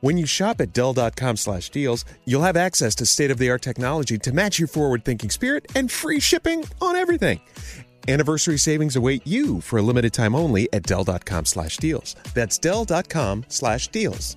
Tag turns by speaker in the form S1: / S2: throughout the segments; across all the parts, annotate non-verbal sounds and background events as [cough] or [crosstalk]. S1: When you shop at Dell.com slash deals, you'll have access to state of the art technology to match your forward thinking spirit and free shipping on everything. Anniversary savings await you for a limited time only at Dell.com slash deals. That's Dell.com slash deals.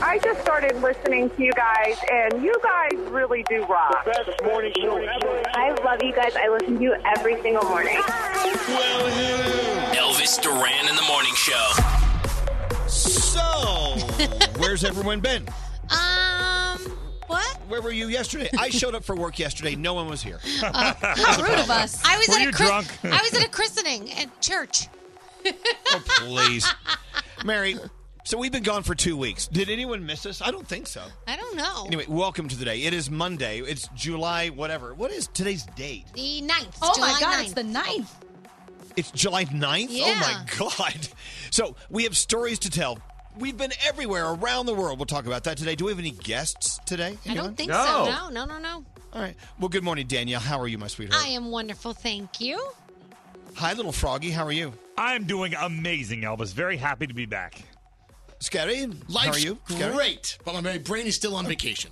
S2: I just started listening to you guys, and you guys really do rock.
S3: best morning show ever.
S2: I love you guys. I listen to you every single morning.
S4: Elvis Duran in the morning show.
S5: [laughs]
S6: So, where's everyone been?
S7: Um,
S6: [laughs]
S7: what?
S6: Where were you yesterday? I showed up for work yesterday. No one
S7: [laughs]
S6: was here.
S7: How rude of us. I Uh, was
S6: Were
S7: at
S6: you
S7: a chris-
S6: drunk?
S7: [laughs] I was at a christening at church.
S6: Please. Mary, so we've been gone for two weeks. Did anyone miss us? I don't think so.
S7: I don't know.
S6: Anyway, welcome to the day. It is Monday. It's July whatever. What is today's date?
S7: The ninth.
S8: Oh
S7: July
S8: my God,
S7: 9th.
S8: it's the ninth.
S6: It's July 9th?
S7: Yeah.
S6: Oh my God. So we have stories to tell. We've been everywhere around the world. We'll talk about that today. Do we have any guests today?
S7: I
S6: Anyone?
S7: don't think so. No, no, no, no.
S6: All right. Well, good morning, Danielle. How are you, my sweetheart?
S7: I am wonderful, thank you. [laughs] Uh,
S6: Hi, little froggy. How are you?
S9: I'm doing amazing, Elvis. Very happy to be back.
S6: Scary, how are
S9: Life's
S6: you?
S9: great,
S6: but my brain is still on vacation.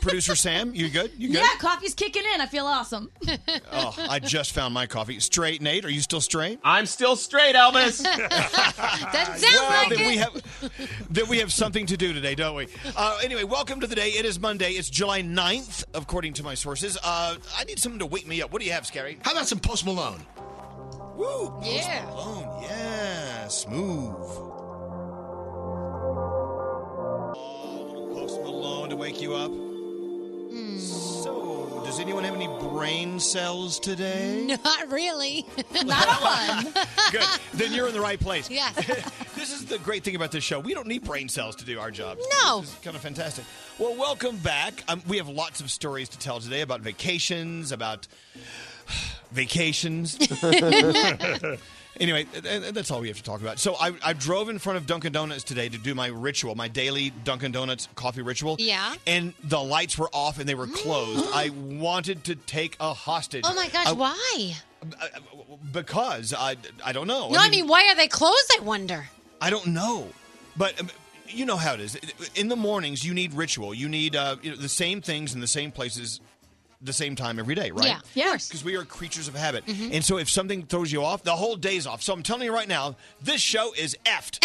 S6: Producer Sam, you good? You good?
S8: Yeah, coffee's kicking in. I feel awesome. [laughs]
S6: Oh, I just found my coffee. Straight, Nate. Are you still straight?
S10: I'm still straight,
S7: [laughs]
S10: Elvis.
S6: [laughs]
S7: Doesn't sound
S6: well,
S7: like
S6: then
S7: it.
S6: we have then we have something to do today, don't we? Uh, anyway, welcome to the day. It is Monday. It's July 9th, according to my sources. Uh, I need something to wake me up. What do you have, Scary? How about some Post Malone? Woo!
S7: Yeah.
S6: Malone. Yeah, smooth. Post Malone. to wake you up. So, does anyone have any brain cells today?
S7: Not really. [laughs] Not a one.
S6: Good. Then you're in the right place.
S7: Yes.
S6: this is the great thing about this show. We don't need brain cells to do our jobs.
S7: No.
S6: This is kind of fantastic. Well, welcome back. Um, we have lots of stories to tell today about vacations, about [sighs] vacations. anyway, th- th- that's all we have to talk about. So I, I drove in front of Dunkin' Donuts today to do my ritual, my daily Dunkin' Donuts coffee ritual.
S7: Yeah.
S6: And the lights were off and they
S7: [gasps]
S6: were closed. I wanted to take a hostage.
S7: Oh my gosh,
S6: I- uh,
S7: why?
S6: Because I, Oh, I don't know.
S7: No, I mean, why are they closed? I wonder.
S6: I don't know, but um, you know how it is. In the mornings, you need ritual. You need uh, you know, the same things in the same places, the same time every day, right?
S7: Yeah, yes.
S6: Because we are creatures of habit, and so if something throws you off, the whole day's off. So I'm telling you right now, this show is effed.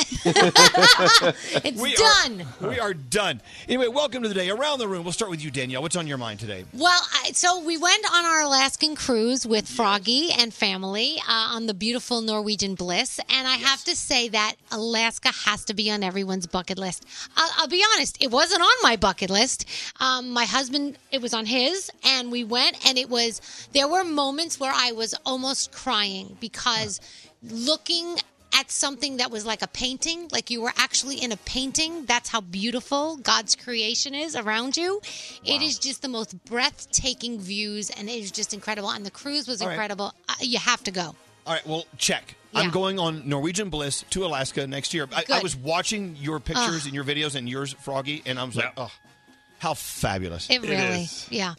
S7: [laughs] It's
S6: We are-
S7: done.
S6: we are done. Anyway, welcome to the day around the room. We'll start with you, Danielle. What's on your mind today?
S7: Well, I, so we went on our Alaskan cruise with Froggy and family uh, on the beautiful Norwegian Bliss, and I have to say that Alaska has to be on everyone's bucket list. I'll, I'll be honest; it wasn't on my bucket list. Um, my husband, it was on his, and we went, and it was. There were moments where I was almost crying because looking at something that was like a painting, like you were actually in a painting. That's how beautiful God's creation is around you. It is just the most breathtaking views, and it is just incredible. And the cruise was
S6: All right.
S7: incredible. Uh, you have to go.
S6: All right, well, check.
S7: Yeah.
S6: I'm going on Norwegian Bliss to Alaska next year. I, I
S7: Good.
S6: was watching your pictures and your videos and yours, Froggy, and I was like, oh, how fabulous.
S7: It really, yeah,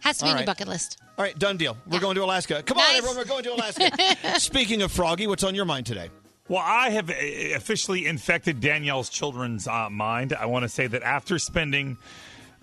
S7: has to be
S6: All
S7: in
S6: right.
S7: your bucket list.
S6: All right, done deal. We're going to Alaska. Come on,
S7: Nice.
S6: everyone, we're going to Alaska. Speaking of Froggy, what's on your mind today?
S9: Well, I have uh, officially infected Danielle's children's uh, mind. I want to say that after spending,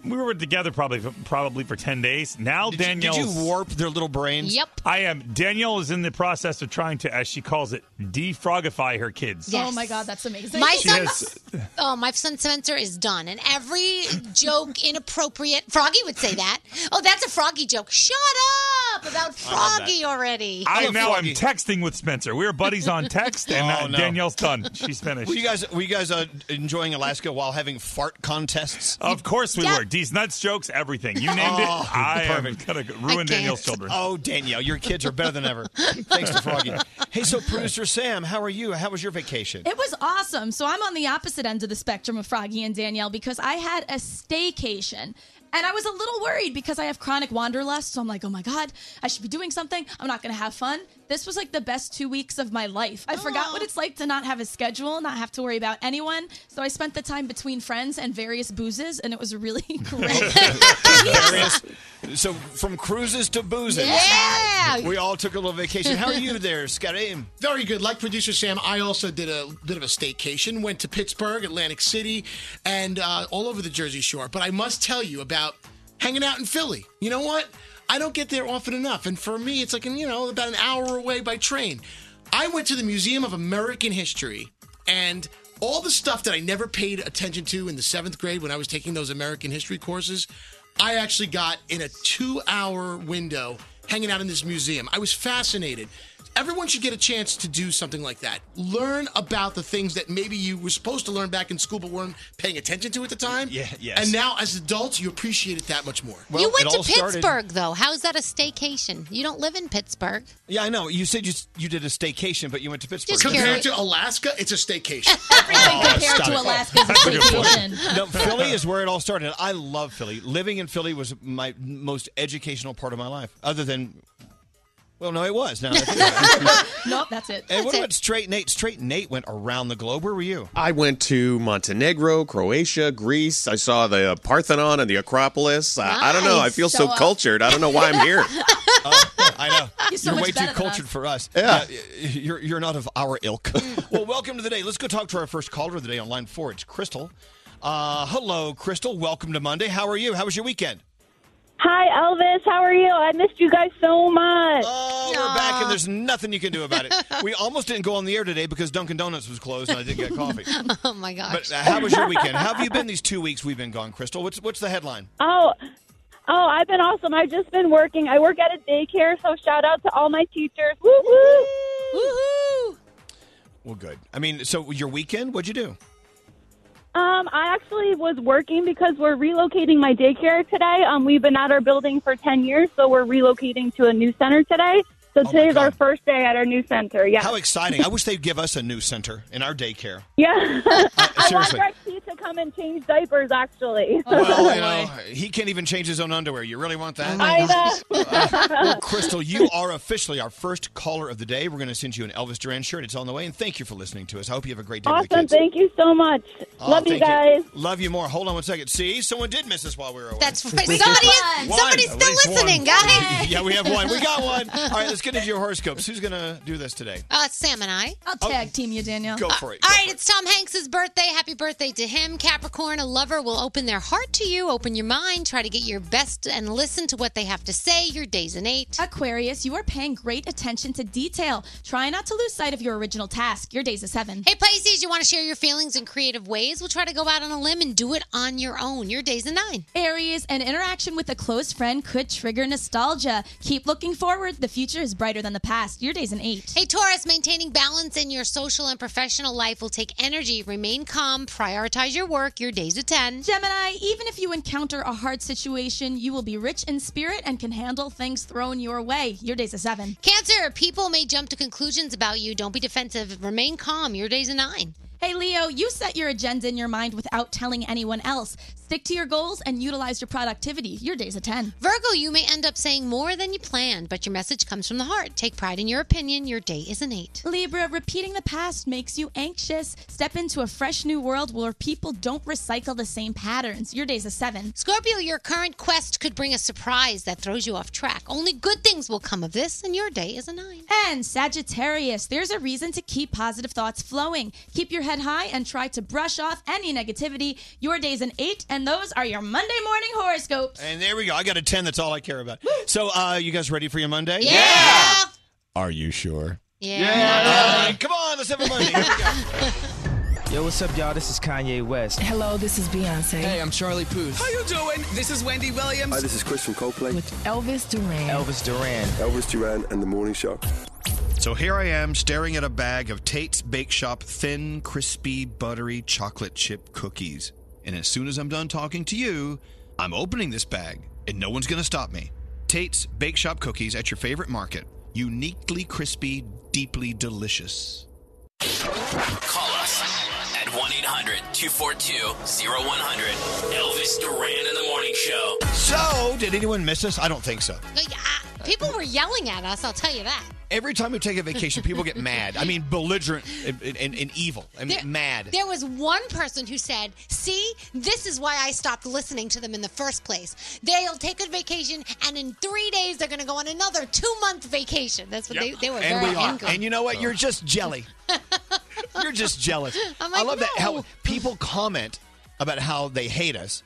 S9: we were together probably probably for ten days. Now,
S6: Did you- did
S9: Danielle,
S6: you warp their little brains?
S7: Yep.
S9: I am. Danielle is in the process of trying to, as she calls it, defrogify her kids.
S8: Oh my God, that's amazing.
S7: My
S9: She
S7: son,
S9: has-
S7: [laughs] oh, my son Spencer is done, and every joke [laughs] inappropriate. Froggy would say that. Oh, that's a Froggy joke. Shut up about Froggy already.
S9: I now am texting with Spencer. We are buddies on text, and
S6: [laughs] Oh,
S9: uh,
S6: no.
S9: Danielle's done.
S6: [laughs]
S9: She's finished.
S6: Were you guys were you guys uh, enjoying Alaska while having fart contests?
S9: Of course we
S7: Yeah.
S9: were. These nuts jokes, everything. You named it.
S6: [laughs] Oh,
S9: I
S6: perfect.
S9: am going to ruin
S7: can't.
S9: Danielle's children.
S6: Oh, Danielle, your kids are better than ever. Thanks to Froggy. Hey, so producer Sam, how are you? How was your vacation?
S8: It was awesome. So I'm on the opposite end of the spectrum of Froggy and Danielle because I had a staycation. And I was a little worried because I have chronic wanderlust. So I'm like, oh my God, I should be doing something. I'm not going to have fun. This was like the best two weeks of my life. I forgot what it's like to not have a schedule, not have to worry about anyone. So I spent the time between friends and various boozes, and it was really [laughs]
S6: [laughs]
S8: great.
S6: Various- so from cruises to boozes.
S7: Yeah.
S6: We all took a little vacation. How are you there, um, Scotty?
S11: Very good. Like producer Sam, I also did a bit of a staycation. Went to Pittsburgh, Atlantic City, and uh, all over the Jersey Shore. But I must tell you about hanging out in Philly. You know what? I don't get there often enough, and for me, it's like you know about an hour away by train. I went to the Museum of American History, and all the stuff that I never paid attention to in the seventh grade when I was taking those American history courses, I actually got in a two-hour window hanging out in this museum. I was fascinated. Everyone should get a chance to do something like that. Learn about the things that maybe you were supposed to learn back in school but weren't paying attention to at the time.
S6: Yeah, yes.
S11: And now as adults, you appreciate it that much more.
S6: Well,
S7: you
S6: it
S7: went to
S6: all started-
S7: Pittsburgh though. How's that a staycation? You don't live in Pittsburgh.
S6: Yeah, I know. You said you you did a staycation, but you went to Pittsburgh.
S7: Just
S11: Compared
S7: curious.
S11: to Alaska, it's
S7: [laughs]
S11: a staycation.
S8: Everything [laughs] compared
S6: stop
S8: to
S6: it.
S8: Alaska's
S9: That's a good point.
S8: vacation.
S6: No, Philly is where it all started. I love Philly. Living in Philly was my most educational part of my life, other than. Well, no, it was. Now, and
S8: Nope, that's it.
S6: what about Straight Nate? Straight Nate went around the globe. Where were you?
S1: I went to Montenegro, Croatia, Greece. I saw the uh, Parthenon and the Acropolis. [laughs] I, I don't know. I
S8: Nice.
S1: feel so
S8: So, uh,
S1: cultured. I don't know why
S8: [laughs]
S1: I'm here.
S6: Oh, I know.
S8: You're so much
S6: way too
S8: better than
S6: cultured
S8: us. Mm.
S6: for us.
S1: Yeah.
S6: Yeah, you're you're not of our ilk. [laughs] well, welcome to the day. Let's go talk to our first caller of the day on line four. It's Crystal. Uh, hello, Crystal. Welcome to Monday. How are you? How was your weekend?
S12: Hi, Elvis. How are you? I missed you guys so much.
S6: Oh, we're back, and there's nothing you can
S13: [laughs]
S6: do about it. we almost didn't go on the air today because Dunkin' Donuts was closed, and I didn't
S13: [laughs]
S6: get coffee.
S7: [laughs] Oh my gosh.
S6: But uh, how was your weekend? How have you been these two weeks we've been gone, Crystal? What's what's the headline?
S12: Oh, oh, I've been awesome. I've just been working. I work at a daycare, so shout out to all my teachers. Woo woo.
S8: Woohoo!
S6: Well, good. I mean, so your weekend? What'd you do?
S13: Um, I actually was working because we're relocating my daycare today. Um, we've been at our building for 10 years, so we're relocating to a new center today. So today's our first day at our new center. Yeah.
S6: Oh How exciting! I wish they'd give us a new center in our daycare.
S13: [laughs]
S6: Uh,
S13: yeah. I want
S6: seriously.
S13: Greg T to come and change diapers, actually. [laughs]
S6: Well, Oh, you know, he can't even change his own underwear. You really want that? [laughs]
S13: I know.
S6: Well,
S13: [laughs]
S6: Crystal, you are officially our first caller of the day. We're going to send you an Elvis Duran shirt. It's on the way. And thank you for listening to us. I hope you have a great day. with the
S13: awesome.
S6: kids.
S13: Thank you so much.
S6: Oh,
S13: Love you
S6: thank
S13: guys.
S6: Love you more. Hold on one second. See, someone did miss us while we were away. [laughs]
S7: That's right. Somebody is,
S6: One.
S7: somebody's
S6: At
S7: still
S6: least
S7: listening,
S6: one.
S7: guys.
S6: yeah, we have one. We got
S7: [laughs]
S6: one. All right, let's get into your horoscopes. Who's going to do this today?
S7: Uh, it's Sam and I. Uh,
S8: I'll tag team you, Danielle.
S6: Oh. Go for it.
S7: All right, it's Tom Hanks's birthday. Happy birthday to him. Capricorn, a lover will open their heart to you, open your mind, try to get your best and listen to what they have to say. Your day's an eight.
S8: Aquarius, you are paying great attention to detail. Try not to lose sight of your original task. Your day's a seven.
S7: Hey, Pisces, you want to share your feelings in creative ways? We'll try to go out on a limb and do it on your own. Your day's a nine.
S8: Aries, an interaction with a close friend could trigger nostalgia. Keep looking forward. The future is brighter than the past. Your day's an eight.
S7: Hey, Taurus, maintaining balance in your social and professional life will take energy. Remain calm, prioritize your work. Your day's a 10.
S8: Gemini, even if you encounter a hard situation, you will be rich in spirit and can handle things thrown your way. Your day's a seven.
S7: Cancer, people may jump to conclusions about you. Don't be defensive. Remain calm. Your day's a 9.
S8: Hey, Leo, you set your agenda in your mind without telling anyone else. Stick to your goals and utilize your productivity. Your day's a 10.
S7: Virgo, you may end up saying more than you planned, but your message comes from the heart. Take pride in your opinion. Your day is an 8.
S8: Libra, repeating the past makes you anxious. Step into a fresh new world where people don't recycle the same patterns. Your day's a 7.
S7: Scorpio, your current quest could bring a surprise that throws you off track. Only good things will come of this, and your day is a 9.
S8: And Sagittarius, there's a reason to keep positive thoughts flowing. Keep your head high and try to brush off any negativity. Your day's an 8, and those are your Monday morning horoscopes.
S6: And there we go. I got a 10. That's all I care about. So, uh, you guys ready for your Monday?
S8: Yeah.
S6: Are you sure?
S7: Yeah.
S6: All right, come on, let's have a Monday. Here we go.
S14: Yo, what's up, y'all? This is Kanye West.
S15: Hello, this is Beyonce. Hey, I'm Charlie Puth. How you doing? This is Wendy Williams.
S5: Hi, this is Chris from Coldplay.
S15: Elvis Duran.
S5: Elvis Duran. Elvis Duran and the Morning Show.
S6: So here I am staring at a bag of Tate's Bake Shop thin, crispy, buttery chocolate chip cookies. And as soon as I'm done talking to you, I'm opening this bag and no one's going to stop me. Tate's Bake Shop cookies at your favorite market. Uniquely crispy, deeply delicious.
S4: Call us at 1 800 242 0100. Elvis Duran in the Morning Show.
S6: So, did anyone miss us? I don't think so.
S7: People were yelling at us, I'll tell you that.
S6: Every time we take a vacation, people get mad. I mean, belligerent and, and, and evil. I mean,
S7: There-
S6: mad.
S7: There was one person who said, See, this is why I stopped listening to them in the first place. They'll take a vacation, and in three days, they're going to go on another two month vacation. That's what they, they were
S6: and
S7: very
S6: we are.
S7: angry.
S6: And you know what? You're
S7: [laughs]
S6: just jelly. You're just jealous.
S7: I'm
S6: I
S7: like,
S6: love that
S7: no.
S6: how people comment about how they hate us,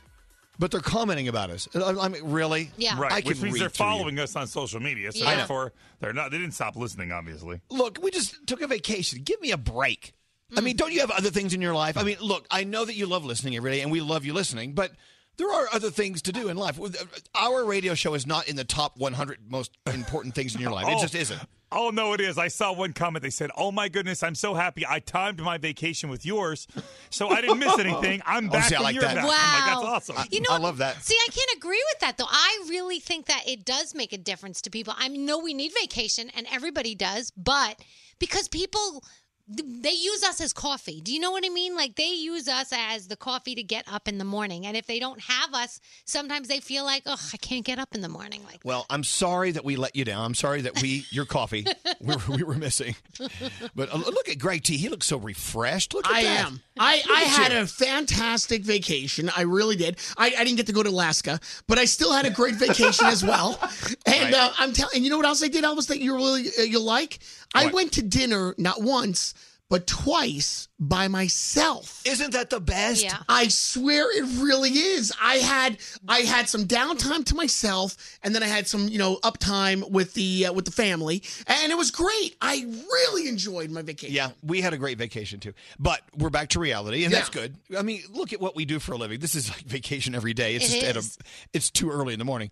S6: but they're commenting about us. I I mean, really?
S9: Right.
S6: I
S9: Which means
S6: can
S9: they're
S6: read through you.
S9: following us on social media, so
S6: Yeah. I know.
S9: therefore they're not. They didn't stop listening, obviously.
S6: Look, we just took a vacation. Give me a break. I
S7: Mm.
S6: mean, don't you have other things in your life? I mean, look, I know that you love listening every day, and we love you listening, but there are other things to do in life. uh, Our radio show is not in the top 100 most important things in your life. It
S9: [laughs] Oh.
S6: just isn't.
S9: Oh no, it is. I saw one comment. They said, "Oh my goodness, I'm so happy. I timed my vacation with yours, so I didn't
S6: [laughs]
S9: miss anything. I'm
S6: Oh,
S9: back
S6: see, I
S9: when
S6: like
S9: you're
S6: that.
S9: back." I'm like, that's awesome.
S7: You know,
S9: I love that.
S7: See, I can't agree with that though. I really think that it does make a difference to people. I know we need vacation, and everybody does, but because people they use us as coffee. Do you know what I mean? Like they use us as the coffee to get up in the morning. And if they don't have us, sometimes they feel like, oh, I can't get up in the morning. Like,
S6: Well, I'm sorry that we let you down. I'm sorry that we,
S16: [laughs]
S6: your coffee, we, were- we were missing.
S7: [laughs]
S6: But uh, look at Greg T. He looks so refreshed. Look at
S16: I
S6: that.
S16: am. I,
S6: Look
S16: I
S6: at
S16: had
S6: you.
S16: a fantastic vacation. I really did. I, I didn't get to go to Alaska, but I still had a great vacation as
S6: [laughs]
S16: well. And
S6: Right.
S16: uh, I'm telling. And you know what else I did, Elvis? That you really uh, you like? I went to dinner not once but twice by myself.
S6: Isn't that the best? Yeah.
S16: I swear it really is. I had I had some downtime to myself, and then I had some you know uptime with the uh, with the family, and it was great. I really enjoyed my vacation.
S6: Yeah, we had a great vacation too. But we're back to reality, and that's
S16: Yeah.
S6: good. I mean, look at what we do for a living. This is like vacation every day. It's
S16: It
S6: just at
S16: is.
S6: a, it's too early in
S16: [laughs]
S6: the morning.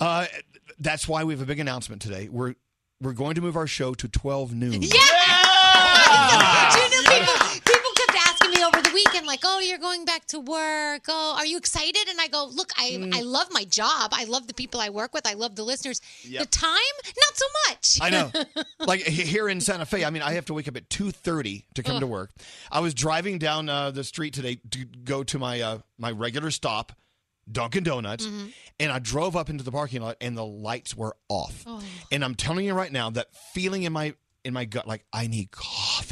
S6: uh, that's why we have a big announcement today. We're we're going to move our show to 12 noon.
S7: yeah. Do you know people? People kept asking me over the weekend, like, like, "Oh, you're going back to work. Oh, are you excited?" And I go, "Look, I
S6: Mm.
S7: I love my job. I love the people I work with. I love the listeners.
S6: Yep.
S7: The time, not so much. [laughs]
S6: I know. like he- here in Santa Fe, I mean, I have to wake up at two thirty to come to
S7: Ugh.
S6: work. I was driving down uh, the street today to go to my uh, my regular stop, Dunkin' Donuts,
S7: Mm-hmm.
S5: Mhm.
S6: and I drove up into the parking lot, and the lights were off.
S5: Oh.
S6: And I'm telling you right now, that feeling in my in my gut, like I need coffee.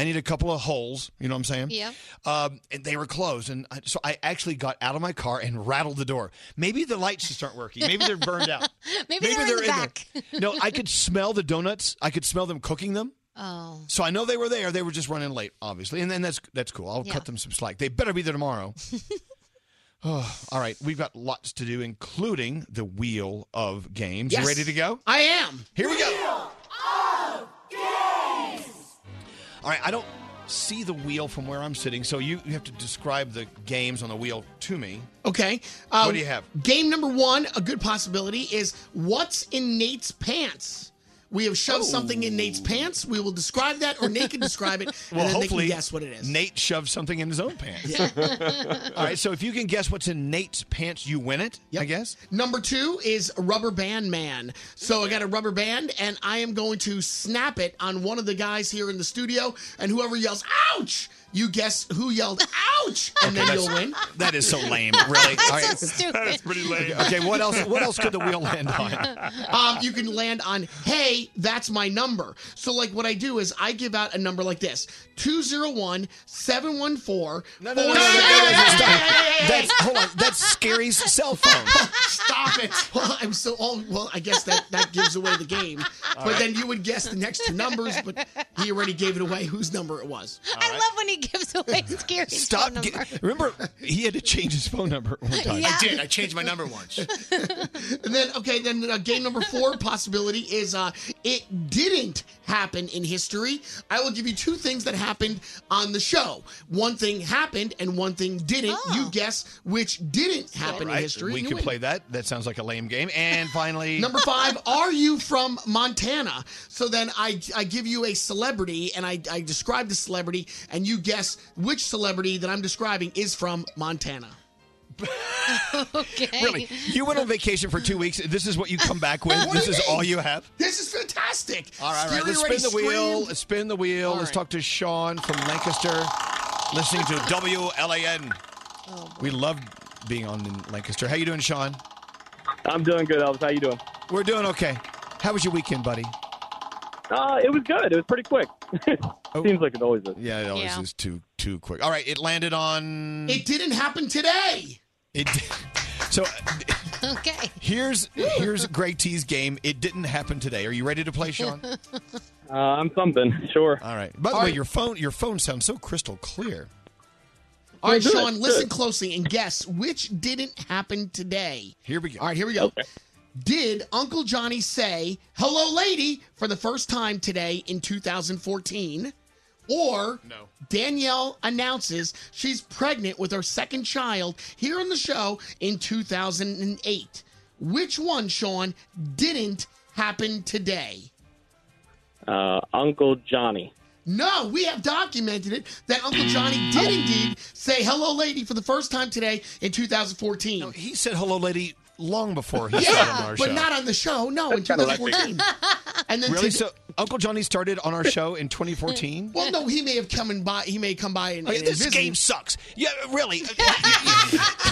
S6: I need a couple of holes. You know what I'm saying?
S5: Yeah.
S6: Um, and they were closed, and I, so I actually got out of my car and rattled the door. Maybe the lights just aren't working. Maybe they're burned out.
S7: [laughs] Maybe, they're, in the back.
S6: there. No, I could smell the donuts. I could smell them cooking them.
S7: [laughs] Oh.
S6: So I know they were there. They were just running late, obviously. And then that's that's cool. I'll
S7: Yeah.
S6: cut them some slack. They better be there
S16: [laughs]
S6: tomorrow. oh, all right. We've got lots to do, including the wheel of games.
S16: Yes.
S6: You ready to go?
S16: I am.
S6: Here we go. All right. I don't see the wheel from where I'm sitting, so you, you have to describe the games on the wheel to me.
S16: Okay. Uh,
S6: What do you have?
S16: Game number one, a good possibility, is what's in Nate's pants? We have shoved something in Nate's pants. We will describe that, or Nate can
S6: [laughs]
S16: describe it, and
S6: Well,
S16: then they
S6: hopefully,
S16: can guess what it is.
S6: Nate shoved something in his own pants.
S16: [laughs]
S6: [laughs]
S16: Yeah.
S6: All right, so if you can guess what's in Nate's pants, you win it. I guess.
S16: Number two is Rubber Band Man. So I got a rubber band, and I am going to snap it on one of the guys here in the studio, and whoever yells "ouch," you guess who yelled "ouch," and
S6: Okay,
S16: then
S6: that's-
S16: you'll win.
S6: That is so lame.
S16: [laughs]
S6: Really.
S16: That's
S6: All right.
S16: so stupid. That is
S17: pretty lame.
S6: Okay, what else? What else could the wheel land on?
S16: um, you can land on, hey, that's my number. So, like, what I do is I give out a number like this 201 714
S6: No, no, no, no, no, no, no, stop. That's hold on. That's Scary's cell phone.
S16: Stop it. Well, I'm so all. Well, I guess that, that gives away the game.
S6: All
S16: but
S6: right.
S16: then you would guess the next two numbers, but he already gave it away whose number it was.
S7: I love when he gives away scary
S6: Stop.
S7: phone
S6: ge-
S7: number.
S6: remember, he had to change his phone number
S16: [laughs]
S6: at one time.
S7: Yeah. I did.
S16: I changed my number [laughs] once. and then okay, then uh, game number four [laughs] possibility is uh, it didn't happen in history. I will give you two things that happened on the show. One thing happened and one thing didn't. You guess which didn't happen
S6: All right,
S16: in history.
S6: We
S16: and you
S6: could
S16: win.
S6: play that. That sounds like a lame game. And [laughs] finally,
S16: Number five, are you from Montana? So then I, I give you a celebrity and I, I describe the celebrity and you guess which celebrity that I'm describing is from Montana. okay.
S6: Really, you went on vacation for two weeks. This is what you come back with.
S16: [laughs] What do
S6: this
S16: you
S6: is
S16: mean?
S6: all you have.
S16: This is fantastic.
S6: All right, all right.
S16: Scary
S6: Let's
S16: already
S6: spin the wheel.
S16: screamed.
S6: Let's spin the wheel. Let's talk to Sean from Lancaster, listening to WLAN.
S16: Oh,
S6: we love being on in Lancaster. How you doing, Sean?
S18: I'm doing good, Elvis. How you doing?
S6: We're doing okay. How was your weekend, buddy?
S18: Uh, it was good. It was pretty quick. [laughs] Seems like it always is.
S6: Oh. Yeah, it always
S16: Yeah.
S6: is too too quick. All right, it landed on.
S16: It didn't happen today.
S6: It. [laughs] So
S7: Okay.
S6: here's here's Greg T's game. It didn't happen today. Are you ready to play,
S16: [laughs]
S6: Sean?
S18: Uh, I'm something. Sure.
S6: All right. By the
S18: All
S6: way,
S18: right.
S6: your phone your phone sounds so crystal clear.
S16: All right,
S6: Well, good,
S16: Sean, listen
S6: good.
S16: closely and guess which didn't happen today.
S6: Here we go.
S16: All right, here we go. Did Uncle Johnny say "Hello, lady" for the first time today in 2014, or
S6: No.
S16: Danielle announces she's pregnant with her second child here on the show in 2008? Which one, Sean, didn't happen today?
S18: Uh, Uncle Johnny.
S16: No, we have documented it that Uncle Johnny did indeed say hello, lady, for the first time today in 2014.
S6: he said hello, lady, long before he
S16: yeah,
S6: said on our
S16: but
S6: show.
S16: not on the show. No, in
S6: kinda like me. [laughs]
S16: 2014. and then
S6: really?
S16: today-
S6: So Uncle Johnny started
S16: [laughs]
S6: on our show in 2014.
S16: well, no, he may have come and by. He may come by and.
S6: Okay,
S16: and
S6: Oh, this
S16: visit.
S6: game sucks. Yeah, really.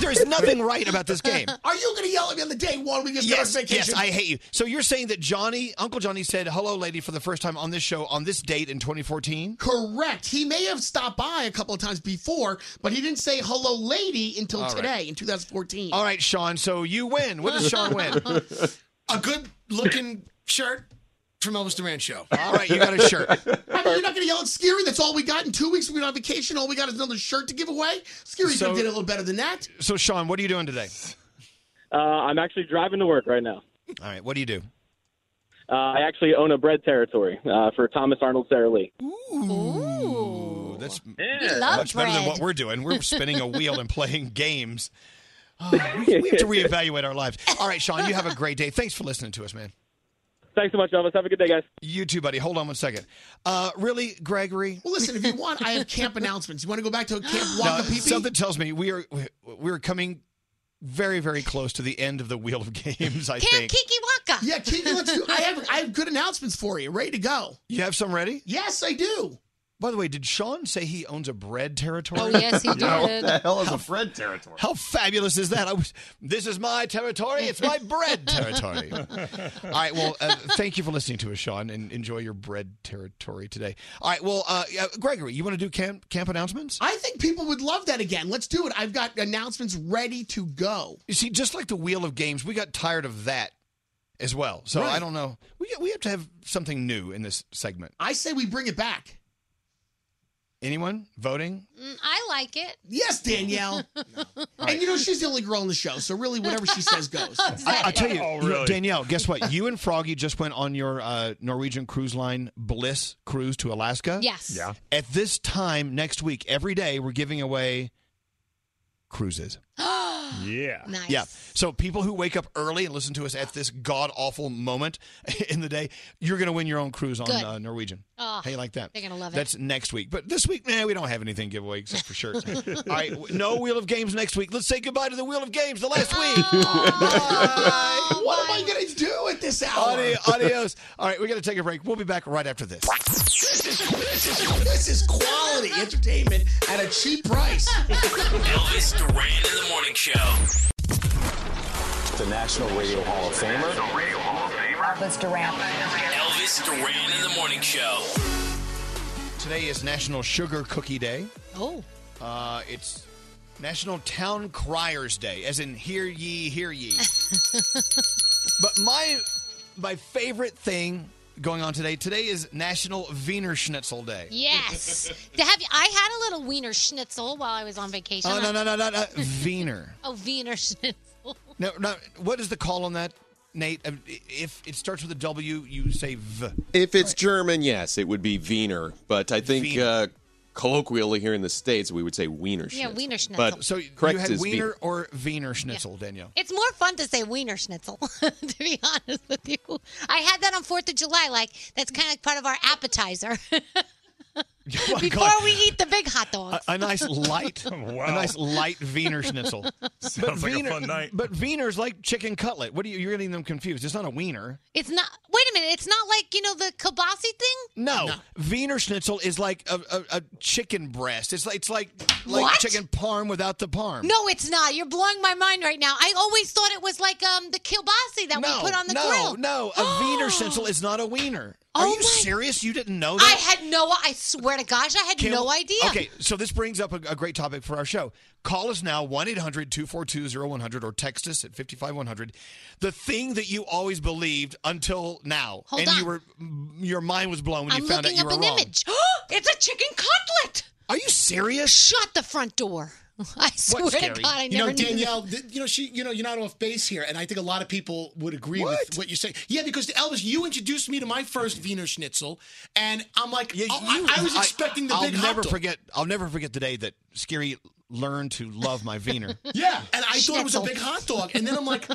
S6: There's nothing right about this
S16: [laughs]
S6: game.
S16: Are you going to yell at me on the day one we get
S6: Yes,
S16: started vacation?
S6: yes, I hate you. So you're saying that Johnny, Uncle Johnny, said hello, lady, for the first time on this show on this date in 2014?
S16: Correct. He may have stopped by a couple of times before, but he didn't say hello, lady, until
S6: All right.
S16: today in 2014.
S6: All right, Sean. So you win. What does Sean win?
S16: [laughs] A good looking shirt
S6: From Elvis Duran show. All right, you got a shirt.
S16: I mean, you're not going to yell at Scary. That's all we got in two weeks. We've been on vacation. All we got is another shirt to give away. Scary
S6: So-
S16: did a little better than that.
S6: So Sean, what are you doing today?
S18: Uh, I'm actually driving to work right now.
S6: All right, what do you do?
S18: Uh, I actually own a bread territory uh, for Thomas Arnold Sarah Lee.
S6: Ooh, that's
S18: love
S6: much better than
S18: bread.
S6: what we're doing. We're spinning a wheel and playing
S19: [laughs]
S6: games. Oh, we, we have to reevaluate our lives. All right, Sean, you have a great day. Thanks for listening to us, man.
S19: Thanks so much, Elvis. Have a good day, guys.
S6: You too, buddy. Hold on one second. Uh, really, Gregory?
S11: Well, listen, if you want, I have camp announcements. You want to go back to
S6: [gasps]
S11: camp
S6: Now,
S11: Waka
S6: something tells me we are we- we're coming very very close to the end of the wheel of games. [laughs] I think
S11: Waka. Yeah, Kiki, let's do. I have I have good announcements for you. Ready to go?
S6: you have some ready.
S11: Yes, I do.
S6: By the way, did Sean say he owns a bread territory?
S11: Oh, yes, he
S6: [laughs] Yeah, what
S11: did.
S6: the hell is
S11: How-
S6: a bread territory? How fabulous is that? I was. This is my territory. It's my bread territory. All right. Well, uh, thank you for listening to us, Sean, and enjoy your bread territory today. All right. Well, uh, yeah, Gregory, you want to do camp camp announcements?
S11: I think people would love that again. Let's do it. I've got announcements ready to go.
S6: You see, just like the Wheel of Games, we got tired of that as well. So
S11: Right.
S6: I don't know. We we have to have something new in this segment.
S11: I say we bring it back.
S6: Anyone voting?
S7: [laughs] Mm, I like it.
S11: Yes, Danielle.
S7: [laughs]
S11: And you know she's the only girl on the show, so really whatever she [laughs] says goes.
S6: I, I tell you,
S16: Oh,
S6: you- Danielle, guess what? You and Froggy just went on your uh, Norwegian cruise line Bliss cruise to Alaska.
S7: Yes. Yeah.
S6: At this time next week, every day we're giving away cruises.
S7: [gasps]
S6: yeah.
S7: Nice.
S6: Yeah. So people who wake up early and listen to us at this god awful moment [laughs] in the day, you're going to win your own cruise on
S7: Good.
S6: uh, Norwegian.
S7: Oh,
S6: How you like that?
S7: they're gonna love it.
S6: That's next week. But this week, man, we don't have anything giveaway except
S7: [laughs]
S6: for shirts. All right, w- no Wheel of Games next week. Let's say goodbye to the Wheel of Games. The last week.
S7: [laughs] Oh,
S11: what am I gonna do at this hour?
S6: Adio- adios. [laughs] All right, we got to take a break. We'll be back right after this.
S11: This is quality entertainment at a cheap price.
S4: Elvis Duran in the morning show.
S20: [laughs] The National Radio Hall of Famer.
S4: Elvis Duran. Elvis Duran in the morning show.
S6: Today is National Sugar Cookie Day.
S7: Oh.
S6: Uh, it's National Town Criers Day, as in hear ye,
S7: [laughs]
S6: hear ye. but my my favorite thing going on today today is National Wiener Schnitzel Day. [laughs]
S7: Yes. to have you, I had a little wiener schnitzel while I was on vacation.
S6: Oh no no no no no Wiener.
S7: Oh, wiener schnitzel.
S6: No, no. What is the call on that, Nate? Uh, If it starts with a W, you say V.
S21: If it's German, yes, it would be Wiener. But I think
S6: Wiener.
S21: uh, colloquially here in the States, we would say Wiener.
S7: Yeah,
S21: Schnitzel.
S7: wiener schnitzel.
S21: But
S6: So
S21: correct
S6: you had
S21: is
S6: Wiener
S21: Wiener.
S6: or Wiener Schnitzel, Danielle.
S7: It's more fun to say wiener schnitzel, [laughs] to be honest with you. I had that on Fourth of July. Like that's kind of part of our
S6: [laughs]
S7: appetizer [laughs]
S6: Oh
S7: before we eat the big hot dogs.
S6: A, a nice
S7: [laughs]
S9: [laughs]
S6: light, a nice light Wiener Schnitzel.
S9: Sounds like a fun night.
S6: But Wiener's like chicken cutlet. What are you? You're getting them confused. It's not a wiener.
S7: It's not. Wait a minute. It's not like you know the kielbasa thing.
S6: No, Wiener Schnitzel is like a, a, a chicken breast. It's like it's like like
S7: What?
S6: chicken parm without the parm.
S7: No, it's not. You're blowing my mind right now. I always thought it was like um the kielbasa that
S6: no,
S7: we put on the
S6: no,
S7: grill.
S6: no. A Wiener Schnitzel is not a wiener. Are you serious? You didn't know
S7: I
S6: that?
S7: had no. I swear to gosh, I had
S6: Can-
S7: no idea.
S6: Okay, so this brings up a, a great topic for our show. Call us now, 1 800 242 0100, or text us at 55100. The thing that you always believed until now,
S7: Hold
S6: and
S7: on.
S6: you were your mind was blown when
S7: I'm
S6: you found out
S7: looking
S6: you
S7: up
S6: were
S7: an
S6: wrong.
S7: image. [gasps] it's a chicken cutlet.
S6: Are you serious?
S7: Shut the front door. I swear to God, I
S11: you
S7: never
S11: know,
S7: knew that.
S11: Danielle, th- you know, she, you know, you're not off base here, and I think a lot of people would agree with what you say. Yeah, because Elvis, you introduced me to my first Wiener Schnitzel, and I'm like, oh, I, I was expecting the
S6: I'll
S11: big hot
S6: never
S11: dog.
S6: forget. I'll never forget the day that Scary learned to love
S7: [laughs]
S6: my wiener.
S11: Yeah, and I thought it was a
S6: Schnitzel.
S11: big hot dog, and then I'm like,
S6: [gasps] Are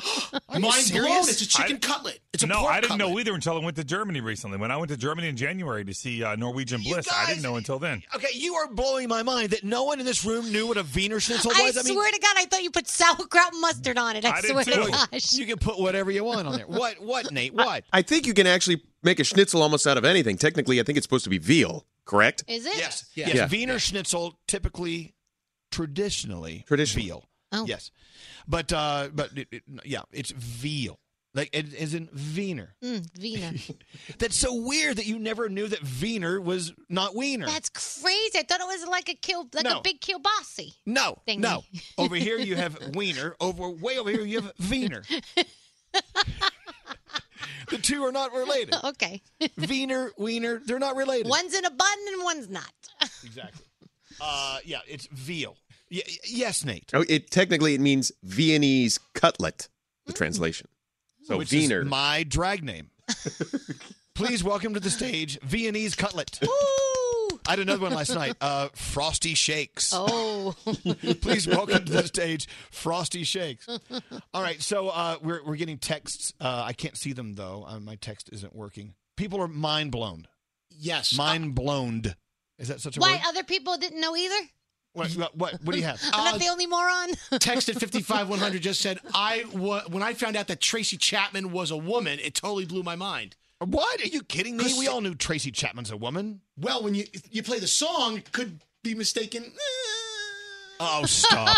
S6: you
S11: mind blown.
S6: serious?
S11: It's a chicken
S9: I-
S11: cutlet. It's a
S9: no,
S11: pork
S9: I didn't
S11: cutlet.
S9: know either until I went to Germany recently. When I went to Germany in January to see uh, Norwegian Bliss, I didn't know until then.
S6: Okay, you are blowing my mind that no one in this room knew what a Wiener Schnitzel
S7: I
S6: was.
S7: swear to God, I thought you put sauerkraut mustard on it. I, swear to God.
S6: You can put whatever you
S7: [laughs]
S6: want on there. What? What, Nate? What?
S21: I think you can actually make a schnitzel almost out of anything. Technically, I think it's supposed to be veal, correct?
S7: Is it?
S6: Yes.
S21: Yeah.
S6: Yes.
S21: Yeah.
S6: Wiener Schnitzel typically, traditionally,
S21: Traditional.
S6: veal. Yes. But uh, but it, it- yeah, it's veal. Like it is in Wiener.
S7: Mm, Wiener.
S6: That's so weird that you never knew that Wiener was not Wiener.
S7: That's crazy. I thought it was like a kill, like
S6: No.
S7: a big kielbasa.
S6: no,
S7: thingy.
S6: no. Over here you have Wiener. Over way over here you have Wiener. the two are not related.
S16: Oh.
S7: Okay.
S6: Wiener, Wiener, they're not related.
S7: One's in a bun and one's not.
S6: Exactly. Uh, yeah, it's veal. Y- y- yes, Nate.
S21: Oh, it technically it means Viennese cutlet. The translation. So
S6: Which is
S21: Wiener.
S6: my drag name. Please welcome to the stage Viennese Cutlet.
S7: Ooh. soup.
S6: I had another one last night. Uh, Frosty Shakes.
S7: Oh.
S6: [laughs] Please welcome to the stage, Frosty Shakes. All right, so uh, we're we're getting texts. Uh, I can't see them though. Uh, my text isn't working. People are mind blown.
S11: Yes,
S6: mind blown. Is that such a
S7: Why
S6: word?
S7: other people didn't know either?
S6: What, what, what, what do
S11: [laughs]
S6: you have?
S7: [laughs]
S11: Uh,
S6: Uh,
S7: I'm not the only moron.
S11: Text at 55100 just said, I wa- when I found out that Tracy Chapman was a woman, it totally blew my mind.
S6: What? Are you kidding me? We all knew Tracy Chapman's a woman.
S11: Well, when you you play the song, it could be mistaken. eh. [laughs]
S6: Oh, stop.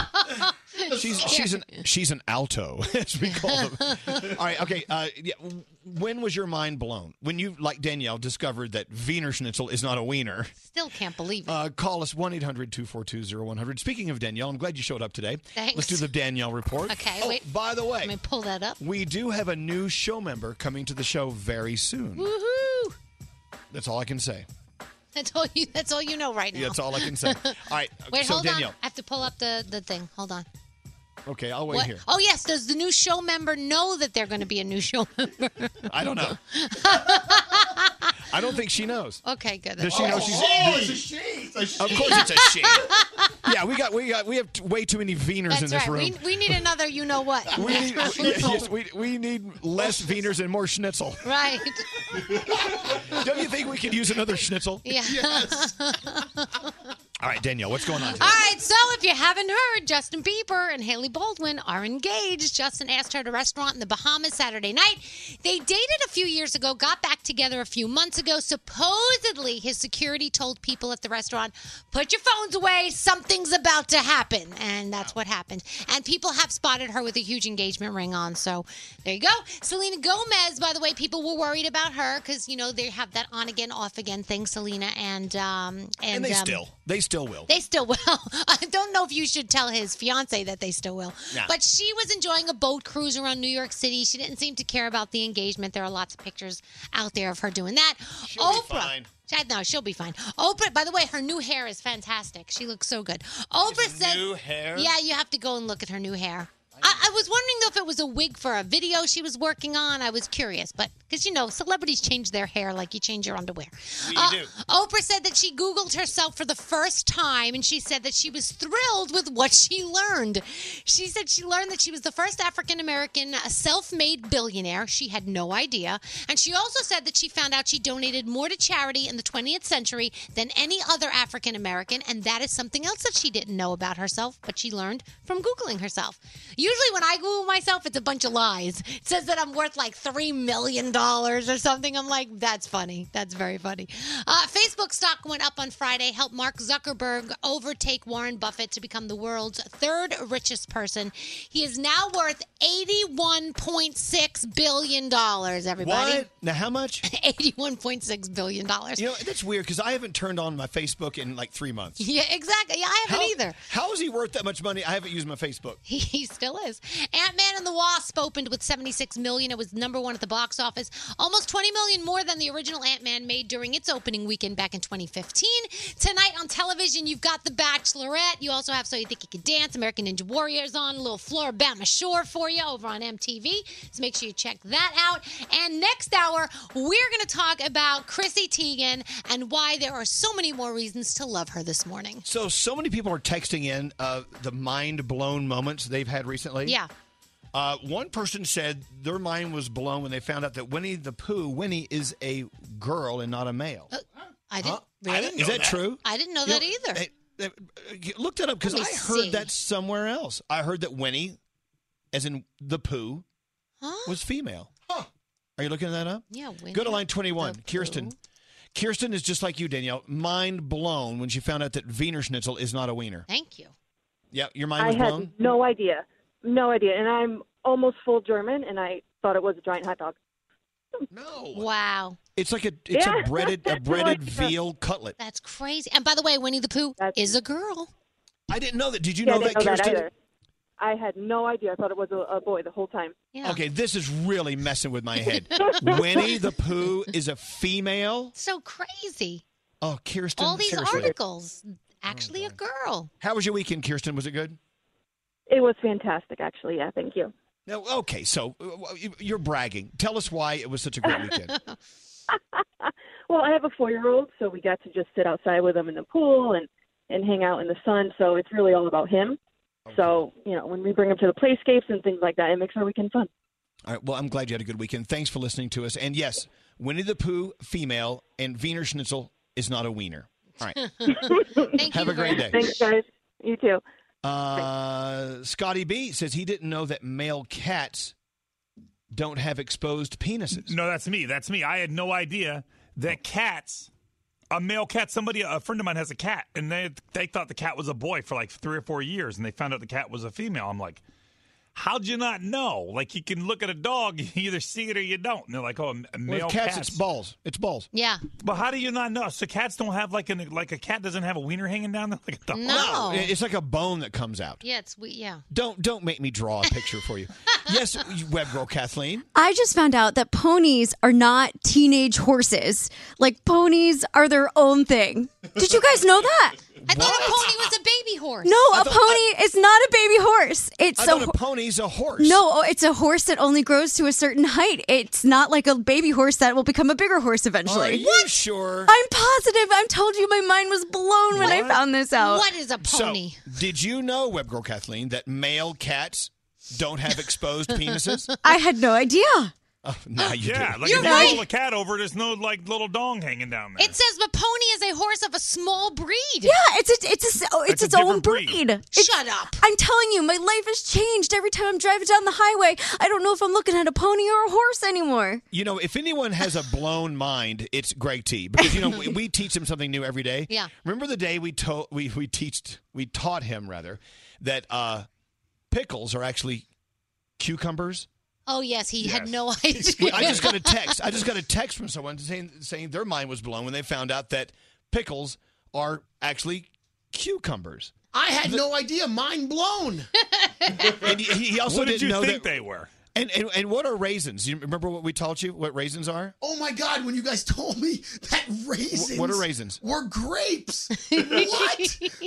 S6: she's she's an she's an alto [laughs] as we
S7: [laughs]
S6: call them. All right, okay. Uh, yeah, w- when was your mind blown? When you, like Danielle, discovered that Wiener Schnitzel is not a wiener?
S7: Still can't believe it.
S6: Uh, call us 1 800 242 0100. Speaking of Danielle, I'm glad you showed up today.
S7: Thanks.
S6: Let's do the Danielle report.
S7: Okay,
S6: Oh,
S7: wait.
S6: By the way,
S7: Let me pull that up.
S6: we do have a new show member coming to the show very soon.
S7: Woohoo!
S6: That's all I can say.
S7: That's all you. That's all you know right now.
S6: Yeah, that's all I
S7: [laughs]
S6: can say. All right.
S7: Wait,
S6: uh, so,
S7: hold
S6: Danielle.
S7: on. I have to pull up the, the thing. Hold on.
S6: Okay, I'll wait
S7: What-
S6: here.
S7: Oh yes, does the new show member know that they're going to be a new show member? [laughs]
S6: I don't know. I don't think she knows.
S7: okay, good.
S6: Does she know she's?
S7: she?
S6: Of course, it's a
S7: [laughs]
S6: she. [laughs] yeah, we got we got we have t- way too many Veners
S7: That's
S6: in this
S7: right.
S6: room.
S7: We, we need another. You know what?
S6: We
S7: [laughs]
S6: need, yeah, yes, we, we need less Veners and more Schnitzel.
S7: Right. [laughs]
S6: Don't you think we could use another Schnitzel?
S7: Yeah.
S6: All right, Danielle, what's going on?
S7: All right, so if you haven't heard, Justin Bieber and Haley Baldwin are engaged. Justin asked her to a restaurant in the Bahamas Saturday night. They dated a few years ago, got back together a few months ago. Supposedly, his security told people at the restaurant, "Put your phones away. Something's about to happen," and that's what happened. And people have spotted her with a huge engagement ring on. So there you go, Selena Gomez. By the way, people were worried about her because you know they have that on again, off again thing, Selena and um, and,
S6: And they
S7: um,
S6: still they still will.
S7: they still will. [laughs] I don't know if you should tell his fiance that they still will.
S6: Nah.
S7: But she was enjoying a boat cruise around New York City. She didn't seem to care about the engagement. There are lots of pictures out there of her doing that. Oprah. She- No, she'll be fine. Oprah, by the way, her new hair is fantastic. She looks so good. Oprah said.
S22: new hair?
S7: Yeah, you have to go and look at her new hair. I, I was wondering though if it was a wig for a video she was working on. I was curious, but because you know, celebrities change their hair like you change your underwear. Uh,
S22: We
S2: Uh,
S22: do.
S7: Oprah said that she Googled herself for the first time and she said that she was thrilled with what she learned. She said she learned that she was the first African American self made billionaire. She had no idea. And she also said that she found out she donated more to charity in the 20th century than any other African American. And that is something else that she didn't know about herself, but she learned from Googling herself. Usually, when I Google myself, it's a bunch of lies. It says that I'm worth like $3 million or something. I'm like, that's funny. That's very funny. Uh, Facebook stock went up on Friday, helped Mark Zuckerberg overtake Warren Buffett to become the world's third richest person. He is now worth $81.6 billion, everybody. [laughs]
S6: What? Now, how much?
S7: $81.6 billion.
S6: You know, that's weird because I haven't turned on my Facebook in like three months.
S7: Yeah, exactly. Yeah, I haven't either.
S6: How is he worth that much money? I haven't used my Facebook.
S7: He, he still is. Ant Man and the Wasp opened with 76 million. It was number one at the box office, almost 20 million more than the original Ant Man made during its opening weekend back in 2015. Tonight on television, you've got The Bachelorette. You also have So You Think You Can Dance, American Ninja Warriors on, a little Floribama Shore for you over on MTV. So make sure you check that out. And next hour, we're going to talk about Chrissy Teigen and why there are so many more reasons to love her this morning.
S6: So, so many people are texting in uh, the mind blown moments they've had recently.
S7: Yeah.
S6: Uh, one person said their mind was blown when they found out that Winnie the Pooh, Winnie is a girl and not a male.
S7: I didn't.
S6: Huh? I didn't Is know that that. true?
S7: I didn't know
S6: You
S7: that
S6: know,
S7: either.
S6: Uh, Look that up because I
S7: Let me
S6: heard
S7: see.
S6: that somewhere else. I heard that Winnie, as in the Pooh, was female. Are you looking that up?
S7: Yeah, Winnie
S6: Go to line 21, Kirsten. Kirsten is just like you, Danielle, mind blown when she found out that Wiener Schnitzel is not a wiener.
S7: Thank you.
S6: Yeah, your mind
S18: I
S6: was
S18: had
S6: blown?
S18: no idea, no idea, and I'm almost full German, and I thought it was a giant hot dog.
S7: Wow.
S6: It's like a it's
S18: [laughs]
S7: Yeah.
S6: a breaded a
S7: That's
S6: breaded
S7: right.
S6: veal cutlet.
S7: That's crazy. And by the way, Winnie the Pooh is a girl.
S6: I didn't know that. Did you
S18: Yeah,
S6: know
S18: I didn't
S6: that,
S18: know that
S6: Kirsten?
S18: either. I had no idea. I thought it was a, a boy the whole time.
S6: Okay, this is really messing
S7: [laughs]
S6: with my head. Winnie the Pooh is a female.
S7: So crazy.
S6: Oh, Kirsten.
S7: All these
S6: seriously.
S7: articles. Actually, a girl.
S6: How was your weekend, Kirsten? Was it good?
S18: It was fantastic, actually. Yeah, thank you.
S7: [laughs]
S6: No. Okay, so uh, you're bragging. Tell us why it was such a great weekend.
S18: well, I have a four year old, so we got to just sit outside with him in the pool and and hang out in the sun. So it's really all about him. So you know, when we bring him to the playscapes and things like that, it makes our weekend fun.
S6: All right. Well, I'm glad you had a good weekend. Thanks for listening to us. And yes, Winnie the Pooh, female, and Wiener Schnitzel is not a wiener. All
S7: [laughs]
S18: [laughs]
S6: right.
S18: Thank
S6: Have a great day.
S18: Thanks, guys. You too.
S6: Uh, Scotty B says he didn't know that male cats don't have exposed penises.
S9: No, that's me. That's me. I had no idea
S6: Oh.
S9: that cats, a male cat, somebody, a friend of mine has a cat, and they they thought the cat was a boy for like three or four years, and they found out the cat was a female. I'm like, how'd you not know? Like, you can look at a dog, [laughs] you either see it or you don't. And they're like, oh, a m- a
S6: With
S9: male
S6: cats,
S9: cat's
S6: it's balls. It's balls.
S7: Yeah.
S9: But how do you not know? So cats don't have like an like a cat doesn't have a wiener hanging down there [laughs] like a dog.
S7: No.
S6: It- It's like a bone that comes out.
S7: Yeah, it's we yeah.
S6: Don't don't make me draw a picture
S22: [laughs]
S6: for you. Yes, web girl Kathleen.
S22: I just found out that ponies are not teenage horses. Like ponies are their own thing. Did you guys know that?
S7: I thought a pony was a baby horse.
S22: No, a pony is not a baby horse. It's
S6: I
S22: a,
S6: thought a pony's a horse.
S22: No, oh, it's a horse that only grows to a certain height. It's not like a baby horse that will become a bigger horse
S6: Are
S22: eventually.
S6: you sure?
S22: I'm positive. I told you my mind was blown when I found this out.
S6: So, did you know, web girl Kathleen, that male cats don't have exposed penises?
S22: [laughs] I had no idea.
S6: Oh, now
S9: [laughs]
S6: you
S9: Yeah,
S6: do.
S9: like
S7: You're
S9: if you roll
S7: right.
S9: a cat over, there's no like little dong hanging down there.
S7: It says the pony is a horse of a small breed.
S22: Yeah, it's a, it's a, oh, it's its, own breed. Shut
S7: up.
S22: I'm telling you, my life has changed every time I'm driving down the highway. I don't know if I'm looking at a pony or a horse anymore.
S6: You know, if anyone has a blown mind, it's Greg T. Because you know we, we teach him something new every day.
S22: Yeah.
S6: Remember the day we told we we teached we taught him rather that uh, pickles are actually cucumbers.
S7: Oh yes, he had
S6: Yes.
S7: no
S6: Well,
S7: idea.
S6: I just got a text. I just got a text from someone saying saying their mind was blown when they found out that pickles are actually cucumbers.
S11: I had no idea. Mind blown.
S6: And he, he also
S11: What did
S6: didn't
S11: you
S6: know
S11: think
S6: that,
S9: they were.
S6: And, and and what are raisins? You remember what we taught you? What raisins are?
S11: Oh my God! When you guys told me that raisins,
S6: What are raisins?
S11: Were
S7: [laughs]
S11: grapes? what?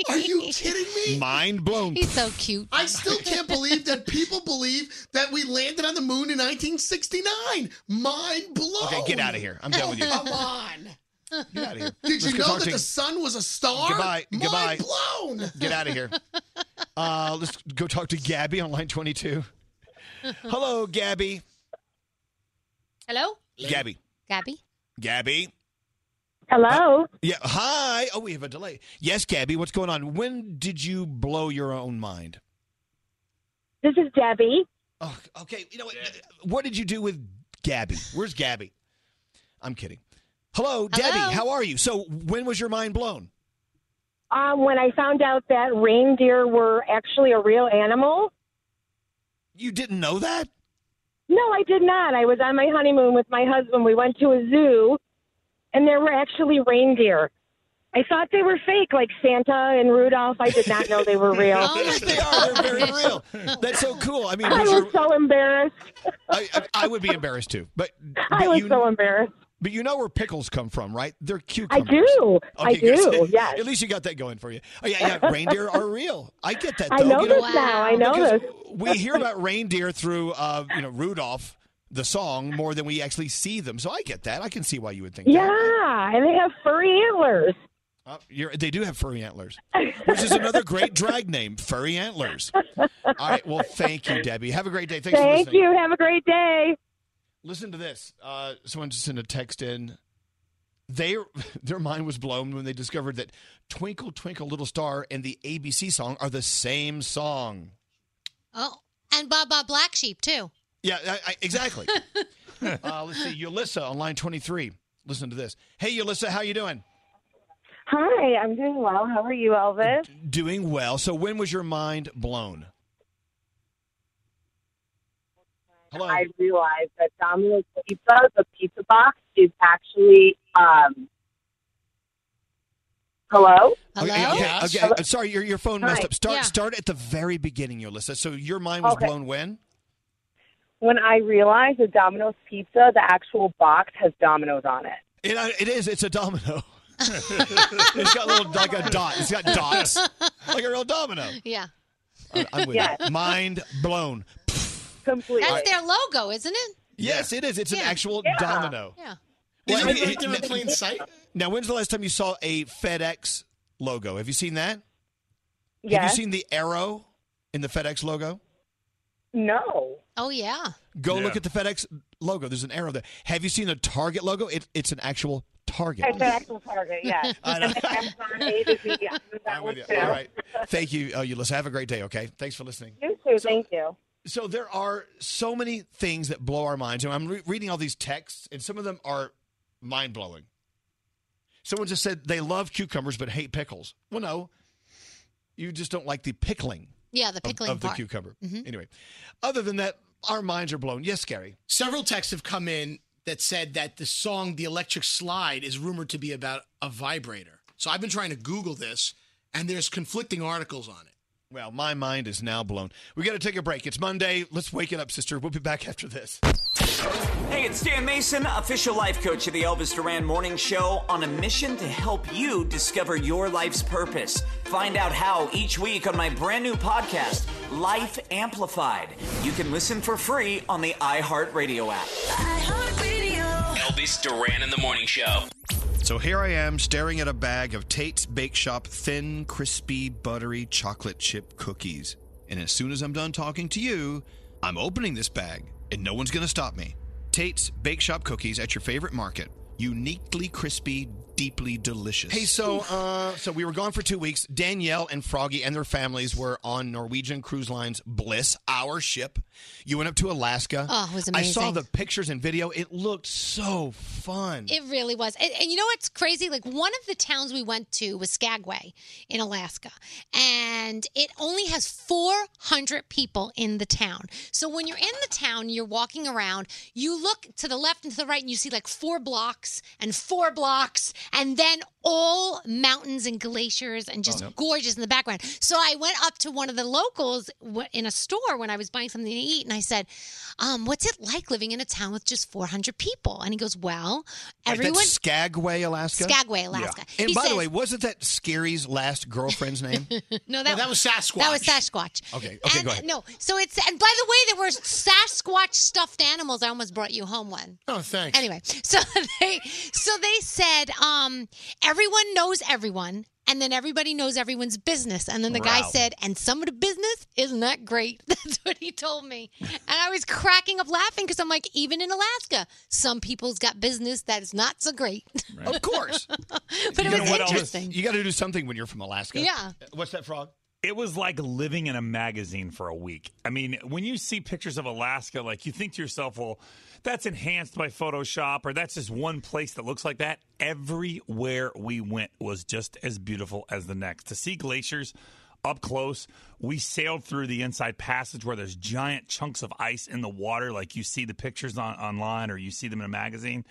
S11: Are you kidding me?
S6: Mind blown.
S7: He's so cute.
S11: I still can't believe that people believe that we landed on the moon in 1969. Mind blown.
S6: Okay, get out of here. I'm done with you.
S11: Come on.
S6: Get out of here.
S11: Did
S6: Let's
S11: you
S6: go
S11: know
S6: talk
S11: that
S6: to-
S11: the sun was a star?
S6: Goodbye.
S11: Mind
S6: Goodbye.
S11: blown.
S6: Get out of here. [laughs] Uh, let's go talk to Gabby on line 22. Hello, Gabby.
S7: [laughs] Hello?
S6: Gabby.
S7: Gabby?
S6: Gabby. Uh,
S12: Hello.
S6: Yeah. Hi. Oh, we have a delay. Yes, Gabby. What's going on? When did you blow your own mind?
S12: This is Debbie.
S6: Oh, okay. You know what? What did you do with Gabby? Where's Gabby? I'm kidding. Hello, Debbie. How are you? So, when was your mind blown?
S12: Um, when I found out that reindeer were actually a real animal,
S6: You didn't know that?
S12: no, I did not. I was on my honeymoon with my husband. We went to a zoo, and there were actually reindeer. I thought they were fake, like Santa and Rudolph. I did not know
S6: [laughs]
S12: they were real.
S6: yes, they are. They're very real. That's so cool. I mean,
S12: I
S6: was
S12: was
S6: your-
S12: so embarrassed.
S6: I, I, I would be embarrassed too. But,
S12: [laughs] I
S6: but
S12: was
S6: you,
S12: so embarrassed.
S6: But you know where pickles come from, right? They're
S12: I
S6: cucumbers.
S12: do. I do.
S6: good. [laughs]
S12: Yes.
S6: At least you got that going for you. Oh yeah, yeah. Reindeer
S12: [laughs]
S6: are real. I get that. Though.
S12: I know
S6: you know,
S12: this now. I know
S6: because
S12: this.
S6: We hear about reindeer through, uh, you know, Rudolph the song more than we actually see them. So I get that. I can see why you would think. That.
S12: Yeah, and they have furry antlers.
S6: Uh, you're, they do have furry antlers, which is another great drag name, furry antlers. All right. Well, thank you, Debbie. Have a great day. Thanks for
S12: Thank
S6: listening.
S12: you. Have a great day.
S6: Listen to this. Uh, someone just sent a text in. They [laughs] their mind was blown when they discovered that "Twinkle Twinkle Little Star" and the ABC song are the same song.
S7: Oh. And Baba Black Sheep too. [laughs]
S6: Yeah, I, I,
S5: [laughs]
S6: exactly. uh, let's see, Yulissa on line twenty-three. Listen to this. Hey, Yulissa, how you doing?
S5: Hi, I'm doing well. How are you, Elvis?
S6: Doing well. So, when was your mind blown? Hello.
S5: I realized that Domino's Pizza, the pizza box, is actually. Um, hello?
S6: Okay, okay, Oh, okay, I'm sorry, your your phone messed
S5: Hi.
S6: up. Start
S5: Yeah.
S6: start at the very beginning, Yulissa. So, your mind was
S5: Okay.
S6: blown when?
S5: When I realized that Domino's Pizza, the actual box has Domino's on it.
S6: It, uh, it is. It's a domino. [laughs] it's got little like a dot. It's got dots, like a real domino.
S7: Yeah.
S6: I- I'm with
S7: Yes.
S6: you. Mind blown.
S5: Completely.
S7: That's their logo, isn't it?
S6: Yes, it is. It's an actual
S7: Yeah.
S6: domino.
S7: Yeah.
S11: Is it right there in plain sight?
S6: Now, when's the last time you saw a FedEx logo? Have you seen that? Have
S7: Yes.
S6: you seen the arrow in the FedEx logo?
S7: No. Oh yeah.
S6: Go look at the FedEx logo. There's an arrow there. Have you seen the Target logo? It, it's an actual Target.
S5: It's an actual target, [laughs] yeah.
S6: I know.
S5: And then Amazon A to Z, [laughs] yeah, that one too.
S6: All right. Thank you, uh, Ulyssa. Have a great day, okay? Thanks for listening.
S5: You too, thank you.
S6: So there are so many things that blow our minds. And I'm re- reading all these texts, and some of them are mind blowing. Someone just said they love cucumbers but hate pickles. Well, no, you just don't like the pickling
S7: Yeah, the
S6: of-
S7: pickling
S6: of, the
S7: part.
S6: cucumber.
S11: Mm-hmm.
S6: Anyway, other than that, our minds are blown. Yes, Gary.
S11: Several texts have come in that said that the song The Electric Slide is rumored to be about a vibrator. So I've been trying to Google this, and there's conflicting articles on it.
S6: Well, my mind is now blown. We got to take a break. It's Monday. Let's wake it up, sister. We'll be back after this.
S23: Hey, it's Dan Mason, official life coach of the Elvis Duran Morning Show, on a mission to help you discover your life's purpose. Find out how each week on my brand new podcast, Life Amplified. You can listen for free on the iHeartRadio app.
S4: Elvis Duran in the Morning Show.
S6: So here I am staring at a bag of Tate's Bake Shop thin, crispy, buttery chocolate chip cookies. And as soon as I'm done talking to you, I'm opening this bag and no one's going to stop me. Tate's Bake Shop cookies at your favorite market. Uniquely crispy, deeply delicious. Hey, so uh, so we were gone for two weeks. Danielle and Froggy and their families were on Norwegian Cruise Line's Bliss, our ship. You went up to Alaska.
S7: Oh, it was
S6: I saw
S7: amazing.
S6: the pictures and video. It looked so fun.
S7: It really was. And, and you know what's crazy? Like one of the towns we went to was Skagway in Alaska, and it only has 400 people in the town. So when you're in the town, you're walking around, you look to the left and to the right, and you see like four blocks and four blocks, and then all mountains and glaciers and just
S24: Oh, yep.
S7: gorgeous in the background. So I went up to one of the locals w- in a store when I was buying something to eat, and I said, um, "What's it like living in a town with just 400 people?" And he goes, "Well,
S6: Wait,
S7: everyone."
S6: that's Skagway, Alaska.
S7: Skagway, Alaska.
S6: Yeah. And
S7: He
S6: by the
S7: says-
S6: way, wasn't that Scary's last
S7: [laughs]
S6: girlfriend's name?
S7: [laughs] no,
S11: No,
S7: that,
S11: that was Sasquatch.
S7: That was Sasquatch.
S6: Okay, okay, go ahead.
S7: No, so it's and by the way, there were Sasquatch stuffed animals. I almost brought you home one.
S11: Oh, thanks.
S7: Anyway, [laughs] so they so they said um, everyone knows everyone, and then everybody knows everyone's business. And then the guy
S24: Wow.
S7: said, "And some of the business isn't that great." [laughs] That's what he told me, and I was cracking up laughing because I'm like, even in Alaska, some people's got business that is not so great.
S6: Of course,
S7: but it was interesting.
S6: You got to do something when you're from Alaska.
S7: Yeah.
S6: What's that frog?
S9: It was like living in a magazine for a week. I mean, when you see pictures of Alaska, like you think to yourself, well, that's enhanced by Photoshop or that's just one place that looks like that. Everywhere we went was just as beautiful as the next. To see glaciers up close, we sailed through the inside passage where there's giant chunks of ice in the water, like you see the pictures on, online or you see them in a magazine.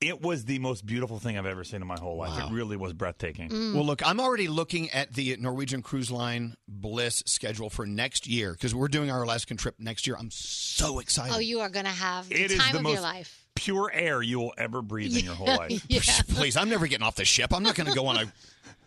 S9: It was the most beautiful thing I've ever seen in my whole life. It really was breathtaking.
S7: Mm.
S6: Well, look, I'm already looking at the Norwegian Cruise Line Bliss schedule for next year because we're doing our Alaskan trip next year. I'm so
S7: [laughs]
S6: excited.
S7: Oh, you are going to have the
S9: It is
S7: time
S9: the
S7: of
S9: most
S7: your life.
S9: pure air you will ever breathe in your whole life.
S7: [laughs] Yeah.
S6: Please, I'm never getting off the ship. I'm not going to go
S7: [laughs]
S6: on a,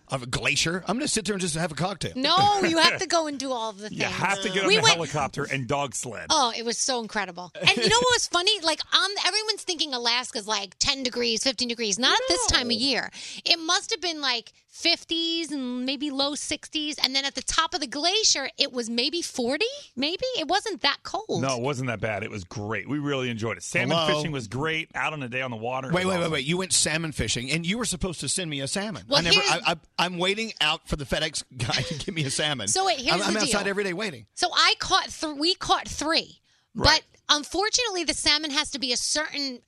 S6: on a glacier. I'm going to sit there and just have a cocktail.
S7: No, you have to go and do all of the things.
S9: [laughs] You have to get on
S7: we
S9: the
S7: went,
S9: helicopter and dog sled.
S7: Oh, it was so incredible. And you know what was funny? Like, um, everyone's thinking Alaska's like 10 degrees, 15 degrees. Not at this time of year. It must have been like 50s and maybe low 60s. And then at the top of the glacier, it was maybe 40, maybe? It wasn't that cold.
S9: No, it wasn't that bad. It was great. We really enjoyed it. Salmon
S6: Hello?
S9: fishing was great. Out on a day on the water.
S6: Wait, wait, wait, wait! You went salmon fishing, and you were supposed to send me a salmon.
S7: Well,
S6: I never.
S7: here's-
S6: I, I, I'm waiting out for the FedEx guy to give me a salmon.
S7: So wait, here's
S6: I'm, I'm
S7: the
S6: outside
S7: deal.
S6: every day waiting.
S7: So I caught th- we caught three,
S6: Right.
S7: but unfortunately, the salmon has to be a certain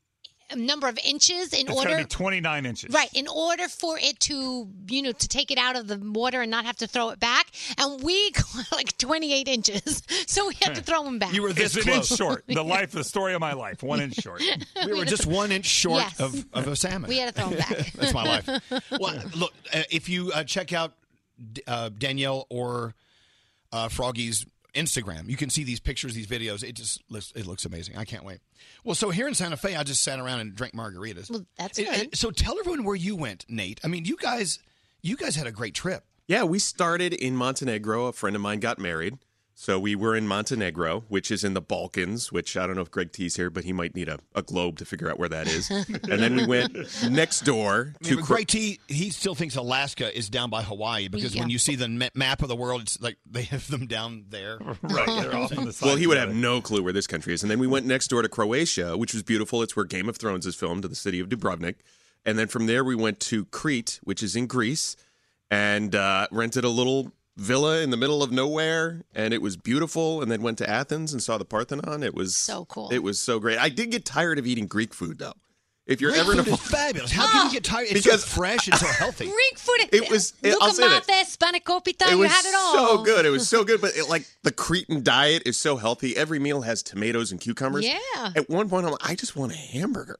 S7: number of inches in
S9: It's got
S7: order
S9: to be 29 inches.
S7: Right, in order for it to, you know, to take it out of the water and not have to throw it back, and we [laughs] got like 28 inches, [laughs] so we had to throw them back.
S9: It's an inch short.
S6: [laughs]
S9: The
S7: [laughs]
S9: life, the story of my life. One inch short.
S6: We were just one inch short
S7: Yes.
S6: of, of a salmon.
S7: We had to throw him back.
S6: [laughs] That's my
S7: [laughs]
S6: life. Well, look, uh, if you uh, check out D- uh, Danielle or uh, Froggy's Instagram, you can see these pictures, these videos. It just looks, it looks amazing. I can't wait. Well, so here in Santa Fe, I just sat around and drank margaritas. Well,
S7: that's
S6: good. so tell everyone where you went, Nate. I mean, you guys, you guys had a great trip.
S21: Yeah, we started in Montenegro. A friend of mine got married.
S1: So we were in Montenegro, which is in the Balkans, which I don't know if Greg T's here, but he might need a, a globe to figure out where that is. and then
S21: [laughs]
S1: we went next door
S6: I mean,
S1: to
S6: but
S1: Cro-
S6: Greg T, he still thinks Alaska is down by Hawaii because when
S1: Yeah.
S6: you see the ma- map of the world, it's like they have them down there. [laughs] Right. They're all [laughs] on the
S1: Well,
S6: side
S1: he would
S6: of
S1: have no clue where this country is. And then we went next door to Croatia, which was beautiful. It's where Game of Thrones is filmed, in the city of Dubrovnik. And then from there, we went to Crete, which is in Greece, and uh, rented a little villa in the middle of nowhere. And it was beautiful. And then went to Athens and saw the Parthenon. It was
S7: So cool.
S1: It was so great. I did get tired of eating Greek food, though. If you're
S6: Greek
S1: ever in a [laughs]
S6: food is fabulous. How can you get tired? It's so fresh and
S7: [laughs]
S6: so healthy.
S7: Greek food.
S1: It was- it- I'll say that.
S7: Loukamathis, spanakopita,
S1: it
S7: you
S1: was
S7: had it all.
S1: so good. It was so
S7: [laughs]
S1: good, but it, like the Cretan diet is so healthy. Every meal has tomatoes and cucumbers.
S7: Yeah.
S1: At one point, I'm like, I just want
S7: [laughs]
S1: a hamburger.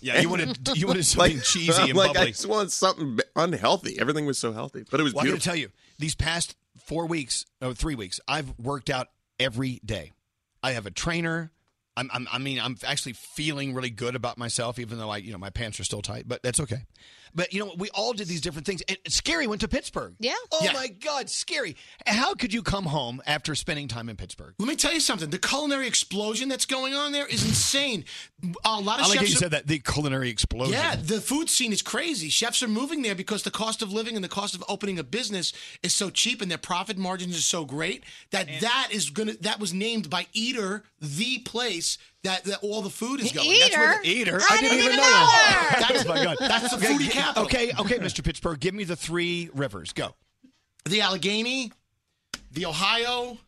S6: Yeah, you wanted- you wanted something cheesy
S1: I'm
S6: and
S1: like, I
S6: bubbly.
S1: just want something b- unhealthy. Everything was so healthy, but it was
S6: Well, I'm going to
S1: beautiful.
S6: tell you, these past four weeks, no, three weeks, I've worked out every day. I have a trainer. I'm, I'm, I mean, I'm actually feeling really good about myself, even though I, you know, my pants are still tight, but that's okay. But you know, we all did these different things. And Scary went to Pittsburgh.
S7: Yeah.
S6: Oh my God, Scary! How could you come home after spending time in Pittsburgh?
S11: Let me tell you something. The culinary explosion that's going on there is insane. A lot of
S6: I like how
S11: chefs
S6: you
S11: are-
S6: said that the culinary explosion.
S11: Yeah, the food scene is crazy. Chefs are moving there because the cost of living and the cost of opening a business is so cheap and their profit margins are so great that that is gonna that was named by Eater the place that, that all the food is going. That's where the-
S6: Eater.
S11: I, didn't, even know. that.
S6: That's
S11: That's
S6: my god.
S11: That's the
S6: Okay,
S11: foodie
S6: g-
S11: capital.
S6: Okay, okay, Mr. Pittsburgh, give me the three rivers. Go.
S11: The Allegheny, the Ohio,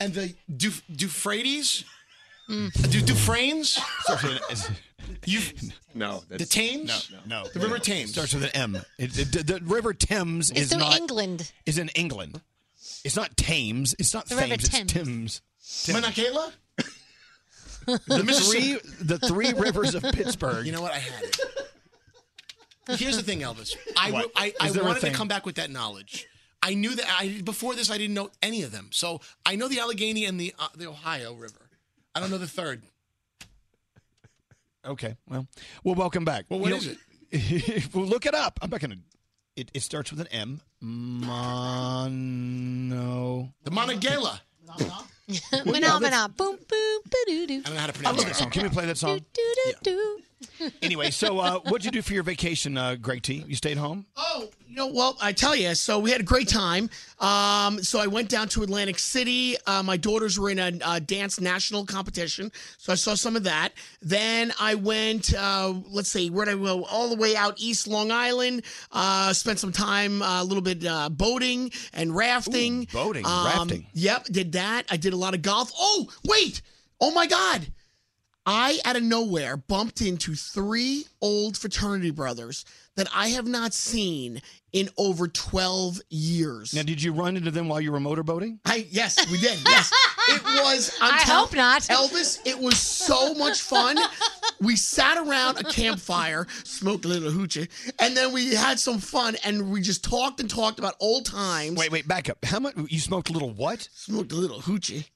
S11: and the Duf- Dufrates. Du- Dufresnes?
S1: No,
S11: the Thames?
S6: No, no.
S11: The River
S6: no.
S11: Thames.
S6: starts with an M. It- it- the, the River Thames
S7: It's
S6: is
S7: through
S6: not
S7: England. [laughs]
S6: Is in England. It's not Thames. It's not
S7: The
S6: Thames.
S7: River
S6: It's
S7: Thames.
S6: Thames.
S11: Mauna
S6: [laughs]
S11: Kea?
S6: The three,
S11: Mississippi.
S6: the three
S11: [laughs]
S6: rivers of Pittsburgh.
S11: You know what? I had it. Here's the thing, Elvis. I
S6: What?
S11: I, I
S6: Is there a
S11: wanted to
S6: thing?
S11: come back with that knowledge. I knew that I before this I didn't know any of them. So I know the Allegheny and the uh, the Ohio River. I don't know the third.
S6: Okay. Well, well, welcome back. Well,
S11: what
S6: what is
S11: is
S6: it? [laughs] well, look it up. I'm not going to. It, it starts with an M. Mono.
S11: The Monongahela.
S7: Phenomena. Boom, boom, doo doo. I
S11: don't know how to
S6: I love that song. Can we play
S16: [laughs]
S6: that song?
S7: Do
S6: Anyway, so uh, what'd you do for your vacation, uh, Greg T? You stayed home?
S16: Oh, you know, well, I tell you, so we had a great time. Um, so I went down to Atlantic City. Uh, my daughters were in a uh, dance national competition, so I saw some of that. Then I went, uh, let's see, where did I go? All the way out east Long Island. Uh, spent some time, uh, a little bit uh, boating and rafting.
S6: boating,
S16: Um,
S6: rafting.
S16: Yep, did that. I did a lot of golf. Oh, wait! Oh my God! I, out of nowhere, bumped into three old fraternity brothers that I have not seen in over 12 years.
S6: Now, did you run into them while you were motorboating?
S16: I yes, we did. Yes, it was. I'm
S7: I
S16: tell-
S7: hope not.
S16: Elvis. It was so much fun. We sat around a campfire, smoked a little hoochie, and then we had some fun, and we just talked and talked about old times.
S6: Wait, wait, back up. How much? You smoked a little what?
S16: Smoked a little hoochie.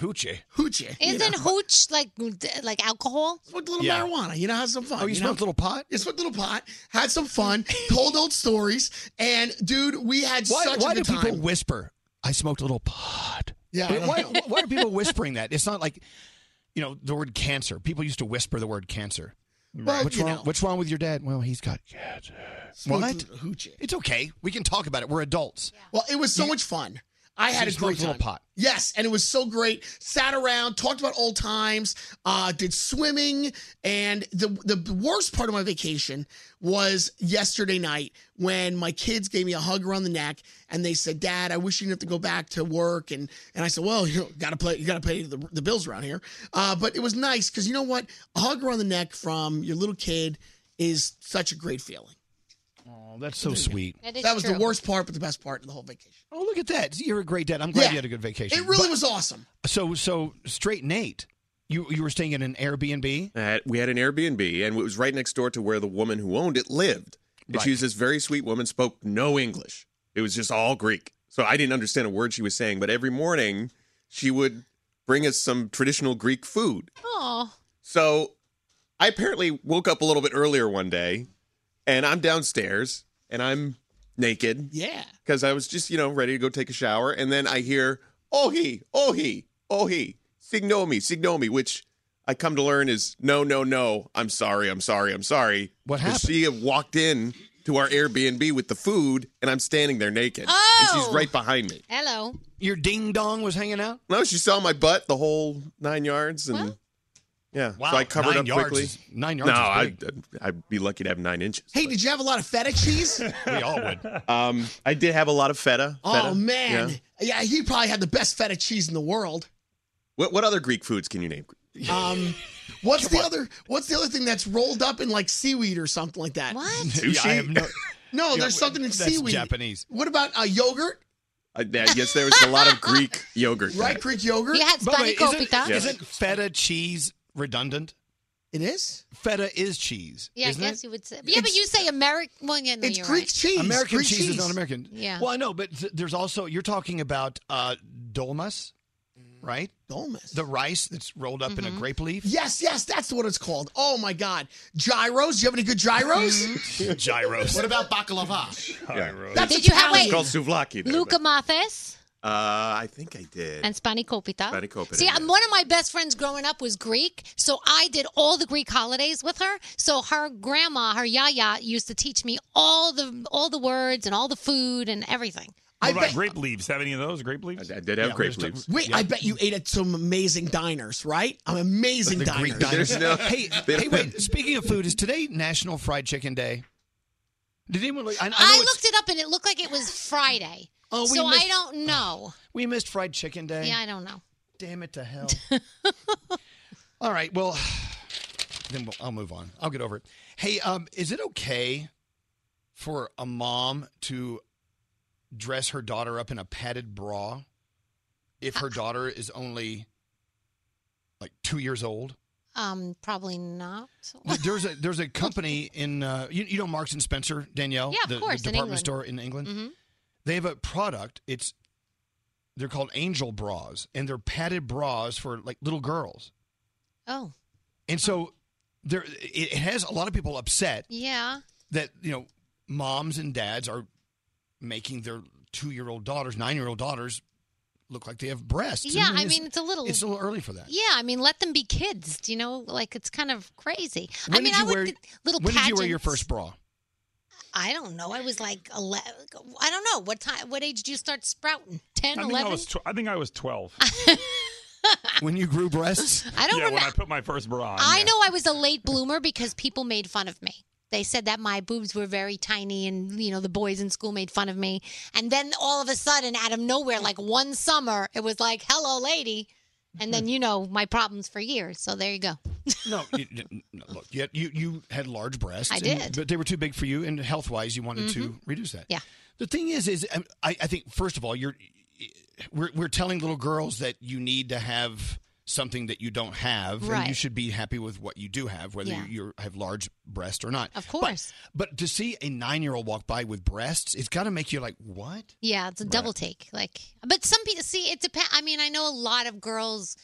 S6: Hoochie.
S16: Hoochie. you
S7: Isn't
S16: know.
S7: hooch like like alcohol?
S16: smoked a little
S7: Yeah.
S16: marijuana. You know, had some fun.
S7: Oh, you smoked a
S16: know?
S7: little pot?
S16: You smoked a little pot. Had some fun. told old stories, and dude, we had
S6: Why,
S16: such
S6: why
S16: a good
S6: do people
S16: time.
S6: whisper? I smoked a little pot.
S16: Yeah, I
S6: Wait,
S16: know.
S6: Why, why are people whispering that? It's not like, you know, the word cancer. People used to whisper the word cancer.
S16: Well,
S6: um, what's
S16: you
S6: wrong?
S16: know.
S6: What's wrong with your dad? Well, [laughs] he's got cancer.
S16: Smoked a
S6: what?
S16: little hoochie.
S6: It's okay. We can talk about it. We're adults.
S16: Well, it was so much fun. I
S6: So
S16: had
S6: you
S16: a great
S6: smoked a little
S16: time.
S6: pot.
S16: Yes, and it was so great. Sat around, talked about old times, uh, did swimming, and the the worst part of my vacation was yesterday night when my kids gave me a hug around the neck and they said, "Dad, I wish you didn't have to go back to work." And and I said, "Well, [laughs] you know, gotta play, you gotta pay the, the bills around here." Uh, but it was nice because you know what, a hug around the neck from your little kid is such a great feeling.
S6: Oh, that's so sweet.
S7: That is
S16: was
S7: true.
S16: the worst part, but the best part of the whole vacation.
S6: Oh, look at that. You're a great dad. I'm glad
S16: Yeah.
S6: you had a good vacation.
S16: It really
S6: But-
S16: was awesome.
S6: So, so straight Nate, you you were staying in an Airbnb.
S1: Uh, we had an Airbnb, and it was right next door to where the woman who owned it lived. And
S6: Right.
S1: she was this very sweet woman, spoke no English. It was just all Greek. So I didn't understand a word she was saying, but every morning she would bring us some traditional Greek food.
S7: Oh,
S1: So I apparently woke up a little bit earlier one day and I'm downstairs and I'm naked.
S16: Yeah.
S1: Because I was just, you know, ready to go take a shower. And then I hear,
S21: ohi, ohi, ohi, signomi, signomi, which I come to learn is no, no, no. I'm sorry, I'm sorry, I'm sorry. What
S6: happened?
S21: she had walked in to our Airbnb with the food, and I'm standing there naked, and she's right behind me.
S7: Hello.
S6: Your ding dong was hanging out.
S21: No, she saw my butt the whole nine yards, and yeah,
S6: Wow,
S21: so I covered
S6: nine
S21: up
S6: yards
S21: quickly.
S6: is- nine yards
S21: No,
S6: is
S21: I'd, I'd be lucky to have nine inches.
S16: Hey, did you have a lot of feta cheese?
S6: we all would.
S21: [laughs] Um, I did have a lot of feta.
S16: Oh
S21: feta,
S16: man,
S21: yeah.
S16: yeah. he probably had the best feta cheese in the world.
S21: What what other Greek foods can you name?
S16: Um, what's the other? What's the other thing that's rolled up in like seaweed or something like that? What?
S21: Sushi. Yeah, I have no-
S16: [laughs] no, Oh, there's
S21: Yeah,
S16: something in
S21: that's
S16: seaweed.
S21: Japanese.
S16: What about uh, yogurt?
S21: Uh, that- yes, there was a lot of
S16: [laughs]
S21: Greek yogurt.
S16: Right, Greek yogurt.
S6: By the way, isn't,
S21: Yeah.
S6: isn't feta cheese redundant?
S16: It is.
S6: Feta is cheese.
S7: Yeah,
S6: isn't
S7: I guess
S6: it?
S7: you would say. Yeah, but you say American. Well, yeah, no,
S6: It's
S7: you're
S6: Greek
S7: right.
S6: cheese. American cheese, is not American.
S7: Yeah.
S6: Well, I know, but th- there's also you're talking about uh, dolmas, right?
S16: Dolmas.
S6: The rice that's rolled up in a
S7: Mm-hmm.
S6: grape leaf.
S16: Yes, yes, that's what it's called. Oh my God, gyros. Do you have any good gyros?
S6: Mm-hmm.
S21: Gyros.
S11: What about baklava?
S21: Yeah.
S16: That's
S7: Did you have-
S21: It's
S7: wait.
S21: called souvlaki. There,
S7: Luca
S21: but-
S7: Mathes
S21: Uh, I think I did.
S7: and Spanikopita.
S21: Spanikopita,
S7: See,
S21: yeah.
S7: um, one of my best friends growing up was Greek, so I did all the Greek holidays with her. So her grandma, her yaya, used to teach me all the all the words and all the food and everything.
S9: What about grape leaves? Have any of those grape leaves?
S21: I did have
S9: Yeah,
S21: grape
S9: we're
S21: leaves.
S16: Wait, I bet you ate at some amazing diners, right? I'm amazing
S6: The
S16: diners.
S6: Greek dynasty. hey,
S16: [laughs]
S6: hey, wait. Speaking of food, is today National Fried Chicken Day? Did anyone look? I, I, know
S7: I,
S6: it's-
S7: looked it up and it looked like it was Friday.
S6: Oh, we
S7: so
S6: missed-
S7: I don't know.
S6: we missed Fried Chicken Day.
S7: Yeah, I don't know.
S6: Damn it
S7: [laughs]
S6: to hell. All right. Well, then we'll, I'll move on. I'll get over it. Hey, um, is it okay for a mom to dress her daughter up in a padded bra
S7: Uh,
S6: if her daughter is only like two years old?
S7: Um, probably not.
S6: There's a there's a company in uh, you, you know Marks and Spencer Danielle
S7: Yeah, of
S6: the, the
S7: course, in
S6: department
S7: England.
S6: store in England.
S7: Mhm.
S6: They have a product. It's they're called angel bras, and they're padded bras for like little girls.
S7: Oh,
S6: And so there it it has a lot of people upset
S7: yeah.
S6: that you know moms and dads are making their two-year-old daughters, nine-year-old daughters look like they have breasts.
S7: Yeah, I
S6: it's-
S7: mean, it's a little-
S6: it's a little early for that.
S7: Yeah, I mean, let them be kids. Do you know? Like, it's kind of crazy. I
S6: When
S7: mean,
S6: did you
S7: I would
S6: wear
S7: get little
S6: when did you wear your
S7: pageants.
S6: first bra?
S7: I don't know. I was like 11. I don't know. What time? What age did you start sprouting? 10,
S9: I think
S7: 11?
S9: I was. Tw- I think I was
S7: [laughs]
S9: twelve.
S6: when you grew breasts.
S7: I don't
S9: Yeah, when
S7: remem-
S9: I put my first bra on.
S7: I
S9: yeah.
S7: know I was a late bloomer because people made fun of me. They said that my boobs were very tiny and, you know, the boys in school made fun of me. And then all of a sudden, out of nowhere, like one summer, it was like, hello, lady. And
S9: Hmm.
S7: then, you know, my problems for years. So there you go.
S6: No, you, you- no, look, you, you you had large breasts.
S7: I
S6: and-
S7: did.
S6: but they were too big for you, and health wise, you wanted to
S7: Mhm.
S6: reduce that.
S7: Yeah.
S6: The thing is, is um, I, I think first of all, you're we're, we're telling little girls that you need to have something that you don't have, and you
S25: Right.
S6: should be happy with what you do have, whether
S25: Yeah.
S6: you have large breasts or not.
S7: Of
S6: But-
S7: course.
S6: But, to see a nine year old walk by with breasts, it's got to make you like, what?
S7: Yeah, it's a
S6: Right.
S7: double take. Like, but some people see it depends. I mean, I know a lot of girls.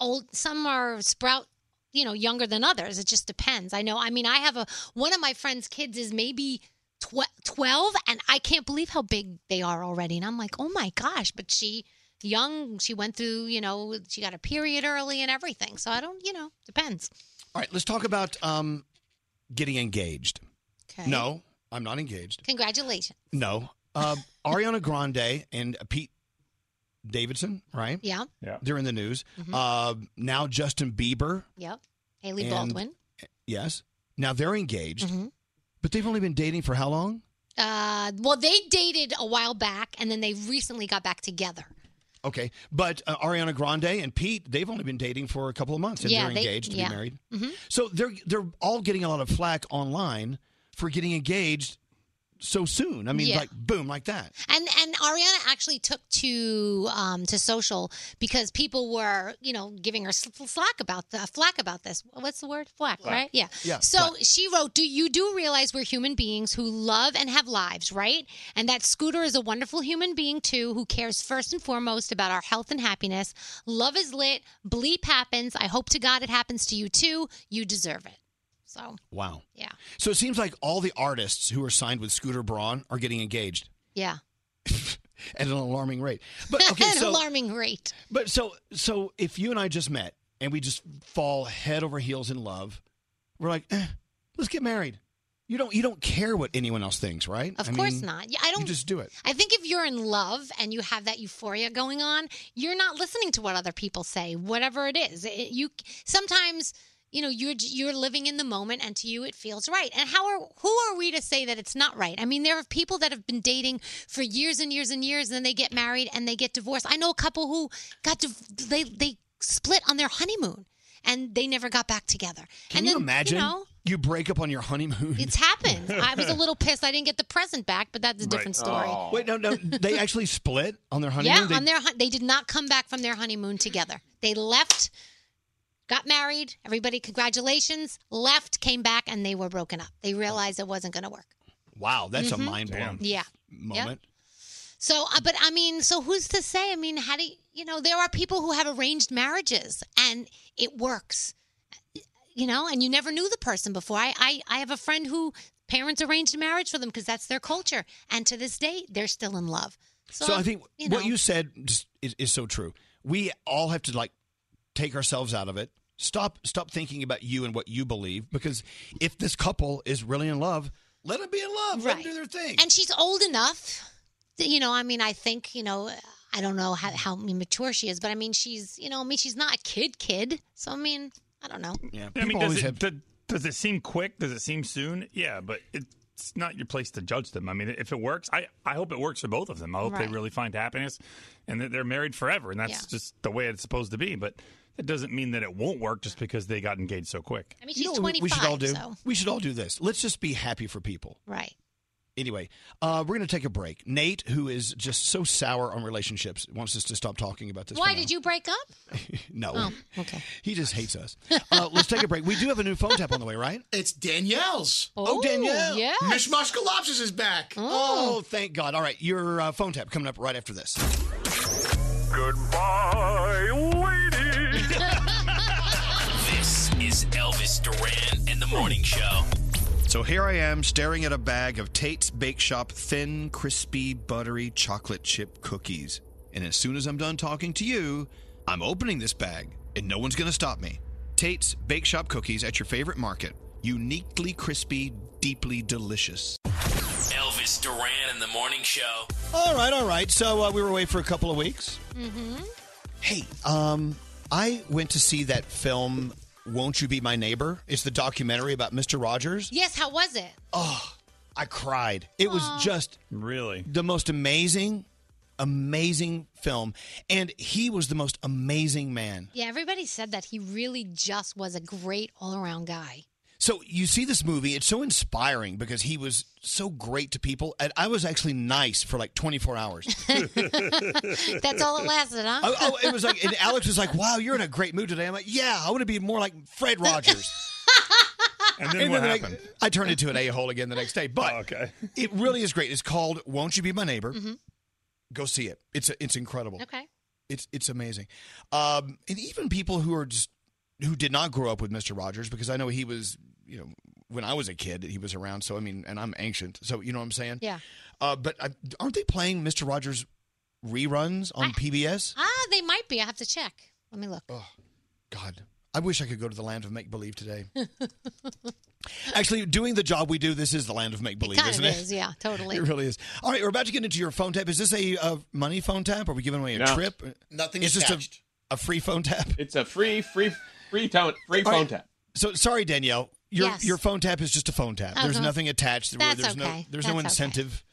S7: Old, some are sprout. You know, younger than others. It just depends. I know. I mean, I have a one of my friend's kids is maybe. twe- 12 and I can't believe how big they are already and I'm like oh my gosh but she young she went through you know she got a period early and everything so I don't you know depends
S6: All right, let's talk about um, getting engaged.
S7: Okay.
S6: No, I'm not engaged.
S7: congratulations
S6: No.
S7: [laughs]
S6: Um, Ariana Grande and Pete Davidson, right?
S7: yeah
S6: Yeah. They're in the news.
S7: Mhm.
S6: Uh, now Justin Bieber.
S7: yep Haley
S6: and-
S7: Baldwin
S6: Yes. Now they're engaged.
S7: Mm-hmm.
S6: But they've only been dating for how long?
S7: uh well they dated a while back and then they recently got back together
S6: Okay. But uh, Ariana Grande and Pete, they've only been dating for a couple of months and
S7: Yeah,
S6: they're
S7: they-
S6: engaged to
S7: yeah.
S6: be married.
S7: Mhm.
S6: So they're they're all getting a lot of flack online for getting engaged so soon. I mean,
S7: Yeah.
S6: like boom, like that.
S7: And and Ariana actually took to um, to social because people were you know giving her sl- slack about the flack about this. What's the word? Flack,
S24: Flack.
S7: right? Yeah.
S24: Yeah,
S7: So
S24: flack.
S7: she wrote, "Do you do realize we're human beings who love and have lives, right? And that Scooter is a wonderful human being too, who cares first and foremost about our health and happiness. Love is lit. Bleep happens. I hope to God it happens to you too. You deserve it. So
S6: Wow.
S7: yeah,
S6: So it seems like all the artists who are signed with Scooter Braun are getting engaged.
S7: yeah.
S6: at an alarming rate. But
S7: [laughs]
S6: okay,
S7: An
S6: so
S7: alarming rate.
S6: But so so if you and I just met and we just fall head over heels in love, we're like, eh, let's get married. You don't you don't care what anyone else thinks, right?
S7: Of
S6: I
S7: course
S6: mean,
S7: not. Yeah, I
S6: You
S7: don't.
S6: just do it.
S7: I think if you're in love and you have that euphoria going on, you're not listening to what other people say, whatever it is. It- you sometimes, you know, you're you're living in the moment, and to you it feels right. And how are who are we to say that it's not right? I mean, there are people that have been dating for years and years and years, and then they get married and they get divorced. I know a couple who got div- they they split on their honeymoon and they never got back together.
S6: Can
S7: and
S6: you
S7: then,
S6: imagine
S7: You know,
S6: you break up on your honeymoon?
S7: it's happened. I
S6: [laughs]
S7: was a little pissed I didn't get the present back, but that's a different story.
S6: Wait, no, no. They actually split on their honeymoon.
S7: Yeah,
S6: They-
S7: on their hun- they did not come back from their honeymoon together. They left, got married. Everybody, congratulations. Left, came back, and they were broken up. They realized it wasn't going to work.
S6: wow, that's
S7: Mhm.
S6: a mind blowing
S7: Yeah.
S6: moment.
S7: So, uh, but I mean, so who's to say? I mean, how do you, you know? There are people who have arranged marriages, and it works. You know, and you never knew the person before. I I, I have a friend who parents arranged a marriage for them because that's their culture, and to this day, they're still in love.
S6: So, I think
S7: you know.
S6: what you said just is, is so true. We all have to like take ourselves out of it. Stop stop thinking about you and what you believe because if this couple is really in love, let them be in love. Let them do their thing.
S7: And she's old enough, that, you know. I mean, I think you know. I don't know how, how mature she is, but I mean, she's you know, I mean, she's not a kid kid. So I mean, I don't know.
S6: Yeah,
S9: I mean,
S7: people
S9: does
S7: always
S9: it,
S7: have-
S9: do- does it seem quick? Does it seem soon? Yeah, but it's not your place to judge them. I mean, if it works, I, I hope it works for both of them. I hope
S7: Right.
S9: they really find happiness and that they're married forever, and that's
S7: Yeah.
S9: just the way it's supposed to be. But it doesn't mean that it won't work just because they got engaged so quick.
S7: I mean, she's
S6: You know what
S7: twenty
S6: we-
S7: five.
S6: we should all do.
S7: So.
S6: We should all do this. Let's just be happy for people.
S7: Right.
S6: Anyway, uh, we're going to take a break. Nate, who is just so sour on relationships, wants us to stop talking about this.
S7: Why did you break up?
S6: No.
S7: Oh, okay.
S6: He just hates us. Uh, let's take a break. We do have a new phone tap on the way, right?
S11: It's Danielle's.
S6: Oh, Danielle.
S11: Yeah.
S6: yes.
S11: Mish Mosh Galopsis is back.
S6: Oh, thank God. All right, your uh, phone tap coming up right after this.
S4: Goodbye, ladies. this is Elvis Duran and the Morning Show.
S6: So here I am staring at a bag of Tate's Bake Shop thin, crispy, buttery chocolate chip cookies. And as soon as I'm done talking to you, I'm opening this bag and no one's going to stop me. Tate's Bake Shop cookies at your favorite market. Uniquely crispy, deeply delicious.
S4: Elvis Duran and the Morning Show.
S6: All right, all right. So uh, we were away for a couple of weeks.
S4: Mm-hmm.
S6: Hey, um, I went to see that film, Won't You Be My Neighbor? It's the documentary about Mr. Rogers.
S7: Yes. How was it?
S6: Oh, I cried. It was
S7: Aw.
S6: just
S9: really
S6: the most amazing, amazing film. And he was the most amazing man.
S7: Yeah. Everybody said that he really just was a great all around guy.
S6: So you see this movie, it's so inspiring because he was so great to people. And I was actually nice for like
S7: [laughs]
S6: 24 hours.
S7: That's all it lasted, huh?
S6: Oh, oh, it was like, and Alex was like, wow, you're in a great mood today. I'm like, yeah, I want to be more like Fred Rogers.
S9: [laughs] And then what
S6: the next-
S9: happened?
S6: I turned into an a hole again the next
S9: [laughs]
S6: day. But it really is great. It's called Won't You Be My Neighbor?
S7: Mhm.
S6: Go see it. It's it's incredible.
S7: Okay.
S6: It's it's amazing. Um, and even people who are just who did not grow up with Mr. Rogers, because I know he was, you know, when I was a kid, he was around. So I mean, and I'm ancient. So you know what I'm saying?
S7: Yeah.
S6: Uh, but I, aren't they playing Mr. Rogers reruns on PBS?
S7: Ah, they might be. I have to check. Let me look.
S6: Oh, God, I wish I could go to the land of make believe today.
S7: [laughs]
S6: Actually, doing the job we do, this is the land of make believe,
S7: kind
S6: isn't
S7: of
S6: it?
S7: is, yeah, totally.
S6: [laughs] It really is. All right, we're about to get into your phone tap. Is this a, uh money phone tap? Are we giving away a
S19: No.
S6: trip?
S11: Nothing
S6: It's just
S19: attached.
S6: a, a free phone tap.
S19: It's a free, free, free tone, free
S6: All
S19: phone
S6: right.
S19: tap.
S6: So sorry, Danielle. Your
S19: Yes.
S6: your phone tap is just a phone tap. There's
S19: Uh-huh.
S6: nothing attached. There-
S19: That's
S6: there's no
S19: okay.
S6: there's no
S19: That's okay.
S6: incentive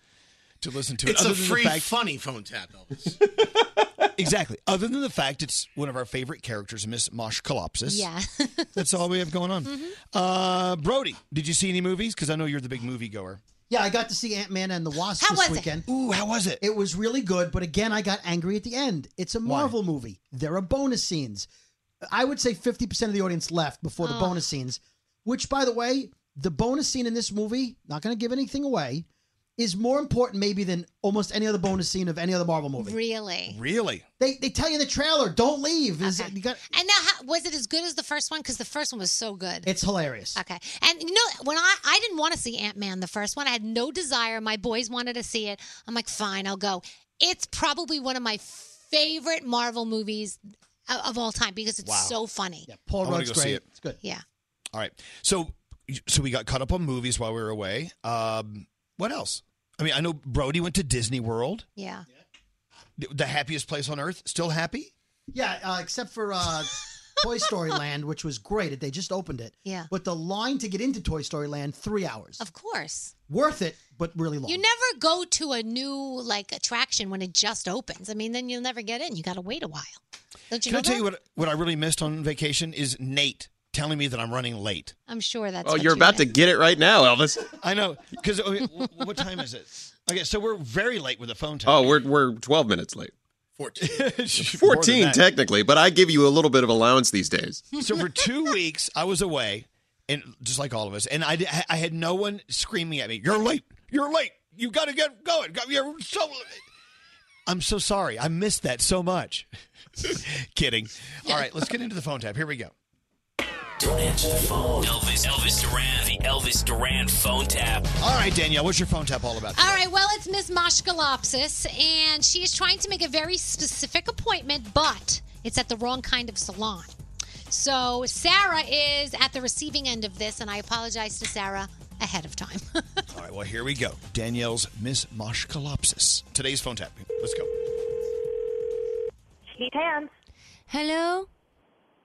S6: to listen to it.
S11: It's
S6: other
S11: a
S6: than the
S11: free,
S6: fact-
S11: [laughs] funny phone tap, Elvis.
S6: exactly. Other than the fact it's one of our favorite characters, Miss Mosh Kalopsis.
S7: Yeah.
S6: [laughs]
S7: [laughs]
S6: That's all we have going on.
S19: Mm-hmm.
S6: Uh, Brody, did you see any movies? Because I know you're the big movie goer.
S25: Yeah, I got to see Ant Man and the Wasp
S7: How
S25: this
S7: was it?
S25: weekend.
S6: Ooh, how was it?
S25: It was really good, but again, I got angry at the end. It's a Marvel movie. There are bonus scenes. I would say 50% of the audience left before the
S24: Oh.
S25: bonus scenes, which, by the way, the bonus scene in this movie, not going to give anything away, is more important maybe than almost any other bonus scene of any other Marvel movie.
S7: Really?
S6: Really?
S25: They, they tell you in the trailer, don't leave. Is you got,
S7: And now, how, was it as good as the first one? Because the first one was so good.
S25: It's hilarious.
S7: Okay. And you know, when I, I didn't want to see Ant Man, the first one, I had no desire. My boys wanted to see it. I'm like, fine, I'll go. It's probably one of my favorite Marvel movies of, of all time because it's
S6: Wow.
S7: so funny.
S25: Paul
S6: I wanna
S25: Rudd's
S6: go see
S25: great.
S6: it.
S25: It's good.
S7: Yeah.
S6: All right. So so we got caught up on movies while we were away. Um, what else? I mean, I know Brody went to Disney World,
S7: Yeah.
S6: th- the happiest place on earth. Still happy?
S25: Yeah, uh, except for uh, Toy
S7: [laughs]
S25: Story Land, which was great. They just opened it.
S7: Yeah.
S25: But the line to get into Toy Story Land, three hours.
S7: Of course.
S25: Worth it, but really long.
S7: You never go to a new like attraction when it just opens. I mean, then you'll never get in. You got to wait a while. Don't you
S6: Can
S7: know
S6: I tell
S7: that?
S6: you what what I really missed on vacation is Nate telling me that I'm running late.
S7: I'm sure that's.
S1: oh,
S7: what
S1: you're
S7: you
S1: about to
S7: did.
S1: get it right now, Elvis.
S6: I know because what time is it? Okay, so we're very late with the phone [laughs] tag.
S1: Oh, we're we're 12 minutes late.
S6: 14.
S1: 14 technically, but I give you a little bit of allowance these days.
S6: [laughs] so for two weeks I was away, and just like all of us, and I di- I had no one screaming at me. You're late. You're late. You got to get going. Got- You're so. I'm so sorry. I missed that so much. [laughs] Kidding. All right, let's get into the phone tab. Here we go.
S4: Don't answer the phone. Elvis, Elvis Duran, the Elvis Duran phone tap.
S6: All right, Danielle, what's your phone tap all about?
S7: All right, well, it's Miss Moshkalopsis, and she is trying to make a very specific appointment, but it's at the wrong kind of salon. So Sarah is at the receiving end of this, and I apologize to Sarah ahead of time.
S6: All right, well, here we go. Danielle's Miss Moshkalopsis. Today's phone tap. Let's go.
S2: Sheet hands.
S21: Hello?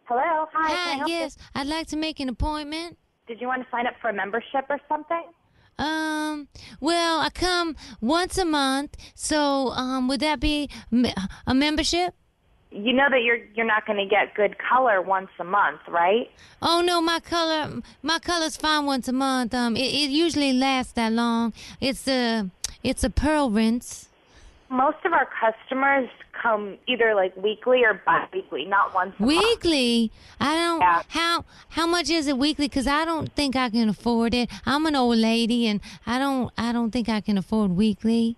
S2: Hello. Hi. can I
S21: Hi,
S2: help you?
S21: yes. I'd like to make an appointment.
S2: Did you want to sign up for a membership or something?
S21: Um, well, I come once a month, so um would that be me- a membership?
S2: You know that you're you're not going to get good color once a month, right?
S21: Oh no, my color my color's fine once a month. Um it, it usually lasts that long. It's a it's a pearl rinse.
S2: Most of our customers come either like weekly or bi-weekly, not once a month.
S21: Weekly? I don't how how much is it weekly cuz I don't think I can afford it. I'm an old lady and I don't I don't think I can afford weekly.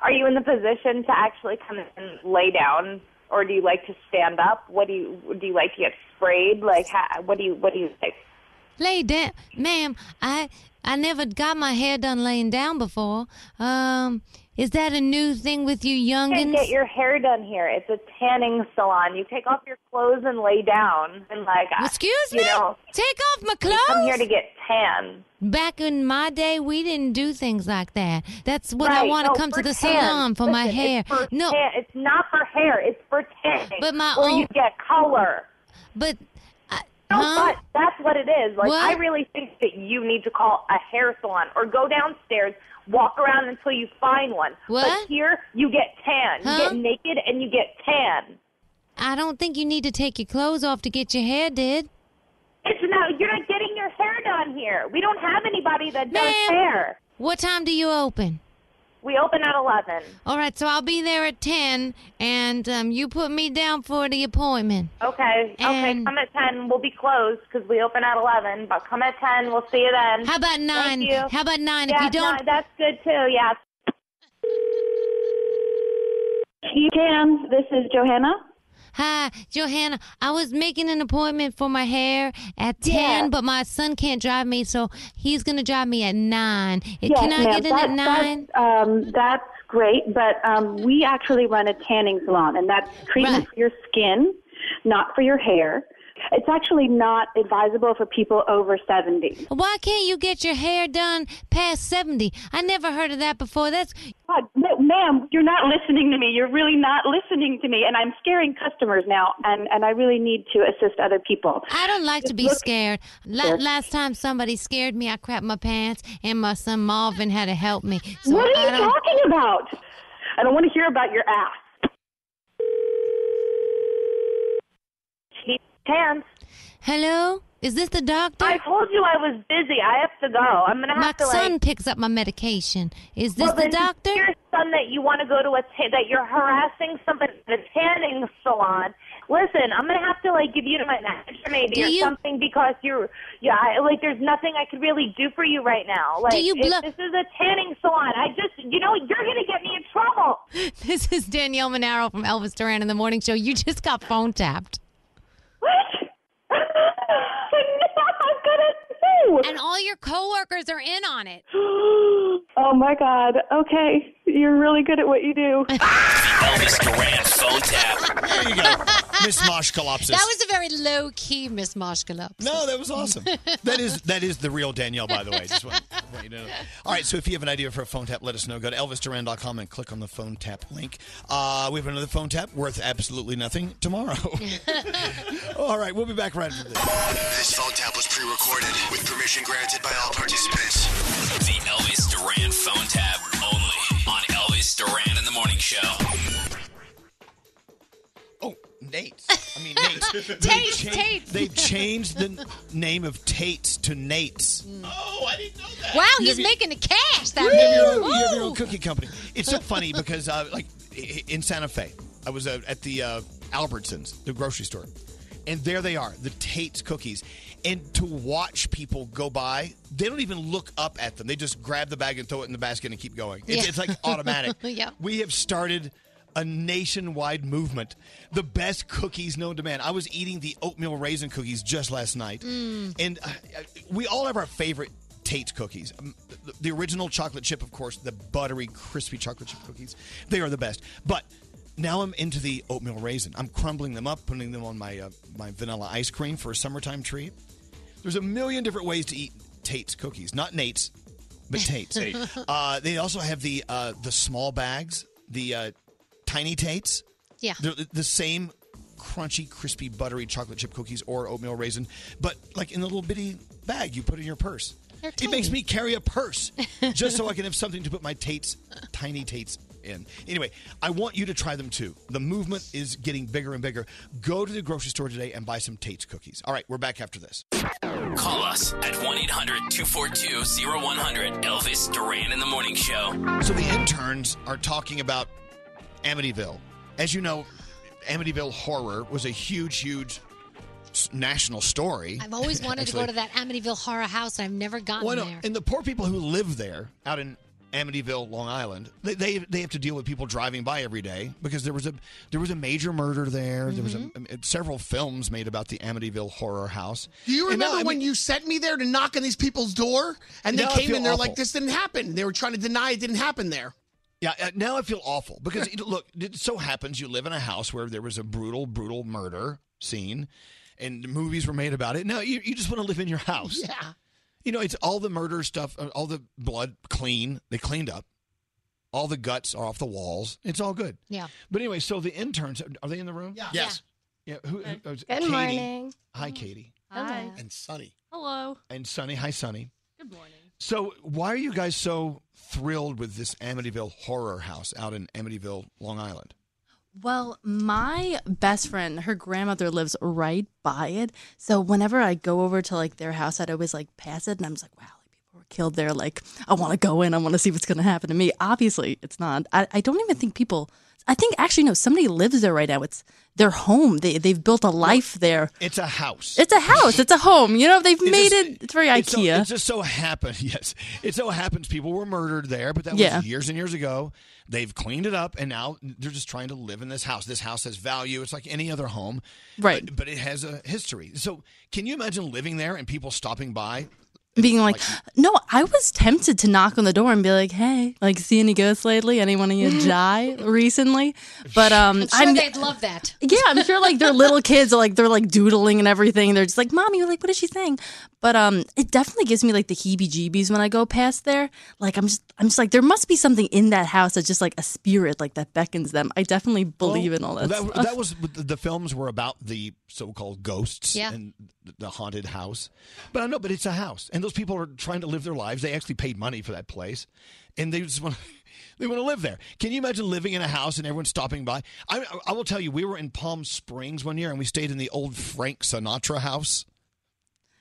S2: Are you in the position to actually come and lay down, or do you like to stand up? What do you do? You like to get sprayed? Like, ha what do you what do you like?
S21: Lay down, ma'am. I I never got my hair done laying down before. Um, is that a new thing with you,
S2: You can
S21: youngins?
S2: get your hair done here. It's a tanning salon. You take off your clothes and lay down, and like, I-
S21: Excuse
S2: you
S21: me.
S2: know,
S21: Take off my
S2: you
S21: clothes.
S2: come here to get tan.
S21: Back in my day, we didn't do things like that. That's what I
S2: Right.
S21: want
S2: No,
S21: to come to
S2: for
S21: the
S2: tan.
S21: salon for my
S2: Listen,
S21: hair.
S2: It's for
S21: no,
S2: tan. it's not for hair. It's for tanning.
S21: But my
S2: where
S21: own-
S2: you get color.
S21: But uh,
S2: no,
S21: huh?
S2: but that's what it is. Like
S21: What?
S2: I really think that you need to call a hair salon or go downstairs, walk around until you find one.
S21: What?
S2: But here you get tan. You
S21: Huh?
S2: get naked and you get tan.
S21: I don't think you need to take your clothes off to get your hair did.
S2: It's no, you're not getting your hair done here. We don't have anybody that does
S21: Ma'am.
S2: hair.
S21: What time do you open?
S2: We open at eleven.
S21: All right, so I'll be there at ten, and um, you put me down for the appointment.
S2: Okay. okay. Come at ten. We'll be closed because we open at eleven. But come at ten. We'll see you then.
S21: How about nine?
S2: Thank you.
S21: How about nine?
S2: Yeah,
S21: if you don't,
S2: nine, that's good too. Yeah. Cam, this is Johanna.
S21: Hi, Johanna. I was making an appointment for my hair at 10,
S2: Yeah.
S21: but my son can't drive me, so he's going to drive me at 9.
S2: Yes,
S21: Can I
S2: ma'am.
S21: get in at
S2: That-
S21: 9?
S2: That's, um, that's great, but um, we actually run a tanning salon, and that's treatment for your skin, not for your hair. It's actually not advisable for people over 70.
S21: Why can't you get your hair done past 70? I never heard of that before. That's
S2: God, no, ma'am, you're not listening to me. You're really not listening to me, and I'm scaring customers now, and, and I really need to assist other people.
S21: I don't like to be
S2: Look-
S21: scared. La-
S2: Sure.
S21: Last time somebody scared me, I crapped my pants, and my son Marvin had to help me. So
S2: what are
S21: I
S2: you
S21: don't-
S2: talking about? I don't want to hear about your ass. Hands.
S21: Hello? Is this the doctor?
S2: I told you I was busy. I have to go. I'm gonna
S21: my
S2: have to
S21: son
S2: like.
S21: picks up my medication. Is this
S2: well,
S21: the
S2: then
S21: doctor?
S2: Your son that you want to go to a ta- that you're harassing somebody at a tanning salon. Listen, I'm gonna have to like give you to my manager maybe
S21: Do
S2: or
S21: you-
S2: something because you're yeah I, like there's nothing I could really do for you right now. Like
S21: you
S2: it-
S21: blo-
S2: this is a tanning salon. I just you know you're gonna get me in trouble.
S21: [laughs] This is Danielle Monaro from Elvis Duran in the Morning Show. You just got phone tapped.
S2: [laughs]
S7: And all your coworkers are in on it.
S2: oh my god. Okay.
S26: you're really good at what you do.
S4: Elvis Duran phone tap.
S6: There you go. Miss Moshkalopsis.
S7: That was a very low key Miss Marshgalops.
S6: No, that
S7: [laughs]
S6: was awesome. that is that is the real Danielle, by the way. Just want, want you to know. All right, so if you have an idea for a phone tap, let us know. Go to elvisduran.com and click on the phone tap link. Uh, we have another phone tap worth absolutely nothing tomorrow. [laughs] All right, we'll be back right after this.
S4: This phone tap was pre recorded with permission granted by all participants. The Elvis Duran phone tap only on Elvis Duran in the Morning Show.
S6: Nate. I mean, Nate.
S4: Tate,
S6: cha-
S4: Tate.
S6: They've changed the n- name of Tate's to Nate's.
S7: Oh, I didn't know that. Wow,
S6: You
S7: he's
S6: have your-
S7: making the cash. That
S6: You have, your
S7: man.
S6: own, you have your own
S7: Woo.
S6: cookie company. It's so funny because, uh, like, i- in Santa Fe, I was uh, at the uh, Albertsons, the grocery store, and there they are, the Tate's cookies. And to watch people go by, they don't even look up at them. They just grab the bag and throw it in the basket and keep going. It's,
S4: Yeah.
S6: it's like
S7: [laughs]
S6: automatic.
S4: Yep.
S6: We have started a nationwide movement. The best cookies known to man. I was eating the oatmeal raisin cookies just last night.
S4: Mm.
S6: And uh, uh, we all have our favorite Tate's cookies. Um, the, the original chocolate chip, of course, the buttery, crispy chocolate chip cookies. They are the best. But now I'm into the oatmeal raisin. I'm crumbling them up, putting them on my uh, my vanilla ice cream for a summertime treat. There's a million different ways to eat Tate's cookies, not Nate's,
S4: [laughs]
S6: but Tate's.
S4: Tate.
S6: uh, they also have the uh, the small bags, the uh, tiny Tates.
S4: Yeah.
S6: They're the same crunchy, crispy, buttery chocolate chip cookies or oatmeal raisin, but like in a little bitty bag you put in your purse.
S4: They're
S6: It makes
S4: tiny.
S6: me carry
S4: [laughs]
S6: a purse just so I can have something to put my Tates, tiny Tates in. Anyway, I want you to try them too. The movement is getting bigger and bigger. Go to the grocery store today and buy some Tates cookies. All right, we're back after this.
S4: Call us at 1 800 242 0100. Elvis Duran in the Morning Show.
S6: So the interns are talking about Amityville. As you know, Amityville horror was a huge, huge s- national story.
S7: I've
S6: [laughs]
S7: always wanted to go
S6: Actually.
S7: to that Amityville horror house, and I've never gotten
S6: Well, I know.
S7: there.
S6: And the poor people who live there, out in Amityville, Long Island, they, they they have to deal with people driving by every day because there was a there was a major murder there. There was a,
S7: Mm-hmm.
S6: several films made about the Amityville horror house.
S16: Do you
S6: And now,
S16: remember
S6: I
S16: when you sent me there to knock on these people's door and they
S6: Now I
S16: came
S6: feel
S16: in? They're like,
S6: awful.
S16: "This didn't happen." They were trying to deny it didn't happen there.
S6: Yeah, uh, now I feel awful because it, look, it so happens you live in a house where there was a brutal, brutal murder scene, and movies were made about it. Now you, you just want to live in your house.
S16: Yeah.
S6: you know it's all the murder stuff, uh, all the blood clean. They cleaned up. All the guts are off the walls. It's all good.
S4: Yeah.
S6: But anyway, so the interns are they in the room?
S4: Yeah.
S6: Yes. Yeah. who, who- uh,
S4: Good
S6: Katie.
S4: morning.
S6: Hi, Katie.
S4: Hi.
S6: And Sunny.
S15: Hello.
S6: And Sunny. Hi, Sunny.
S15: Good morning.
S6: So, why are you guys so thrilled with this Amityville horror house out in Amityville, Long Island?
S15: Well, my best friend, her grandmother lives right by it. So whenever I go over to like their house, I'd always like pass it and I'm just like, wow, like people were killed there. Like, I want to go in. I want to see what's going to happen to me. Obviously, it's not. I, I don't even think people, I think actually, no, somebody lives there right now. It's their home. They, they've built a life there.
S6: It's a house.
S15: It's a house. It's a home. You know, they've made it. It's very
S6: It's so-
S15: IKEA.
S6: it just so happened, [laughs] yes. It so happens people were murdered there, but that
S15: Yeah.
S6: was years and years ago. They've cleaned it up, and now they're just trying to live in this house. This house has value. It's like any other home,
S15: Right.
S6: But, but it has a history. So, can you imagine living there and people stopping by?
S15: being like, no, I was tempted to knock on the door and be like, hey, like, see any ghosts lately? Anyone of you die recently? But um,
S7: I'm sure they'd love that.
S15: [laughs] yeah, I'm sure like their little kids are like they're like doodling and everything. They're just like, "Mommy, like what is she saying?" But um, it definitely gives me like the heebie-jeebies when I go past there. Like I'm just, I'm just like, there must be something in that house that's just like a spirit like that beckons them. I definitely believe in all that.
S6: Well,
S15: stuff.
S6: that, that was the films were about the so-called ghosts
S15: Yeah.
S6: and the haunted house. But I know, but it's a house, and those people are trying to live their lives. They actually paid money for that place, and they just want. [laughs] They want to live there. Can you imagine living in a house and everyone stopping by? I, I will tell you, we were in Palm Springs one year and we stayed in the old Frank Sinatra house.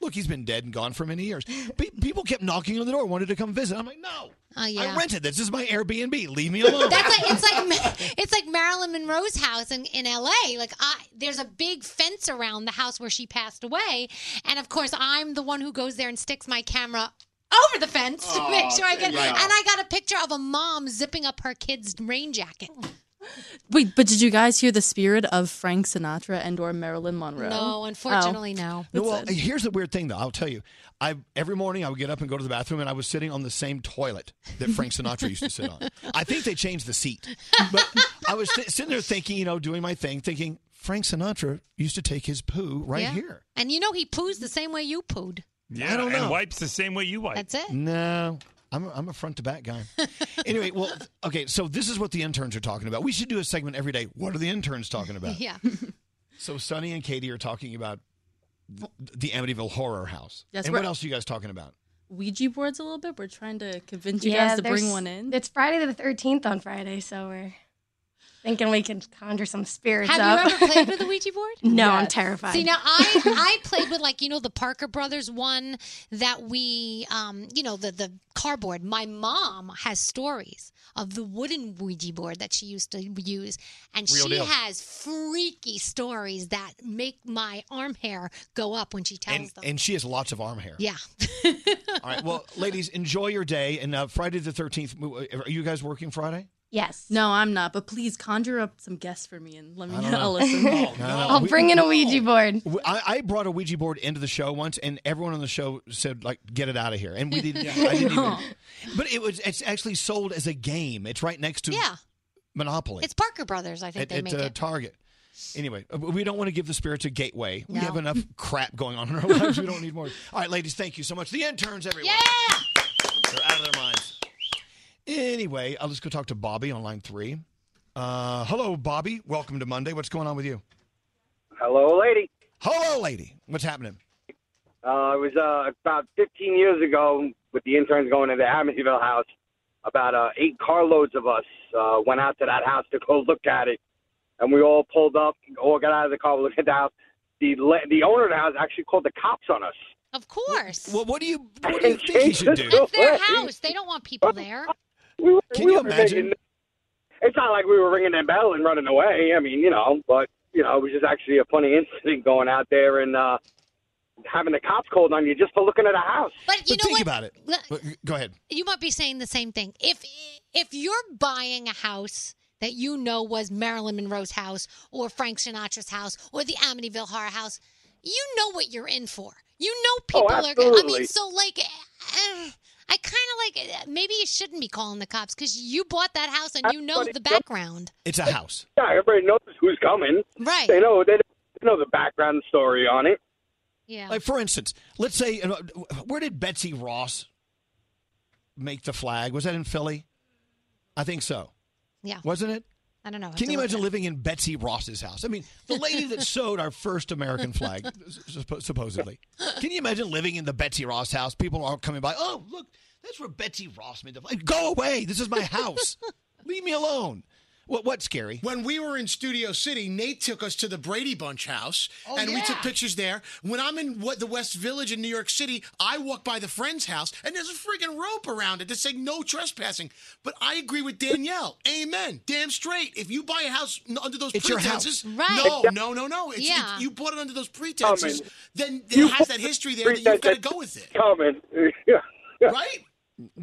S6: Look, he's been dead and gone for many
S15: [laughs]
S6: years. Pe- People kept knocking on the door, wanted to come visit. I'm like, no,
S7: [laughs] Oh yeah.
S6: I rented this. This is my Airbnb. Leave
S15: [laughs]
S6: me alone.
S7: That's like it's like Ma- it's like Marilyn Monroe's house in, in L.A. Like I, there's a big fence around the house where she passed away, and of course I'm the one who goes there and sticks my camera over the fence to
S4: Oh,
S7: make sure I get.
S4: right.
S7: And I got a picture of a mom zipping up her kid's rain jacket.
S8: Wait, but did you guys hear the spirit of Frank Sinatra and or Marilyn Monroe?
S15: Oh.
S7: No, unfortunately, no.
S6: No, well, here's the weird thing, though. I'll tell you. I every morning I would get up and go to the bathroom, and I was sitting on the same toilet that
S7: [laughs]
S6: Frank Sinatra used to sit on. I think they changed the seat, but I was th- sitting there thinking, you know, doing my thing, thinking Frank Sinatra used to take his poo right
S7: Yeah.
S6: here.
S7: And you know he poos the same way you pooed.
S9: Yeah,
S6: I don't know.
S9: and wipes the same way you wipe.
S7: That's it.
S6: No. I'm a, I'm a front to back guy. anyway, well, okay, so this is what the interns are talking about. We should do a segment every day. What are the interns talking
S7: [laughs]
S6: about?
S7: Yeah.
S6: So Sonny and Katie are talking about the, the Amityville Horror House.
S8: Yes,
S6: and
S8: we're-
S6: what else are you guys talking about?
S8: Ouija boards a little bit. We're trying to convince you guys to bring
S15: there's-
S8: one in.
S15: It's Friday the 13th on Friday, so we're thinking we can conjure some spirits
S7: Have
S15: up.
S7: you ever played with a Ouija board?
S15: No, I'm Yes. terrified.
S8: [laughs]
S7: See, now I I played with like you know the Parker Brothers one that we um you know the the cardboard. My mom has stories of the wooden Ouija board that she used to use, and
S14: Real
S7: she
S14: deal.
S7: has freaky stories that make my arm hair go up when she tells
S6: And,
S7: them.
S6: and she has lots of arm hair.
S7: Yeah.
S6: All right,
S15: [laughs]
S6: well, ladies, enjoy your day. And uh, Friday the 13th, are you guys working Friday?
S15: Yes.
S8: No, I'm not. But please conjure up some guests for me and let me
S6: I don't
S8: know. [laughs]
S6: know.
S15: [laughs]
S8: listen.
S6: [laughs] No, no, no.
S15: I'll
S6: We- Oh,
S15: bring in a Ouija board.
S6: We- I, I brought a Ouija board into the show once, and everyone on the show said, "Like, get it out of here." And we didn't. I didn't
S15: [laughs]
S6: even. But it was. It's actually sold as a game. It's right next to
S7: Yeah.
S6: Monopoly.
S7: It's Parker Brothers, I think
S6: at,
S7: they
S6: at,
S7: make
S6: uh,
S7: it.
S6: Target. Anyway, uh, we don't want to give the spirits a gateway. We
S7: No. [laughs]
S6: have enough crap going on in our lives. We don't need more. All right, ladies, thank you so much. The interns, everyone.
S7: Yeah.
S6: They're out of their minds. Anyway, I'll just go talk to Bobby on line three. Uh, hello, Bobby. Welcome to Monday. What's going on with you?
S27: Hello, lady.
S6: Hello, lady. What's happening?
S27: Uh, it was uh, about 15 years ago with the interns going to the Amityville house. About uh, eight carloads of us uh, went out to that house to go look at it, and we all pulled up, all got out of the car, we looked at the house. The le- the owner of the house actually called the cops on us.
S7: Of course.
S6: Well, what do you what
S27: do you think he should do?
S7: That's their house. They don't want people there.
S27: We,
S6: Can
S27: we
S6: you
S27: were
S6: imagine?
S27: making- it's not like we were ringing that bell and running away. I mean, you know, but you know, it was just actually a funny incident going out there and uh, having the cops called on you just for looking at a house.
S7: But you know
S27: think
S7: what?
S27: about it.
S7: Look,
S6: Go ahead.
S7: you might be saying the same thing. If if you're buying a house that you know was Marilyn Monroe's house or Frank Sinatra's house or the Amityville Horror House, you know what you're in for. You know
S14: Oh,
S7: people are going. I mean,
S14: absolutely.
S7: so like, eh, I kind of like eh, maybe you shouldn't be calling the cops because you bought that house and you know the background.
S6: It's a house.
S27: Yeah, everybody knows who's coming.
S7: Right.
S27: They know they know the background story on it.
S7: Yeah.
S6: Like for instance, let's say you know, where did Betsy Ross make the flag? Was that in Philly? I think so.
S7: Yeah.
S6: Wasn't it?
S7: I don't know. I have
S6: Can
S7: to
S6: you
S7: look
S6: imagine
S7: it up.
S6: living in Betsy Ross's house? I mean, the lady that sewed our
S7: [laughs]
S6: first American flag, suppo- supposedly. Can you imagine living in the Betsy Ross house? People are coming by. Oh, look, that's where Betsy Ross made the flag. Go away! This is my house. Leave me alone. What? What's scary?
S11: When we were in Studio City, Nate took us to the Brady Bunch house,
S6: Oh,
S11: and we took pictures there. When I'm in what, the West Village in New York City, I walk by the friend's house, and there's a freaking rope around it to say no trespassing. But I agree with Danielle. Amen. Damn straight. If you buy a house n- under those
S6: It's your house.
S11: pretenses,
S6: Right.
S11: no, no, no, no. It's,
S6: Yeah.
S11: it's- you bought it under those pretenses, then
S6: Amen.
S11: it has that history there that you've got to go with it.
S27: Coming. Yeah.
S11: Right?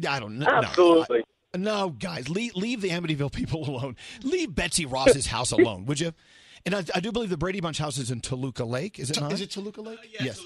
S6: I don't know.
S27: Absolutely.
S6: No, guys, leave, leave the Amityville people [laughs] alone. Leave Betsy Ross's house alone, would you? And I, I do believe the Brady Bunch house is in Toluca Lake. Is it not?
S11: Is it Toluca Lake?
S6: yes.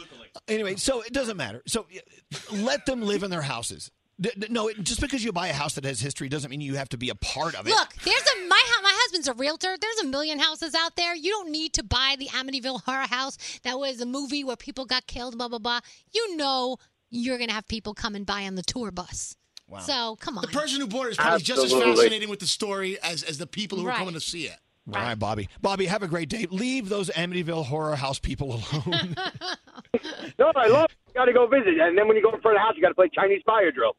S6: Anyway, so it doesn't matter. So uh, let them live in their houses. D- d- No, it, just because you buy a house that has history doesn't mean you have to be a part of it.
S7: Look, there's a my hu- my husband's a realtor. There's a million houses out there. You don't need to buy the Amityville horror house. That was a movie where people got killed. Blah blah blah. You know you're gonna have people come and buy on the tour bus.
S11: Wow.
S7: So come on.
S11: The person who bought it is probably just as
S6: Absolutely.
S11: fascinated with the story as, as the people who
S7: Right.
S11: are coming to see it.
S6: All right, Bobby. Bobby, have a great day. Leave those Amityville horror house people
S11: [laughs]
S6: alone.
S27: No, I love. You got to go visit, and then when you go in front of the house, you got to play Chinese fire drill.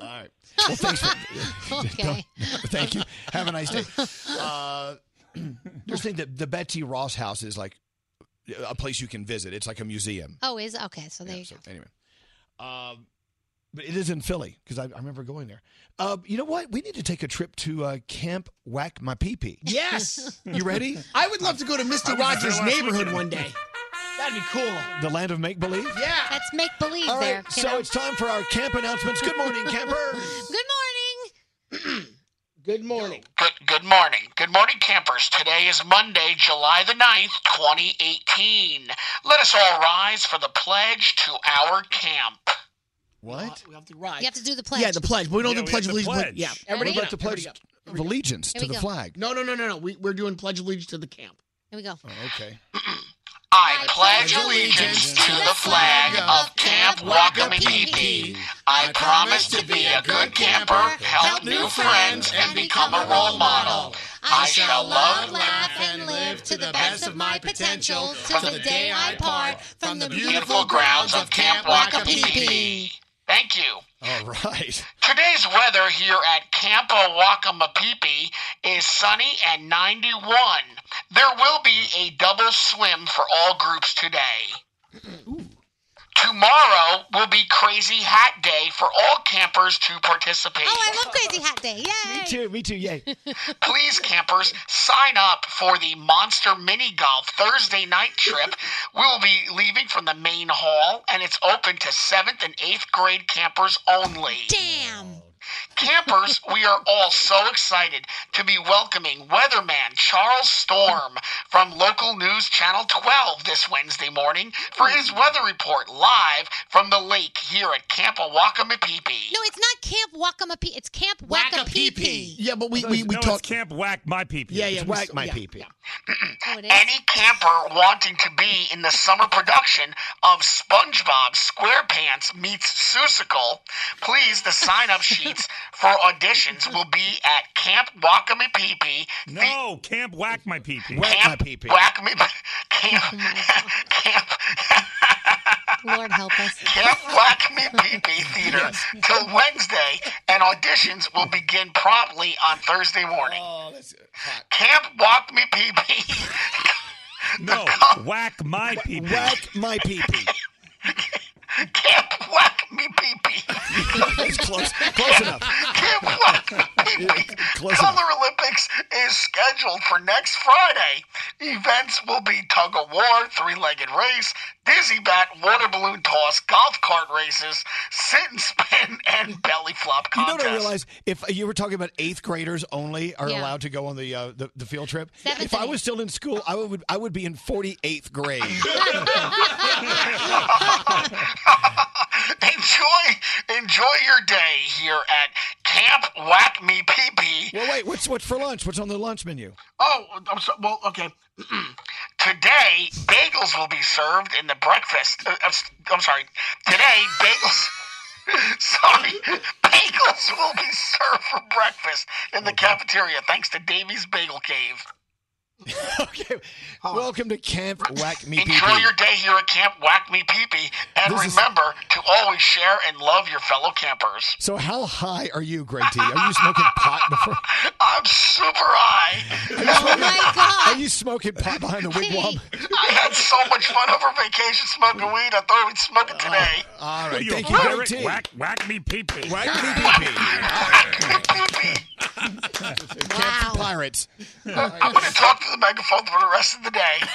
S6: All right. Well,
S7: [laughs]
S6: thanks. For, [laughs]
S27: Okay.
S6: Thank you. Have a nice day. Uh, [clears throat] just think that the Betsy Ross house is like a place you can visit. It's like a museum.
S7: Oh, is okay. So there you go.
S6: Anyway, um, but it is in Philly because I, I remember going there. Uh, you know what? We need to take a trip to uh, Camp Whack My Pee Pee.
S16: [laughs] Yes.
S6: [laughs] You ready?
S16: I would love to go to Mr. Rogers' neighborhood one day. That'd be cool.
S6: The land of make believe.
S16: Yeah.
S7: That's make believe
S6: All
S7: there.
S6: right. So it's time for
S11: [laughs]
S6: our camp announcements. Good morning, campers.
S7: Good morning.
S16: Good morning.
S27: Hi,
S16: Good morning. Good morning, campers. Today is Monday, July the 9th, 2018. Let us all rise for the pledge to our camp.
S6: What?
S11: We have to rise.
S7: You have to do the pledge.
S11: Yeah, the pledge. But we don't
S6: Yeah,
S11: do
S6: we
S11: pledge
S6: have
S11: of
S6: the
S11: allegiance.
S6: pledge.
S11: Yeah,
S6: What
S11: everybody get
S6: about the
S11: up, everybody
S6: pledge
S11: get up,
S6: of allegiance
S11: Here
S6: to
S11: we
S6: the
S11: go.
S6: flag? Oh,
S11: No, no, no, no, no. We, we're doing pledge of allegiance to the camp.
S7: Here we go.
S6: okay.
S16: I pledge allegiance to the flag of Camp Wakamipipi. I promise to be a good camper, help new friends, and become a role model. I shall love, laugh, and live to the best of my potential till the day I part from the beautiful grounds of Camp Wakamipipi. Thank you.
S6: All right.
S16: Today's weather here at Camp Wakamapipi is sunny and 91. There will be a double swim for all groups today. Tomorrow will be Crazy Hat Day for all campers to participate.
S7: Oh, I love Crazy Hat Day. Yay. Me
S6: too. Me too. Yay.
S16: Please, campers, sign up for the Monster Mini Golf Thursday night trip. We'll be leaving from the main hall, and it's open to seventh and eighth grade campers only.
S7: Damn.
S16: Campers, we are all so excited to be welcoming weatherman Charles Storm from local news channel 12 this Wednesday morning for his weather report live from the lake here at Camp Awakamipipi.
S7: [laughs] No, it's not Camp Wackamapi. It's Camp Wackapeepee.
S11: Yeah, but we
S9: we, we no, it's Camp Whack My Pee Pee.
S16: Yeah, yeah, whack my
S9: pee
S6: pee.
S7: Oh,
S16: Any camper wanting to be in the summer production of SpongeBob SquarePants meets Seussical, please, the sign
S7: [laughs]
S16: up sheets for auditions will be at Camp Wakamipipi.
S9: No, Camp Whack My Pee Pee.
S16: Whack My
S9: Pee Pee.
S16: Whack Me. Camp. [laughs] Camp.
S7: Oh
S16: [laughs]
S7: Lord help us.
S16: Camp Wakamipipi Theater till Wednesday, and auditions will begin promptly on Thursday morning. Camp [laughs] Wakamipipi.
S9: No, Whack My Pee Pee.
S6: Whack My Pee Pee.
S16: Camp Whack Me Pee Pee.
S6: That's close. Close enough.
S16: Camp Whack Me Pee Pee.
S6: Close
S16: Color
S6: enough.
S16: Olympics is scheduled for next Friday. Events will be tug of war, three legged race, dizzy bat, water balloon toss, golf cart races, sit and spin, and belly flop
S6: You don't
S16: contest.
S6: realize if you were talking about eighth graders only are
S16: Yeah.
S6: allowed to go on the uh, the, the field trip.
S16: Seventh
S6: if I was still in school, I would I would be in forty
S7: [laughs]
S6: eighth grade.
S16: enjoy, enjoy your day here at Camp Whack Me Pee Pee.
S6: well, wait, what's what's for lunch? What's on the lunch menu?
S16: Oh, I'm so, well, okay. [clears throat] Today, bagels will be served in the breakfast. uh, I'm, s- I'm sorry. Today, bagels. [laughs] sorry, bagels will be served for breakfast in the cafeteria, thanks to Davy's Bagel Cave.
S6: Welcome to Camp Whack Me Pee
S16: Enjoy
S6: Pee.
S16: your day here at Camp Whack Me Pee Pee, and
S6: This is-
S16: remember to always share and love your fellow campers.
S6: So how high are you, Greg T? Are you smoking pot before? [laughs]
S16: I'm super high.
S11: [laughs]
S6: Oh
S7: my god!
S16: [laughs]
S6: Are you smoking pot behind the wigwam?
S16: I had so much fun over vacation smoking weed. I thought we'd smoke it today.
S6: All
S9: Uh, right,
S6: thank
S9: you, Derek. Whack, whack me pee pee. Whack [laughs]
S6: me pee pee.
S16: Wow.
S6: Pirates.
S16: I'm going to talk to the megaphone for the rest of the day.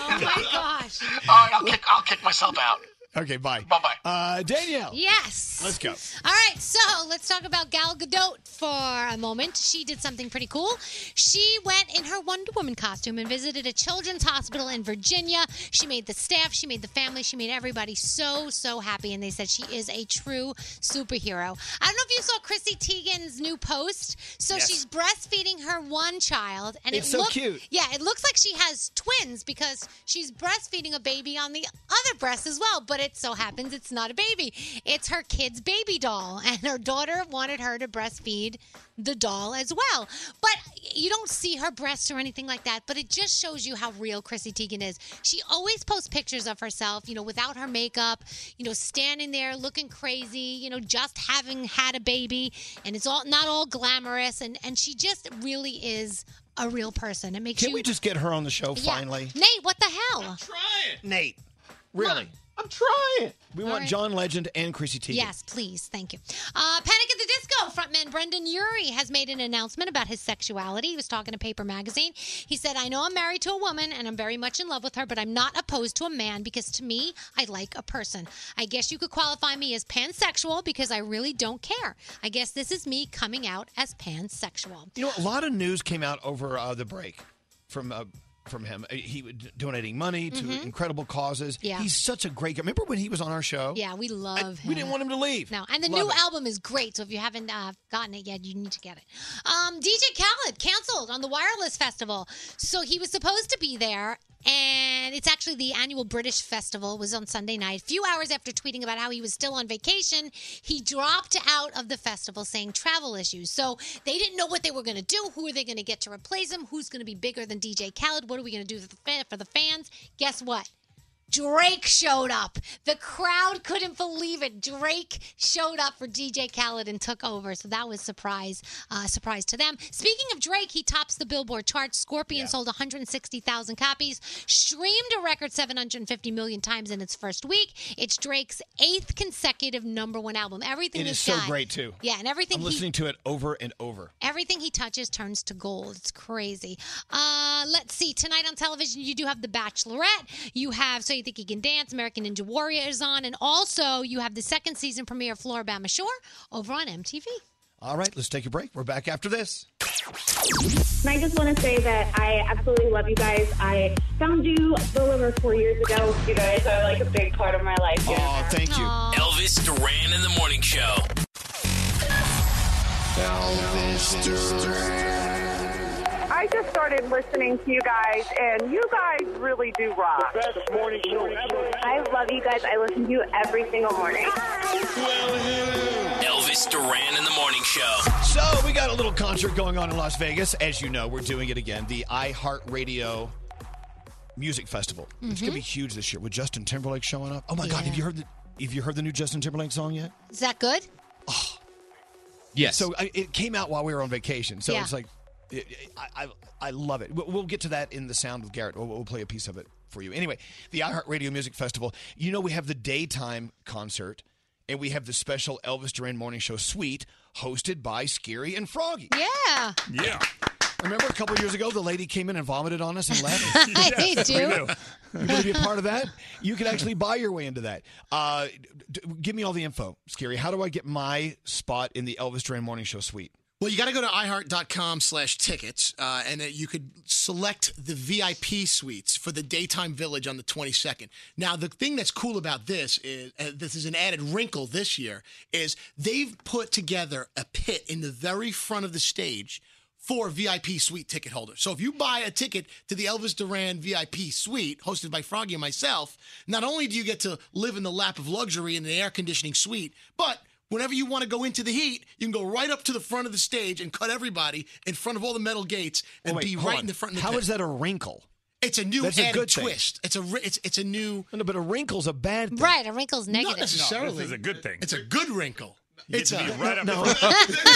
S7: Oh my gosh.
S16: All right, I'll kick, I'll kick myself out.
S6: Okay, bye.
S16: Bye bye.
S6: Uh, Danielle.
S7: Yes.
S6: Let's go.
S7: All right, so let's talk about Gal Gadot for a moment. She did something pretty cool. She went in her Wonder Woman costume and visited a children's hospital in Virginia. She made the staff, she made the family, she made everybody so, so happy. And they said she is a true superhero. I don't know if you saw Chrissy Teigen's new post. So
S21: Yes.
S7: she's breastfeeding her one child. And
S21: It's
S7: it
S21: so
S7: look-
S21: cute.
S7: Yeah, it looks like she has twins because she's breastfeeding a baby on the other breast as well. But it so happens it's not a baby, it's her kid's baby doll. [laughs] And her daughter wanted her to breastfeed the doll as well. But you don't see her breasts or anything like that, but it just shows you how real Chrissy Teigen is. She always posts pictures of herself, you know, without her makeup, you know, standing there looking crazy, you know, just having had a baby. And it's all not all glamorous. And, and she just really is a real person. It makes
S6: Can
S7: you.
S6: we just get her on the show
S7: Yeah.
S6: finally?
S7: Nate, what the hell? I'm
S6: trying. Nate, really? I'm trying. We
S7: All
S6: want
S7: right.
S6: John Legend and Chrissy Teigen.
S7: Yes, please. Thank you. Uh, Panic at the Disco Now, frontman Brendan Urie has made an announcement about his sexuality. He was talking to Paper Magazine. He said, I know I'm married to a woman and I'm very much in love with her, but I'm not opposed to a man because to me, I like a person. I guess you could qualify me as pansexual because I really don't care. I guess this is me coming out as pansexual.
S6: You know, a lot of news came out over uh, the break from uh, from him. Uh, He was donating money to
S7: Mhm.
S6: incredible causes.
S7: Yeah.
S6: he's such a great guy. Remember when he was on our show?
S7: Yeah, we love him.
S6: we didn't want him to leave.
S7: No, and the
S6: Love
S7: new
S6: it.
S7: album is great. So if you haven't uh, gotten it yet, you need to get it. Um, DJ Khaled canceled on the Wireless Festival, so he was supposed to be there. And it's actually the annual British Festival was on Sunday night. A few hours after tweeting about how he was still on vacation, he dropped out of the festival saying travel issues. So they didn't know what they were going to do. Who are they going to get to replace him? Who's going to be bigger than DJ Khaled? What are we going to do for the fa- for the fans? Guess what? Drake showed up. The crowd couldn't believe it. Drake showed up for DJ Khaled and took over. So that was surprise, uh, surprise to them. Speaking of Drake, he tops the Billboard chart. Scorpion sold 160,000 copies, streamed a record 750 million times in its first week. It's Drake's eighth consecutive number one album. Everything
S6: It
S7: this
S6: is so
S7: guy-
S6: great too.
S7: Yeah, and everything
S6: I'm
S7: he
S6: listening to it over and over.
S7: Everything he touches turns to gold. It's crazy. Uh, let's see. Tonight on television, you do have The Bachelorette. You have So You Think You Can Dance, American Ninja Warrior is on, and also you have the second season premiere of Floribama Shore over on MTV.
S6: All right, let's take a break. We're back after this.
S13: And I just want to say that I absolutely love you guys. I found you a little over four years ago. You guys are like a big part of my life.
S6: Oh, thank you.
S4: Elvis Duran in the morning show. Elvis Duran.
S20: I just started listening to you guys, and you guys really do rock. best morning show ever.
S13: I love you guys. I listen to you every single morning.
S4: Elvis Duran in the morning show.
S6: So we got a little concert going on in Las Vegas. As you know, we're doing it again. The iHeartRadio Music Festival. It's
S7: Mm-hmm.
S6: gonna be huge this year with Justin Timberlake showing up. Oh my God! Have you heard the Have you heard the new Justin Timberlake song yet?
S7: Is that good?
S6: Yes. So I, it came out while we were on vacation. So
S7: Yeah.
S6: it's like, it, it- I, I I love it. We'll, we'll get to that in the sound of Garrett. We'll, we'll play a piece of it for you. Anyway, the iHeartRadio Music Festival. You know we have the daytime concert, and we have the special Elvis Duran Morning Show Suite hosted by Scary and Froggy.
S7: Yeah.
S6: Yeah. Remember a couple years ago, the lady came in and vomited on us and left.
S7: [laughs] I Yes, do. we do.
S6: You want to be a part of that? You can actually buy your way into that. Uh, d- d- give me all the info, Scary. How do I get my spot in the Elvis Duran Morning Show Suite?
S11: Well, you got to go to iHeart.com slash tickets, uh, and uh, you could select the VIP suites for the daytime village on the 22nd. Now, the thing that's cool about this is uh, this is an added wrinkle this year is they've put together a pit in the very front of the stage for VIP suite ticket holders. So if you buy a ticket to the Elvis Duran VIP suite hosted by Froggy and myself, not only do you get to live in the lap of luxury in the air conditioning suite, but whenever you want to go into the heat, you can go right up to the front of the stage and cut everybody in front of all the metal gates and
S6: Oh, wait,
S11: be
S6: hold
S11: right
S6: on.
S11: in the front of the
S6: How
S11: pit.
S6: is that a wrinkle?
S11: It's a new
S6: That's a
S11: added
S6: good thing.
S11: twist. It's a ri- it's it's a new
S6: No, but a wrinkle's a bad thing.
S7: Right, a wrinkle's negative.
S11: Not necessarily.
S9: this is a good thing.
S11: It's a good wrinkle.
S9: You get
S11: it's
S9: to
S11: a
S9: be right up
S6: No.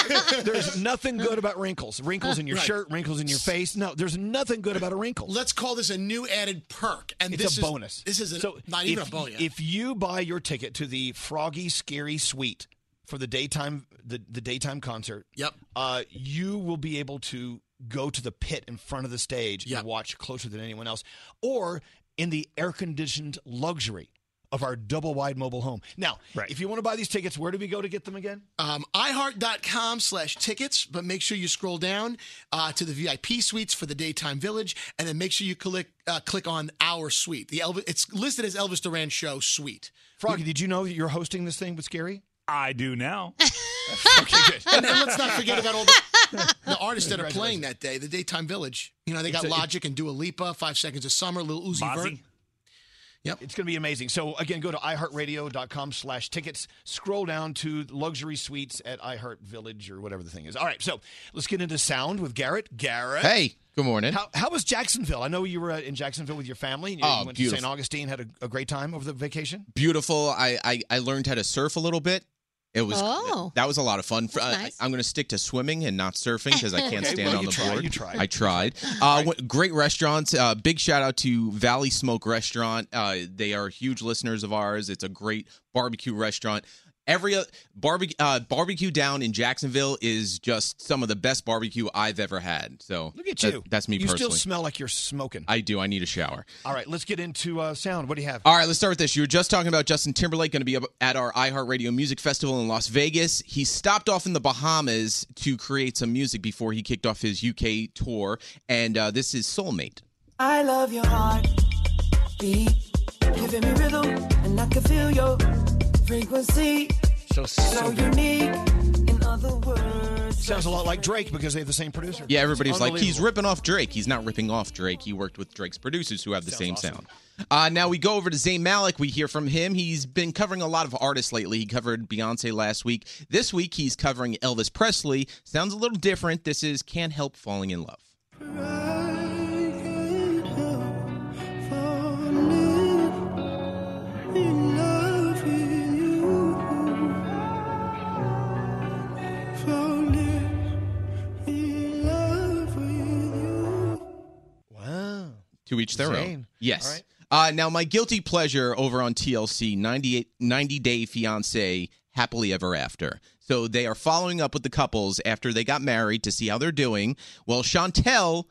S6: [laughs] there's nothing good about wrinkles. Wrinkles in your
S11: Right.
S6: shirt, wrinkles in your face. No, there's nothing good about a wrinkle.
S11: Let's call this a new added perk, and
S6: it's
S11: this
S6: a
S11: is-
S6: bonus.
S11: This is a,
S6: So
S11: not even
S6: if,
S11: a bonus.
S6: If you buy your ticket to the Froggy Scary Suite for the daytime the, the daytime concert,
S11: yep,
S6: uh, you will be able to go to the pit in front of the stage and watch closer than anyone else, or in the air conditioned luxury of our double wide mobile home. Now, if you want to buy these tickets, where do we go to get them again?
S11: um, iHeart.com slash tickets, but make sure you scroll down uh, to the VIP suites for the daytime village, and then make sure you click uh, click on our suite. The Elvis, it's listed as Elvis Duran Show Suite.
S6: Froggy, did you know that Oh, you're hosting this thing with Scary?
S9: I do now.
S11: [laughs] and then let's not forget about all the, the artists that are playing that day. The daytime village. You know they got
S6: It's a-
S11: Logic and Dua Lipa, Five Seconds of Summer, Lil Uzi Vert. Yep.
S6: It's going to be amazing. So, again, go to iHeartRadio.com slash tickets. Scroll down to luxury suites at iHeart Village or whatever the thing is. All right. So, let's get into sound with Garrett. Garrett.
S18: Hey, good morning.
S6: How, how was Jacksonville? I know you were uh, in Jacksonville with your family. You,
S18: Oh,
S6: you went
S18: beautiful.
S6: to St. Augustine, had a, a great time over the vacation.
S18: Beautiful. I, I I learned how to surf a little bit. It was
S6: Oh.
S18: that was a lot of fun. For,
S6: That's
S18: I-
S6: nice.
S18: I'm going to stick to swimming and not surfing
S6: [laughs]
S18: because I can't
S6: Okay,
S18: stand
S6: well,
S18: on
S6: you
S18: the
S6: tried,
S18: board.
S6: you tried.
S18: I tried. Uh, went- great restaurants. Uh, big shout out to Valley Smoke Restaurant. Uh, they are huge listeners of ours. It's a great barbecue restaurant. Every uh, barbecue uh, barbecue down in Jacksonville is just some of the best barbecue I've ever had. So
S6: Look at
S18: that-
S6: you.
S18: that's me
S6: You
S18: personally.
S6: still smell like you're smoking.
S18: I do. I need a shower.
S6: All right, let's get into uh, sound. What do you have?
S18: All right, let's start with this. You were just talking about Justin Timberlake going to be up at our iHeartRadio Music Festival in Las Vegas. He stopped off in the Bahamas to create some music before he kicked off his UK tour, and uh, this is Soulmate.
S23: I love your heart beat, giving me rhythm, and I can feel your frequency.
S6: So,
S23: So unique, in other words.
S6: Sounds a lot like Drake because they have the same producer.
S18: Yeah, everybody's
S6: It's
S18: like, he's
S6: unbelievable.
S18: ripping off Drake. He's not ripping off Drake. He worked with Drake's producers who have the same sound. Uh, now we go over to Zayn Malik. We hear from him. He's been covering a lot of artists lately. He covered Beyonce last week. This week, he's covering Elvis Presley. Sounds a little different. This is Can't Help Falling in Love.
S23: in loving you, falling in love with you.
S6: Wow.
S18: To each their
S6: Zayn.
S18: own. Yes. Uh, now, my guilty pleasure over on TLC 98, 90 Day Fiance Happily Ever After. So they are following up with the couples after they got married to see how they're doing. Well, Chantel,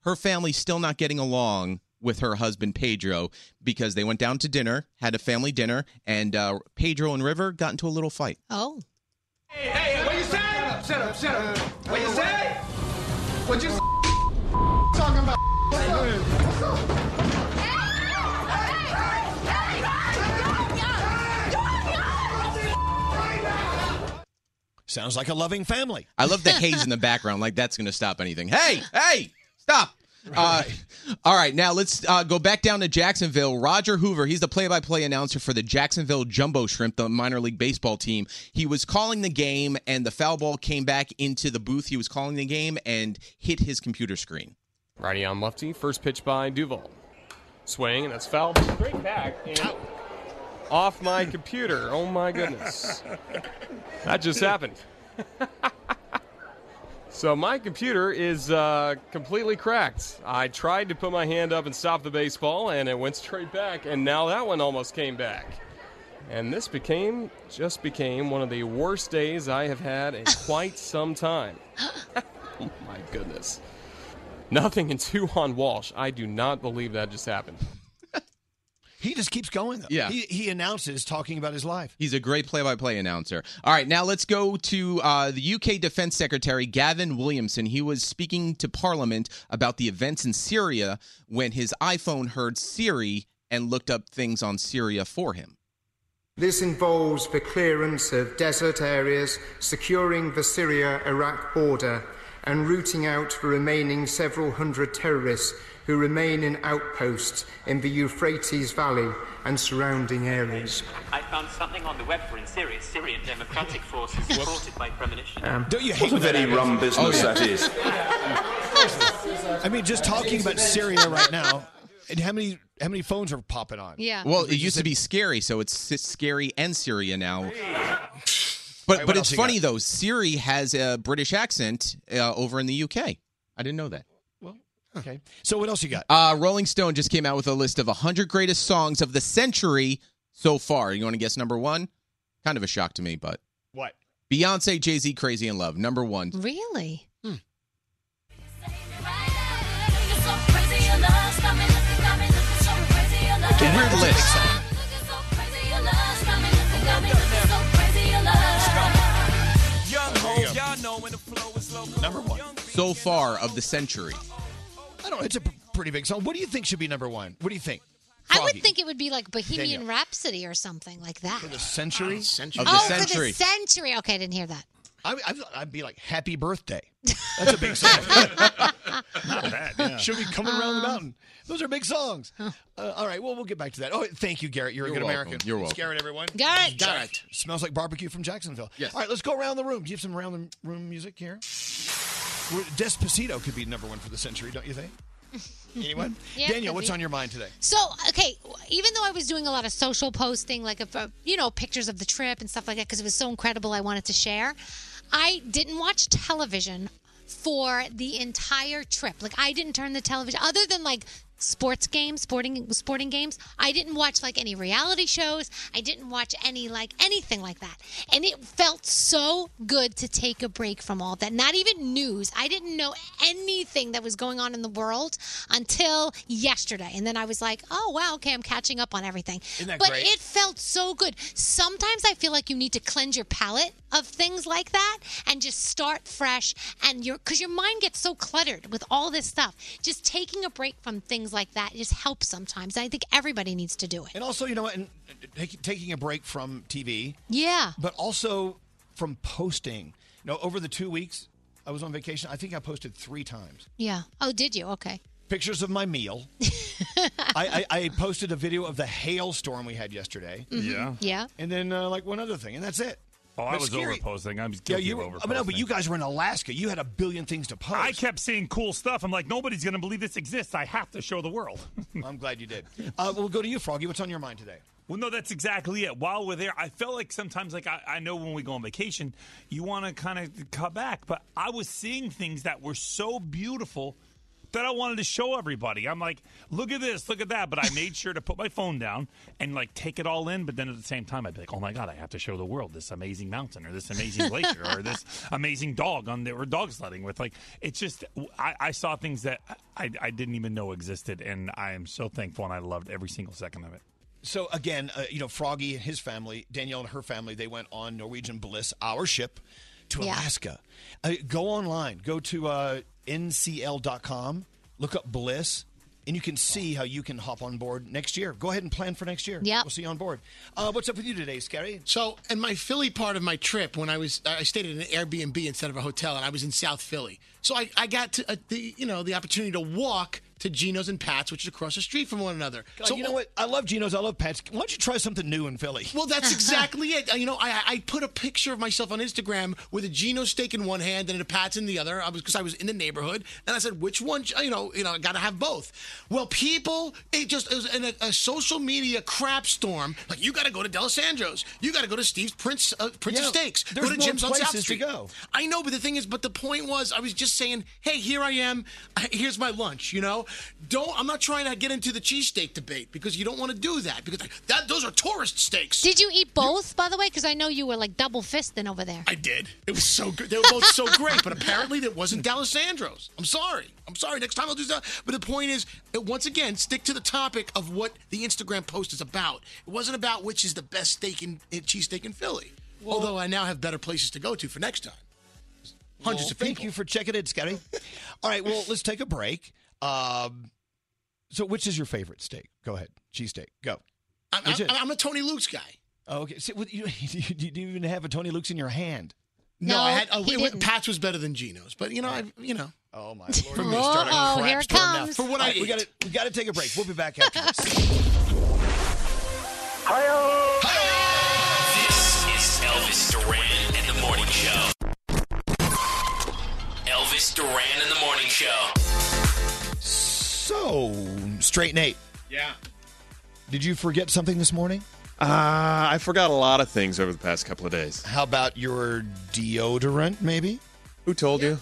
S18: her family's still not getting along with her husband Pedro because they went down to dinner, had a family dinner, and uh, Pedro and River got into a little fight.
S7: Oh.
S20: Hey, what you say? Shut up, shut up. What you say? What you s- talking about? What's up? What's up?
S6: Sounds like a loving family.
S18: I love the haze in the background, like that's going to stop anything. Hey, hey, stop. Uh, all right, now let's uh, go back down to Jacksonville. Roger Hoover, he's the play by play announcer for the Jacksonville Jumbo Shrimp, the minor league baseball team. He was calling the game, and the foul ball came back into the booth. He was calling the game and hit his computer screen.
S12: Righty on lefty. First pitch by Duval. Swing, and that's foul. Straight back and off my computer. Oh my
S9: [laughs]
S12: goodness.
S6: [laughs]
S12: that just happened. so my computer is uh, completely cracked. I tried to put my hand up and stop the baseball, and it went straight back, and now that one almost came back. And this became, just became one of the worst days I have
S6: [laughs]
S12: had in quite
S6: [gasps]
S12: some time. oh my goodness. Nothing in two on Walsh. I do not believe that just happened.
S6: [laughs] He just keeps going, though.
S18: Yeah.
S6: He, he announces talking about his life.
S18: He's a great play by play announcer. All right, now let's go to uh, the UK Defense Secretary Gavin Williamson. He was speaking to Parliament about the events in Syria when his iPhone heard Siri and looked up things on Syria for him.
S22: This involves the clearance of desert areas, securing the Syria Iraq border, and rooting out the remaining several hundred terrorists who remain in outposts in the Euphrates Valley and surrounding areas.
S28: I found something on the web for in Syria, Syrian Democratic Forces supported by premonition.
S6: Don't you hate
S22: Um, What a
S6: when that
S22: very
S6: happens?
S22: rum business
S6: Oh, yeah.
S22: that is.
S6: I mean, just talking about Syria right now, and how many how many phones are popping on?
S7: Yeah.
S18: Well, it used to be scary, so it's s- scary and Syria now. But
S6: All right, what
S18: but
S6: else
S18: it's
S6: you got?
S18: funny though. Siri has a British accent uh, over in the UK. I didn't know that.
S6: Okay. So what else you got?
S18: Uh, Rolling Stone just came out with a list of 100 greatest songs of the century so far. You want to guess number one? Kind of a shock to me, but
S6: What?
S18: Beyonce, Jay Z, Crazy in Love, number one.
S7: Really?
S6: Hmm.
S18: It's a weird list.
S6: Number one
S9: Oh,
S18: so far of the century.
S6: I don't. It's a p- pretty big song. What do you think should be number one? What do you think?
S7: I would
S6: Froggy.
S7: think it would be like Bohemian
S6: Danielle.
S7: Rhapsody or something like that.
S6: the century. century.
S7: oh, for the century. Okay, I didn't hear that.
S6: I, I'd, I'd be like,
S7: [laughs]
S6: "Happy birthday." That's a big [laughs] song. Should be coming around
S7: Uh.
S6: the mountain. Those are big songs. Uh, all right. Well, we'll get back to that. Oh, thank you, Garrett. You're, a
S18: You're
S6: good
S18: welcome.
S6: American.
S18: You're
S6: It's
S18: welcome.
S6: Garrett, everyone.
S7: Garrett.
S6: Garrett. Smells like barbecue from Jacksonville. Yes. All right. Let's go around the room. Do you have some around the room music here? We're- Despacito could be number one for the century, don't you think? Anyone?
S7: [laughs] Yeah,
S6: Daniel,
S7: could
S6: what's
S7: be.
S6: on your mind today?
S7: So, okay, even though I was doing a lot of social posting, like, of, uh, you know, pictures of the trip and stuff like that, because it was so incredible, I wanted to share, I didn't watch television for the entire trip. Like, I didn't turn the television, other than like sports games, sporting sporting games. I didn't watch like any reality shows. I didn't watch any like anything like that. And it felt so good to take a break from all that. Not even news. I didn't know anything that was going on in the world until yesterday. And then I was like, "Oh wow, okay, I'm catching up on everything."
S1: Isn't that
S7: but
S1: great?
S7: it felt so good. Sometimes I feel like you need to cleanse your palate of things like that and just start fresh and your cuz your mind gets so cluttered with all this stuff. Just taking a break from things like that just helps sometimes. I think everybody needs to do it.
S6: And also, you know what? And uh, take, taking a break from TV.
S7: Yeah.
S6: But also from posting. You know, over the two weeks I was on vacation, I think I posted three times
S7: Yeah. Oh, did you? Okay.
S6: pictures of
S7: [laughs]
S6: my meal. I, I, I posted a video of the hailstorm we had yesterday.
S7: Mhm.
S9: Yeah.
S7: Yeah.
S6: And then uh, like one other thing, and that's it.
S9: Oh, I
S6: But
S9: was
S6: scary-
S9: overposting. I'm
S6: Yeah,
S9: guilty
S6: you
S9: of
S6: were.
S9: overposting.
S6: I mean, no, but you guys were in Alaska. You had a billion things to post.
S9: I kept seeing cool stuff. I'm like, nobody's going to believe this exists. I have to show the world. [laughs]
S6: I'm glad you did. Uh, we'll go to you, Froggy. What's on your mind today?
S9: Well, no, that's exactly it. While we're there, I felt like sometimes, like I, I know when we go on vacation, you want to kind of cut back, but I was seeing things that were so beautiful that I wanted to show everybody. I'm like, look at this, look at that, but I made sure to put my phone down and like take it all in. But then at the same time, I'd be like, oh my god, I have to show the world this amazing mountain or this amazing glacier or this amazing dog on there or dog sledding with. Like, it's just I, I saw things that I, I didn't even know existed, and I am so thankful and I loved every single second of it.
S6: So again, uh, you know, Froggy and his family, Danielle and her family, they went on Norwegian Bliss, our ship, to
S25: Yeah.
S6: Alaska. Uh, go online, go to uh, ncl.com, look up Bliss, and you can see how you can hop on board next year. Go ahead and plan for next year. Yeah, we'll see you on board. Uh, what's up with you today, Scary?
S11: So, in my Philly part of my trip, when I was, I stayed at an Airbnb instead of a hotel, and I was in South Philly. So I, I got to, uh, the, you know, the opportunity to walk to Gino's and Pat's, which is across the street from one another.
S6: God,
S11: so
S6: you know what? I love Geno's. I love Pat's. Why don't you try something new in Philly?
S11: Well,
S6: [laughs]
S11: that's exactly it. Uh, You know, I, I put a picture of myself on Instagram with a Geno steak in one hand and a Pat's in the other. I was because I was in the neighborhood, and I said, "Which one? sh- You know, you know, I got to have both." Well, people, it just it was in a, a social media crap storm. Like, you got to go to Delisandro's. You got to go to Steve's Prince uh, Prince
S6: Yeah,
S11: of Steaks. Go
S6: there's
S11: to
S6: more
S11: Jim's on South
S6: places to
S11: Street.
S6: go.
S11: I know, but the thing is, but the point was, I was just saying, hey, here I am. [laughs] Here's my lunch. You know, don't. I'm not trying to get into the cheesesteak debate because you don't want to do that because that those are tourist steaks.
S7: Did you eat both, by the way? Because I know you were like double fisting over there.
S11: I did. It was so good. They were both so great, but apparently that wasn't D'Alessandro's. I'm sorry. I'm sorry. Next time I'll do that. But the point is, uh, once again, stick to the topic of what the Instagram post is about. It wasn't about which is the best steak in, in cheesesteak in Philly. Although I now have better places to go to for next time. Hundreds
S6: Well,
S11: of
S6: thank
S11: people.
S6: you for checking in, Scary. All right, well, let's take a break. Um, so, which is your favorite steak? Go ahead, cheesesteak. Go.
S11: I'm,
S6: Which
S11: I'm,
S6: is-
S11: I'm a Tony Luke's guy.
S6: Oh, okay. So, what, you, [laughs] you didn't even have a Tony Luke's in your hand.
S11: No, I had. oh,
S6: he
S11: it was-
S6: didn't.
S11: Pat's was better than Gino's, but you know, I you know.
S6: Oh my
S11: lord!
S6: We're gonna start a crap storm now.
S11: For what
S6: All
S11: I
S6: right, we
S11: ate.
S6: got we got to take a break. We'll be back after this.
S4: This is Elvis Duran and the Morning Show. Elvis Duran and the Morning Show.
S6: [laughs] So, straight Nate,
S4: Yeah.
S6: did you forget something this morning?
S19: Uh, I forgot a lot of things over the past couple of days.
S6: How about your deodorant, maybe?
S19: Who told you?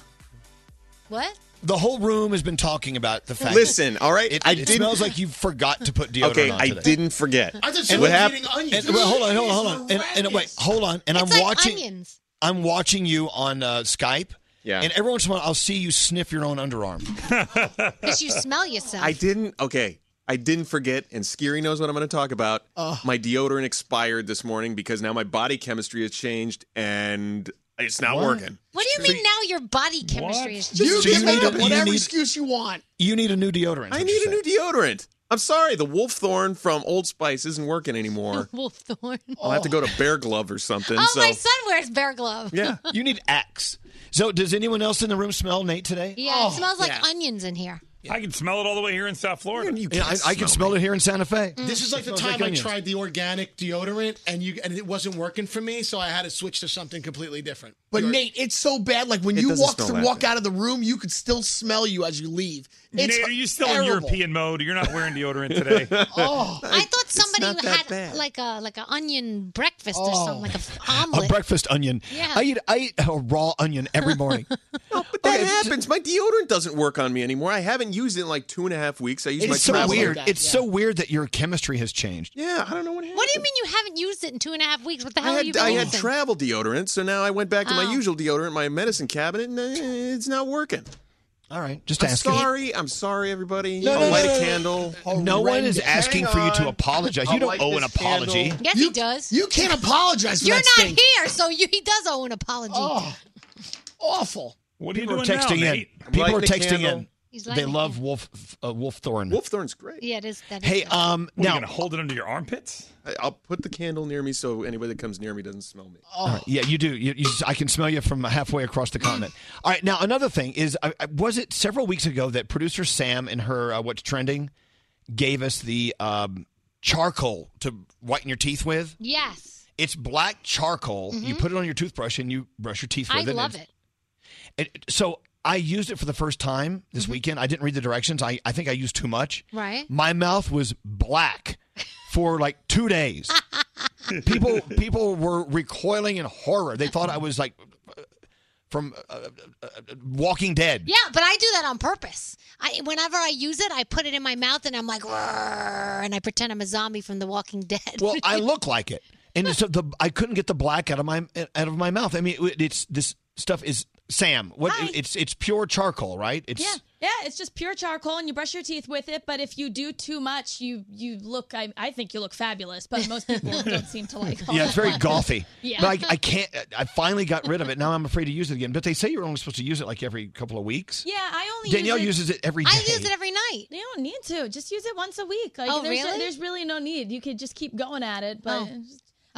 S7: What?
S6: The whole room has been talking about the fact.
S19: Listen, all right,
S6: it,
S19: I
S6: it
S19: didn't-
S6: smells like you forgot to put deodorant.
S19: Okay,
S6: on
S19: I
S6: today.
S19: didn't forget.
S11: I thought
S6: And
S11: someone was
S19: hap-
S11: eating onions.
S6: and- well, hold on, hold on, hold on, and, and wait, hold on, and I'm watching.
S7: Onions.
S6: I'm watching you on uh, Skype.
S19: Yeah.
S6: And every once in a while, I'll see you sniff your own underarm.
S19: [laughs]
S7: Because you smell yourself.
S19: I didn't. Okay, I didn't forget. And Skiri knows what I'm going to talk about.
S16: Uh,
S19: My deodorant expired this morning because now my body chemistry has changed and it's not working.
S7: What do you mean now your body chemistry is
S19: You
S7: changing?
S19: give up
S16: Whatever
S19: You need-
S16: excuse you want.
S6: You need a new deodorant.
S19: I need a new deodorant. I'm sorry, the Wolf Thorn from Old Spice isn't working
S7: [laughs]
S19: anymore.
S7: Wolf thorn.
S19: I'll have to go to Bear Glove or something.
S7: Oh,
S19: so
S7: my son wears bear glove. [laughs]
S6: Yeah. you need Axe. So, does anyone else in the room smell Nate today?
S7: Oh, Yeah, it smells like onions in here.
S9: I can smell it all the way here in South Florida.
S6: Yeah, I, I can smell it here in Santa Fe.
S7: Mm.
S11: This is like the
S6: Smells like
S11: time I
S6: onions.
S11: tried the organic deodorant and you and it wasn't working for me, so I had to switch to something completely different.
S16: But Nate, it's so bad. Like when
S11: It
S16: you
S11: doesn't
S16: walk
S11: smell
S16: through,
S11: that
S16: walk out of the room, you could still smell you as you leave. It's
S9: Nate, are you still in
S16: terrible.
S9: European mode? You're not wearing
S7: [laughs]
S9: deodorant today.
S16: Oh.
S7: I thought somebody
S16: not that
S7: had
S16: bad.
S7: like a like an onion breakfast or
S1: Oh.
S7: something, like a f-
S6: A
S7: omelet.
S6: breakfast onion.
S7: Yeah.
S6: I eat I
S7: [laughs]
S6: eat a raw onion every morning.
S19: but that happens. My deodorant doesn't work on me anymore. I haven't
S1: haven't used it in like two and a half weeks. I used my
S6: It's so
S1: travel-
S6: weird. It's so weird that your chemistry has changed.
S1: [laughs] Yeah, I don't know what happened.
S7: What do you mean you haven't used it in two and a half weeks? What the
S1: I
S7: hell are you
S1: had, I
S7: been
S1: had
S7: using?
S1: travel deodorant, so now I went back to
S7: Oh.
S1: my usual deodorant, my medicine cabinet, and uh, it's not working.
S6: All right, just
S1: I'm
S6: asking.
S1: Sorry, I'm sorry, everybody.
S6: No,
S1: I'll
S6: no, no,
S1: light
S6: no,
S1: a
S6: no.
S1: candle.
S6: No one
S1: Horrendous.
S6: is asking
S1: Hang
S6: for you to
S1: on.
S6: apologize.
S1: I'll
S6: You don't
S1: light
S6: owe an
S1: this candle.
S6: apology.
S7: Yes, he does.
S16: You can't apologize for
S7: You're
S16: that
S7: not
S16: stink.
S7: here, so you, he does owe an apology.
S1: Oh.
S7: [laughs]
S16: Awful.
S6: What
S16: are you
S6: People are
S16: doing now,
S6: texting in.
S16: Nate?
S6: People are
S1: Lighting a
S6: texting in.
S1: candle.
S7: He's
S6: They
S7: lighting a
S6: love Wolf uh, Wolf Thorn. Wolf
S1: Thorn's great.
S7: Yeah, it is. That is
S6: Hey, um,
S1: What, are
S6: now
S1: you gonna
S29: hold it under your armpits?
S1: I- I'll put the candle near me so anybody that comes near me doesn't smell me.
S6: All right, yeah, you do. You, you, I can smell you from halfway across
S7: [laughs]
S6: the continent. All right, now another thing is, I, I, was it several weeks ago that producer Sam and her uh, what's trending gave us the um, charcoal to whiten your teeth with?
S7: Yes.
S6: It's black charcoal. You put it on your toothbrush and you brush your teeth with
S7: Mm-hmm. I
S6: it. and
S7: love
S6: it's-
S7: it.
S6: it- So I used it for the first time this weekend. I didn't read the directions. I, I think I used too much.
S7: Right?
S6: My mouth was black for like two days. people people were recoiling in horror. They thought I was like uh, from uh, uh, uh, Walking Dead.
S7: [laughs] Yeah, but I do that on purpose. I whenever I use it, I put it in my mouth and I'm like, "Rrrr," and I pretend I'm a zombie from The Walking Dead.
S6: Well,
S7: [laughs]
S6: I look like it, and so the I couldn't get the black out of my out of my mouth. I mean, it, it's this stuff is Sam. What it's it's pure charcoal, right? It's
S8: Yeah, yeah, it's just pure charcoal, and you brush your teeth with it. But if you do too much, you you look. I, I think you look fabulous, but [laughs] most people don't seem to like. all
S6: Yeah, it's [laughs] very
S8: that.
S6: golfy.
S8: Yeah.
S6: But I, I can't. I finally got rid of it. Now I'm afraid to use it again. But they say you're only supposed to use it like every couple of weeks.
S8: Yeah, I only
S6: Danielle
S8: use it,
S6: uses it every day.
S8: I
S7: use it every night.
S8: You don't need to. Just use it once a week. Like,
S7: Oh,
S8: there's
S7: really?
S8: there's really no need. You could just keep going at it. But
S7: Oh,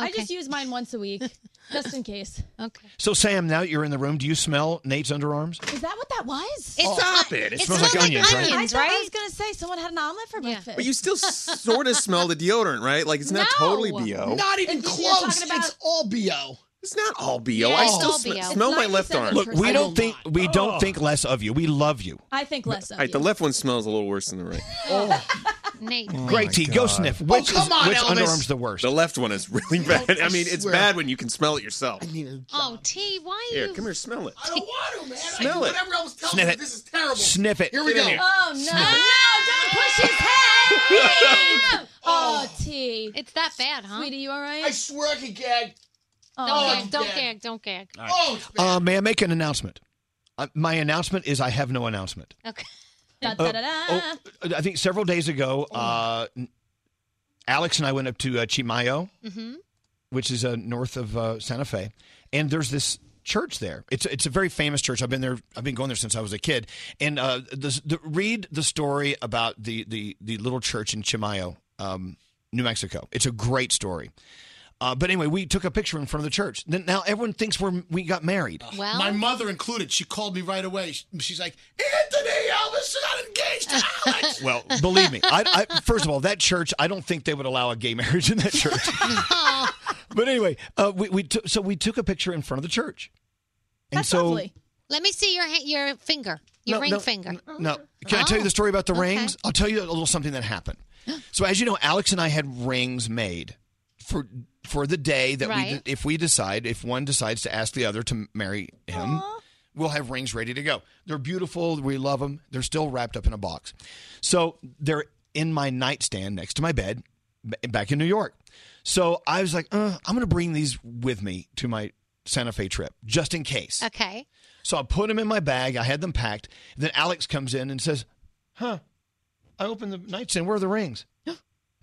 S8: I just use mine once a [laughs] week, just in case.
S7: Okay.
S6: So Sam, now that you're in the room, do you smell Nate's underarms?
S8: Is that what that was?
S1: Stop it.
S6: It smells like onions, right?
S8: I,
S6: onions,
S8: thought I was gonna say someone had an omelet for breakfast.
S1: But you
S8: [laughs]
S1: still sort of smell the deodorant, right? Like it's not totally bo.
S16: Not even
S8: It's- you're talking
S16: close.
S8: about-
S16: It's all bo.
S7: [laughs]
S1: It's not all bo. I
S16: it's
S1: still
S16: all
S1: sm-
S16: BO.
S1: smell my left arm.
S6: Look, we don't think we don't think less of you. We love you.
S8: I think less
S1: All
S8: of
S1: right, the left one smells a little worse than the right.
S8: [laughs]
S7: Nate.
S6: oh. Great T,
S1: Oh
S6: go sniff. Which,
S16: Oh,
S6: is, which underarm's the worst?
S1: The left one is
S6: [laughs]
S1: really bad. I, mean, it's
S6: swear.
S1: bad when you can smell it yourself.
S7: Oh, T, why are
S1: Here,
S7: you?
S1: come here, smell it.
S16: I don't want to, man. I
S1: Smell
S16: do
S1: it.
S16: whatever else tells
S6: Sniff
S16: me
S6: it.
S16: this is terrible.
S6: Sniff it.
S16: Here we
S6: Get in
S16: go.
S6: here.
S8: Oh no!
S6: Sniff
S8: No! Don't push his
S16: [laughs]
S8: head. oh, T.
S7: It's that bad, huh?
S8: Sweetie, you all right?
S16: I swear I could gag.
S8: Oh,
S7: Don't
S8: I'm
S7: gag, don't
S8: dead.
S7: gag, don't gag.
S6: All right. Uh, may I make an announcement? Uh, my announcement is I have no announcement.
S16: [laughs]
S7: Okay.
S8: Da,
S6: Uh,
S8: da, da, da.
S6: oh, I think several days ago, uh, n- Alex and I went up to uh, Chimayo,
S7: Mm-hmm.
S6: which is uh, north of uh, Santa Fe, and there's this church there. It's it's a very famous church. I've been there. I've been going there since I was a kid. And uh, the, the, read the story about the the the little church in Chimayo, um, New Mexico. It's a great story. Uh, but anyway, we took a picture in front of the church. Then now everyone thinks we're we got married.
S7: Well,
S11: My mother included. She called me right away. She- She's like, Anthony, Elvis got engaged to Alex.
S6: Well, [laughs] believe me. I, I, first of all, that church, I don't think they would allow a gay marriage in that
S11: [laughs]
S6: church. [laughs]
S16: Oh.
S6: but anyway, uh, we, we took so we took a picture in front of the church, and so
S7: Let me see your ha- your finger, your
S6: No,
S7: ring
S6: no,
S7: finger.
S6: no, can I tell you the story about the
S7: okay.
S6: rings? I'll tell you a little something that happened. So as you know, Alex and I had rings made for for the day that
S30: Right.
S6: we if we decide if one decides to ask the other to marry him. We'll have rings ready to go. They're beautiful. We love them. They're still wrapped up in a box. So they're in my nightstand next to my bed b- back in New York. So I was like, uh, I'm going to bring these with me to my Santa Fe trip just in case.
S7: Okay.
S6: So I put them in my bag. I had them packed. Then Alex comes in and says, "Huh? I opened the nightstand. Where are the rings?"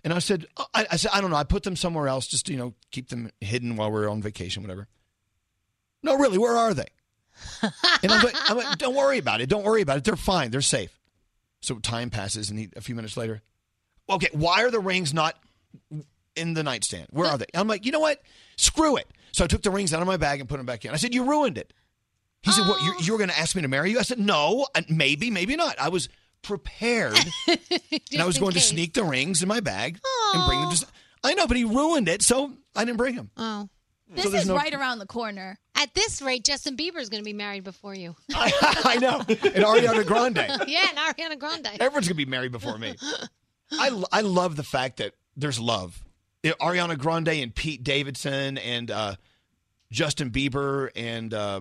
S6: And I said, oh, I, "I said I don't know. I put them somewhere else, just to, you know, keep them hidden while we're on vacation, whatever." No, really, where
S7: [laughs]
S6: are they? And I'm like, I'm like, "Don't worry about it. Don't worry about it. They're fine. They're safe." So time passes, and he, a few minutes later, okay, why are the rings not in the nightstand? Where are they? I'm like, you know what? Screw it. So I took the rings out of my bag and put them back in. I said, you ruined it. He said, "What? You're, you're going to ask me to marry you?" I said, "No, and maybe, maybe not." I was
S7: [laughs]
S6: prepared, and I was
S7: in
S6: going
S7: case.
S6: to sneak the rings in my bag and bring them.
S7: Aw.
S6: To, I know, but he ruined it, so I didn't bring them.
S7: Oh.
S6: This So there's is no- [laughs] right
S7: around the corner. At this rate, Justin Bieber's going to be married before you.
S6: I
S7: [laughs]
S6: know, and Ariana Grande.
S7: yeah, and Ariana Grande.
S6: Everyone's going to be married before me. I I love the fact that there's love. Yeah, Ariana Grande and Pete Davidson and uh, Justin Bieber and uh,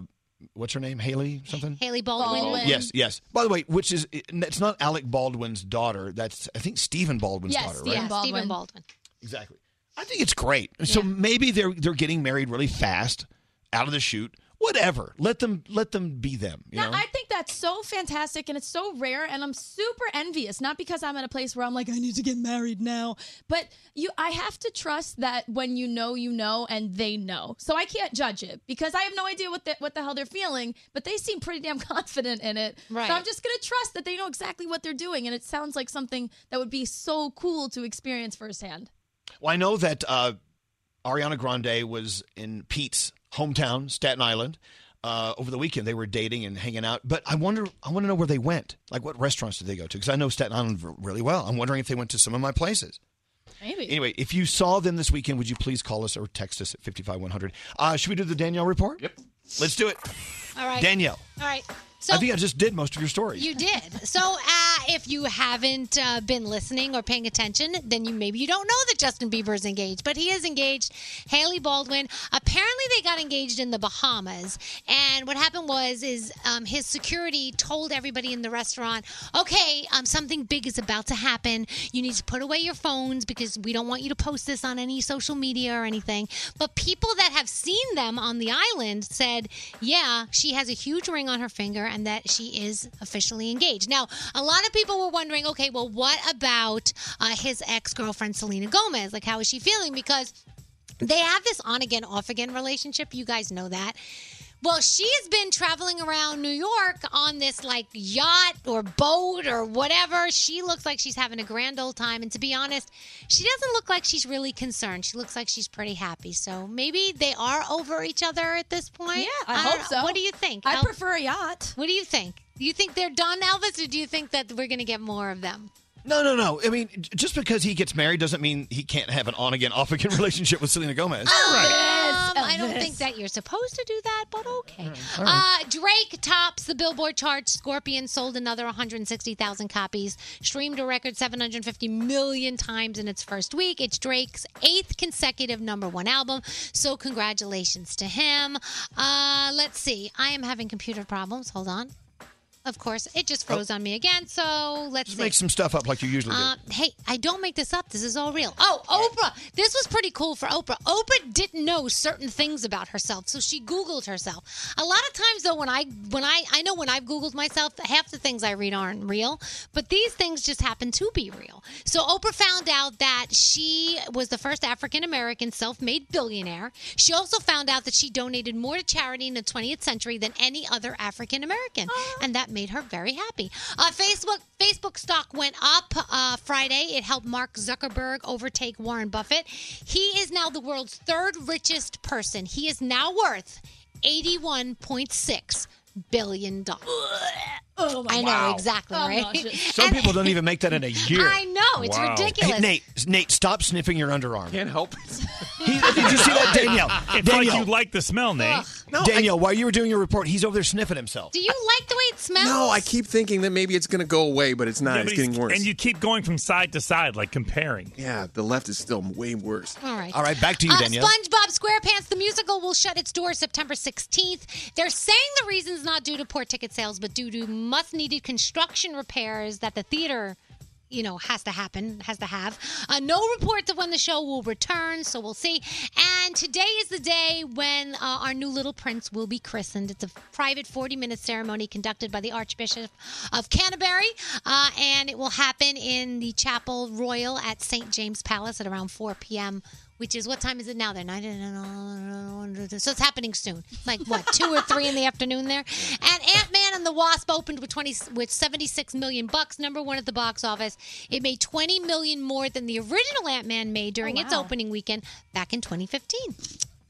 S6: What's her name? Haley something?
S7: Haley Baldwin.
S6: Yes, yes. By the way, which is it's not Alec Baldwin's daughter. That's I think Stephen Baldwin's
S7: Yes,
S6: daughter,
S7: yeah,
S6: right?
S7: Stephen Baldwin.
S6: Exactly. I think it's great. So maybe they're they're getting married really fast, out of the chute. Whatever. Let them let them be them. You
S1: No,
S6: know.
S1: I think that's so fantastic and it's so rare and I'm super envious. Not because I'm at a place where I'm like I need to get married now, but you I have to trust that when you know you know and they know. So I can't judge it because I have no idea what the, what the hell they're feeling, but they seem pretty damn [laughs] confident in it.
S7: Right.
S1: So I'm just going to trust that they know exactly what they're doing and it sounds like something that would be so cool to experience firsthand.
S6: Well, I know that uh, Ariana Grande was in Pete's hometown, Staten Island, uh, over the weekend. They were dating and hanging out, but I wonder, I want to know where they went. Like, what restaurants did they go to? Because I know Staten Island r- really well. I'm wondering if they went to some of my places.
S1: Maybe.
S6: Anyway, if you saw them this weekend, would you please call us or text us at 55100? Uh, should we do the Danielle report? Yep. Let's do it.
S7: All right.
S6: Danielle.
S7: All right. So
S6: I think I just did most of your stories.
S7: You did. So uh, if you haven't uh, been listening or paying attention, then you maybe you don't know that Justin Bieber is engaged, but he is engaged. Haley Baldwin. Apparently, they got engaged in the Bahamas, and what happened was is um, his security told everybody in the restaurant, "Okay, um, something big is about to happen. You need to put away your phones because we don't want you to post this on any social media or anything." But people that have seen them on the island said, "Yeah, she has a huge ring on her finger, and that she is officially engaged." Now, a lot of people were wondering, "Okay, well, what about uh, his ex girlfriend Selena Gomez? Like, how is she feeling?" Because they have this on again, off again relationship. You guys know that. Well, she has been traveling around New York on this like yacht or boat or whatever. She looks like she's having a grand old time. And to be honest, she doesn't look like she's really concerned. She looks like she's pretty happy. So maybe they are over each other at this point.
S1: Yeah, I
S7: don't
S1: hope
S7: know.
S1: so.
S7: What do you think?
S1: I
S7: prefer a yacht. What do you think? Do you think they're done, Elvis, or do you think that we're going to get more of them?
S6: No, no, no. I mean, j- just because he gets married doesn't mean he can't have an on again, off again [laughs] relationship with Selena Gomez.
S7: Um, I don't think that you're supposed to do that, but okay.
S6: Mm, all right.
S7: Uh, Drake tops the Billboard chart. Scorpion sold another 160,000 copies, streamed a record 750 million times in its first week. It's Drake's eighth consecutive number one album, so congratulations to him. Uh, let's see. I am having computer problems. Hold on. Of course, it just froze on me again. So let's
S6: Oh. Just
S7: see.
S6: make some stuff up like you usually do.
S7: Uh, hey, I don't make this up. This is all real. Oh, Oprah. This was pretty cool for Oprah. Oprah didn't know certain things about herself, so she Googled herself. A lot of times, though, when I when I I know when I've Googled myself, half the things I read aren't real, but these things just happen to be real. So Oprah found out that she was the first African American self-made billionaire. She also found out that she donated more to charity in the 20th century than any other African American, and that made her very happy. Uh, Facebook Facebook stock went up uh, Friday. It helped Mark Zuckerberg overtake Warren Buffett. He is now the world's third richest person. He is now worth 81.6 billion dollars. Oh
S6: my
S7: I know
S6: Wow.
S7: exactly
S6: I'm
S7: right.
S6: Some people don't even make that in a year.
S7: I know, it's Wow. ridiculous.
S6: Hey, Nate, Nate, stop sniffing your underarm.
S19: Can't help it.
S6: Did you see that, [laughs] Danielle?
S9: It's
S6: Danielle,
S9: like you like the smell, Nate.
S6: Danielle, while you were doing your report, he's over there sniffing
S7: [laughs]
S6: himself.
S7: Do you like the way it smells?
S19: No, I keep thinking that maybe it's going to go away, but it's not.
S9: Yeah, but
S19: it's
S9: he's-
S19: getting worse.
S9: And you keep going from side to side, like comparing.
S19: Yeah, the left is still way worse.
S7: All right.
S9: All right, back to you,
S7: Uh,
S9: Danielle.
S7: SpongeBob SquarePants the musical will shut its doors September 16th. They're saying the reason's not due to poor ticket sales, but due to much needed construction repairs that the theater you know, has to happen, has to have. Uh, no reports of when the show will return, so we'll see. And today is the day when uh, our new little prince will be christened. It's a private 40 minute ceremony conducted by the Archbishop of Canterbury, uh, and it will happen in the Chapel Royal at St. James Palace at around 4 p.m. Which is what time is it now? There, nine. So it's happening soon. It's Like what, two or three in the afternoon there? And Ant Man and the Wasp opened with twenty with seventy six million bucks, number one at the box office. It made twenty million more than the original Ant Man made during its
S25: wow.
S7: opening weekend back in twenty fifteen.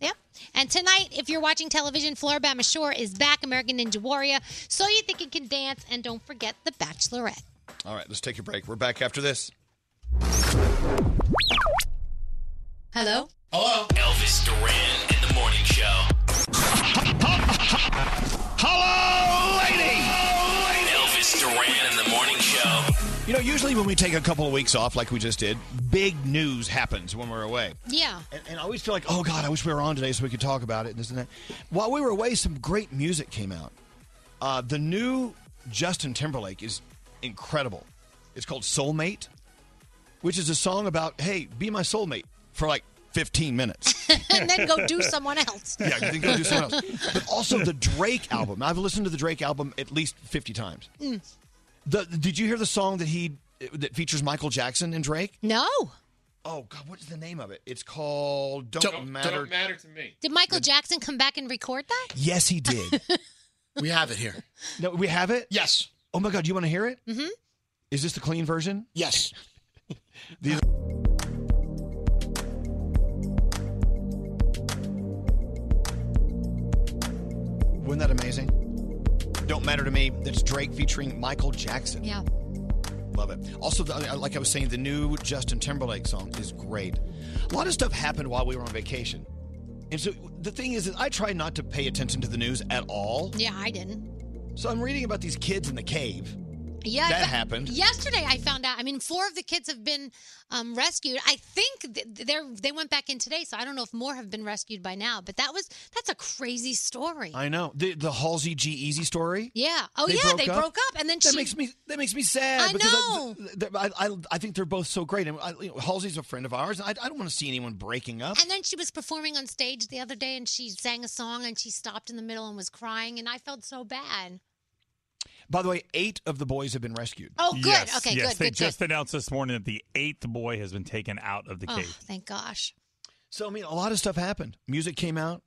S7: Yep. And tonight, if you're watching television, Floribama Shore is back, American Ninja Warrior. So you think it can dance, and don't forget The Bachelorette.
S6: All right, let's take a break. We're back after this.
S7: Hello?
S6: Hello?
S4: Elvis Duran in the morning show.
S6: Hello, lady!
S4: Elvis Duran in the morning show.
S6: You know, know, usually when we take a couple of weeks off, like we just did, big news happens when we're away.
S7: Yeah.
S6: And, and I always feel like, oh God, I wish we were on today so we could talk about it and this and that. While we were away, some great music came out. Uh, the new Justin Timberlake is incredible. It's called Soulmate, which is a song about, hey, be my soulmate for like 15 minutes.
S7: [laughs] and then go do someone else.
S6: [laughs] Yeah, then go do someone else. But also the Drake album. I've listened to the Drake album at least 50 times.
S7: Mm.
S6: The, did you hear the song that he that features Michael Jackson and Drake?
S7: No.
S6: Oh God, what is the name of it? It's called Don't, Matter.
S12: Don't matter to me.
S7: Did Michael Jackson come back and record that?
S6: Yes, he did. [laughs] we have it here. No, we have it. Yes. Oh my God, you want to hear it?
S7: Mm-hmm.
S6: Is this the clean version? Yes. [laughs] These. Wasn't that amazing? Don't matter to me. That's Drake featuring Michael Jackson.
S7: Yeah.
S6: Love it. Also, the, uh, like I was saying, the new Justin Timberlake song is great. A lot of stuff happened while we were on vacation. And so the thing is, that I try not to pay attention to the news at all.
S7: Yeah, I didn't.
S6: So I'm reading about these kids in the cave.
S7: Yeah,
S6: That
S7: but
S6: happened.
S7: Yesterday, I found out. I mean, four of the kids have been um, rescued. I think th- they're they went back in today, so I don't know if more have been rescued by now. But that was that's a crazy story.
S6: I know the the Halsey G Easy story.
S7: Yeah. Oh yeah, they broke up, and then
S6: that
S7: she
S6: makes me that makes me sad.
S7: I
S6: because
S7: know.
S6: th- th- I, I, I think they're both so great, and I, you know, Halsey's a friend of ours. And I, I don't want to see anyone breaking up.
S7: And then she was performing on stage the other day, and she sang a song, and she stopped in the middle and was crying, and I felt so bad.
S6: By the way, eight of the boys have been rescued.
S7: Oh, good. Yes, Okay, yes, good,
S9: They
S7: good, good.
S9: just announced this morning that the eighth boy has been taken out of the
S7: oh,
S9: cave.
S7: thank gosh.
S6: So I mean, a lot of stuff happened. Music came out.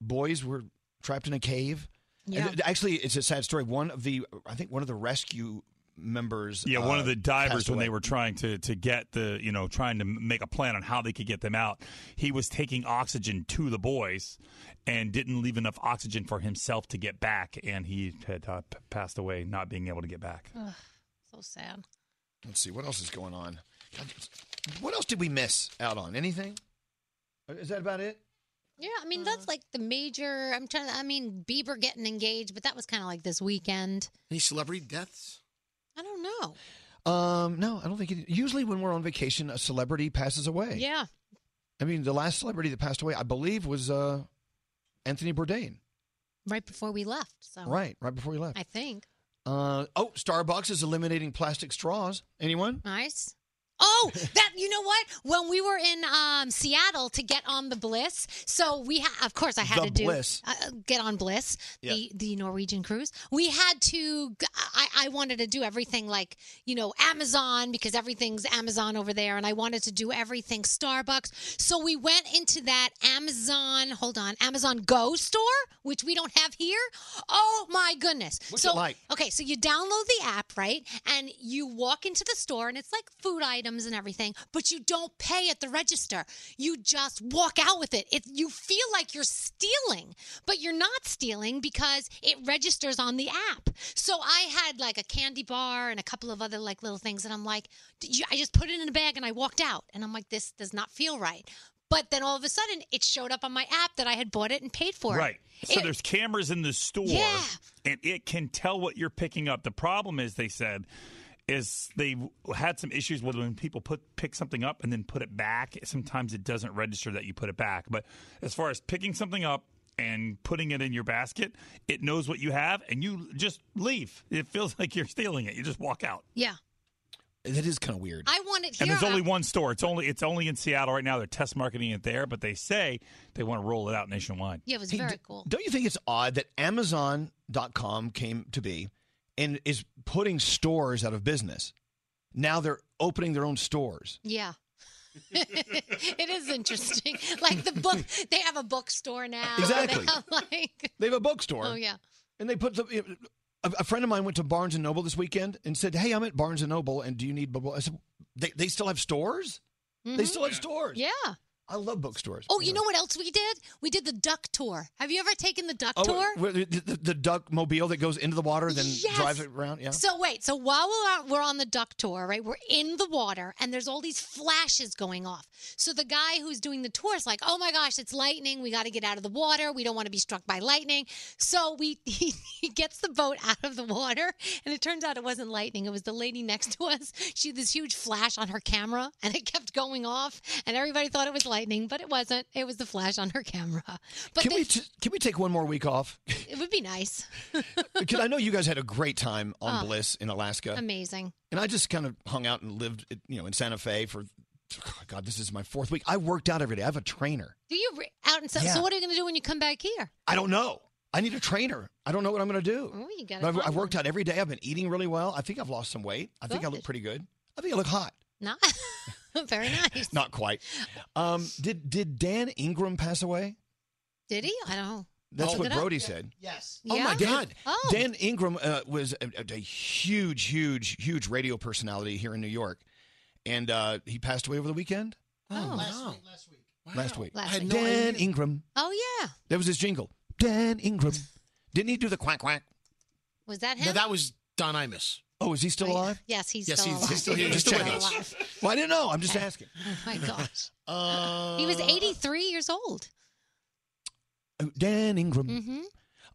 S6: Boys were trapped in a cave. And
S9: Yeah.
S6: th- Actually, it's a sad story. One of the, I think, one of the rescue members.
S9: Yeah, one
S6: uh,
S9: of the divers
S6: passed
S9: when
S6: away.
S9: they were trying to to get the you know trying to m- make a plan on how they could get them out, he was taking oxygen to the boys, and didn't leave enough oxygen for himself to get back, and he had uh, p- passed away not being able to get back.
S7: Ugh, so sad.
S6: Let's see what else is going on. God, What else did we miss out on? Anything? Is that about it?
S7: Yeah, I mean that's like the major. I'm trying. to- I mean Bieber getting engaged, but that was kind of like this weekend.
S11: Any celebrity deaths?
S7: I don't know.
S6: Um, no, I don't think. It, usually, when we're on vacation, a celebrity passes away.
S7: Yeah.
S6: I mean, the last celebrity that passed away, I believe, was uh, Anthony Bourdain.
S7: Right before we left. So
S6: Right, right before he left.
S7: Oh. I think.
S6: Uh, oh, Starbucks is eliminating plastic straws. Anyone?
S7: Nice. Oh, that you know what? When we were in um, Seattle to get on the Bliss, so we ha- of course I had
S6: The
S7: to do
S6: Bliss.
S7: Uh, get on Bliss,
S6: Yeah.
S7: the the Norwegian cruise. We had to. g- I, I wanted to do everything like you know Amazon because everything's Amazon over there, and I wanted to do everything Starbucks. So we went into that Amazon. Hold on, Amazon Go store, which we don't have here. Oh my goodness!
S25: What's
S7: so
S25: it like?
S7: Okay, so you download the app, right? And you walk into the store and it's like food items and everything, but you don't pay at the register. You just walk out with it. it you feel like you're stealing, but you're not stealing because it registers on the app. So I had like a candy bar and a couple of other like little things and I'm like "D- you- I just put it in a bag and I walked out and I'm like this does not feel right. But then all of a sudden it showed up on my app that I had bought it and paid for
S9: Right.
S7: it.
S9: So
S7: It-
S9: there's cameras in the store,
S7: Yeah.
S9: and it can tell what you're picking up. The problem is, they said, is they had some issues with when people put pick something up and then put it back. Sometimes it doesn't register that you put it back. But as far as picking something up and putting it in your basket, it knows what you have, and you just leave. It feels [laughs] like you're stealing it. You just walk out.
S7: yeah.
S6: That is kind of weird.
S7: I want it here.
S9: And there's
S7: and I-
S9: only one store. It's only it's only in Seattle right now. They're test marketing it there, but they say they want to roll it out nationwide.
S7: Yeah, it was
S6: Hey,
S7: very
S6: d-
S7: cool.
S6: Don't you think it's odd that Amazon.com came to be and is putting stores out of business? Now they're opening their own stores. [laughs]
S7: Yeah. it is interesting. Like the
S6: [laughs]
S7: book, they have a bookstore now. They
S6: Exactly.
S7: have, like,
S6: They have a bookstore.
S7: oh yeah.
S6: And they put the. A a friend of mine went to Barnes and Noble this weekend and said, "Hey, I'm at Barnes and Noble, and do you need blah blah?" I said, "They, they still have stores? They
S7: Mhm.
S6: still have stores?
S7: Yeah.
S6: I love bookstores.
S7: Oh, you know what else we did? We did the duck tour. Have you ever taken the duck
S6: Oh,
S7: tour?
S6: wait, wait, the, the, the duck mobile that goes into the water, then
S7: Yes.
S6: drives it around. Yeah.
S7: So wait, so while we're out, we're on the duck tour, right? We're in the water, and there's all these flashes going off. So the guy who's doing the tour is like, "Oh my gosh, it's lightning! We got to get out of the water. We don't want to be struck by lightning." So we [laughs] he, he gets the boat out of the water, and it turns out it wasn't lightning. It was the lady next to us. She had this huge flash on her camera, and it kept going off, and everybody thought it was lightning, but it wasn't. It was the flash on her camera. But
S6: can
S7: they-
S6: we t- can we take one more week off? [laughs]
S7: it would be nice.
S6: Because I know you guys had a great time on
S7: Oh.
S6: Bliss in Alaska.
S7: Amazing.
S6: And I just kind of hung out and lived, you know, in Santa Fe for oh, God. This is my fourth week. I worked out every day. I have a trainer.
S7: Do you re- out and so,
S6: Yeah.
S7: so what are you going to do when you come back here?
S6: I don't know. I need a trainer. I don't know what I'm going to do.
S7: Oh, you gotta
S6: But I've,
S7: find
S6: I've worked out every day. I've been eating really well. I think I've lost some weight. I think I look
S7: Good.
S6: pretty good. I think I look hot.
S7: No, [laughs] very nice.
S6: Not quite. Um, did did Dan Ingram pass away?
S7: Did he? I don't know.
S6: That's
S7: Look
S6: what
S7: it up.
S6: Brody said.
S7: Yes.
S6: Oh my
S7: Yeah?
S6: God!
S7: Oh.
S6: Dan Ingram uh, was a, a- a huge, huge, huge radio personality here in New York, and uh, he passed away over the weekend.
S7: Oh.
S6: Last week.
S7: Last I had week. no
S6: Dan
S7: idea.
S6: Ingram.
S7: Oh yeah.
S6: There was this jingle. Dan Ingram. Didn't he do the quack quack?
S7: Was that him?
S6: was Don Imus. Oh, is he still alive?
S7: Yes, he's
S6: Yes,
S7: still
S6: he's-
S7: alive.
S6: he's still here. Just checking.
S7: alive.
S6: Well, I didn't know.
S7: [laughs]
S6: I'm just asking.
S7: Oh my gosh.
S6: [laughs] Uh,
S7: he was 83 years old.
S6: Dan Ingram.
S7: hmm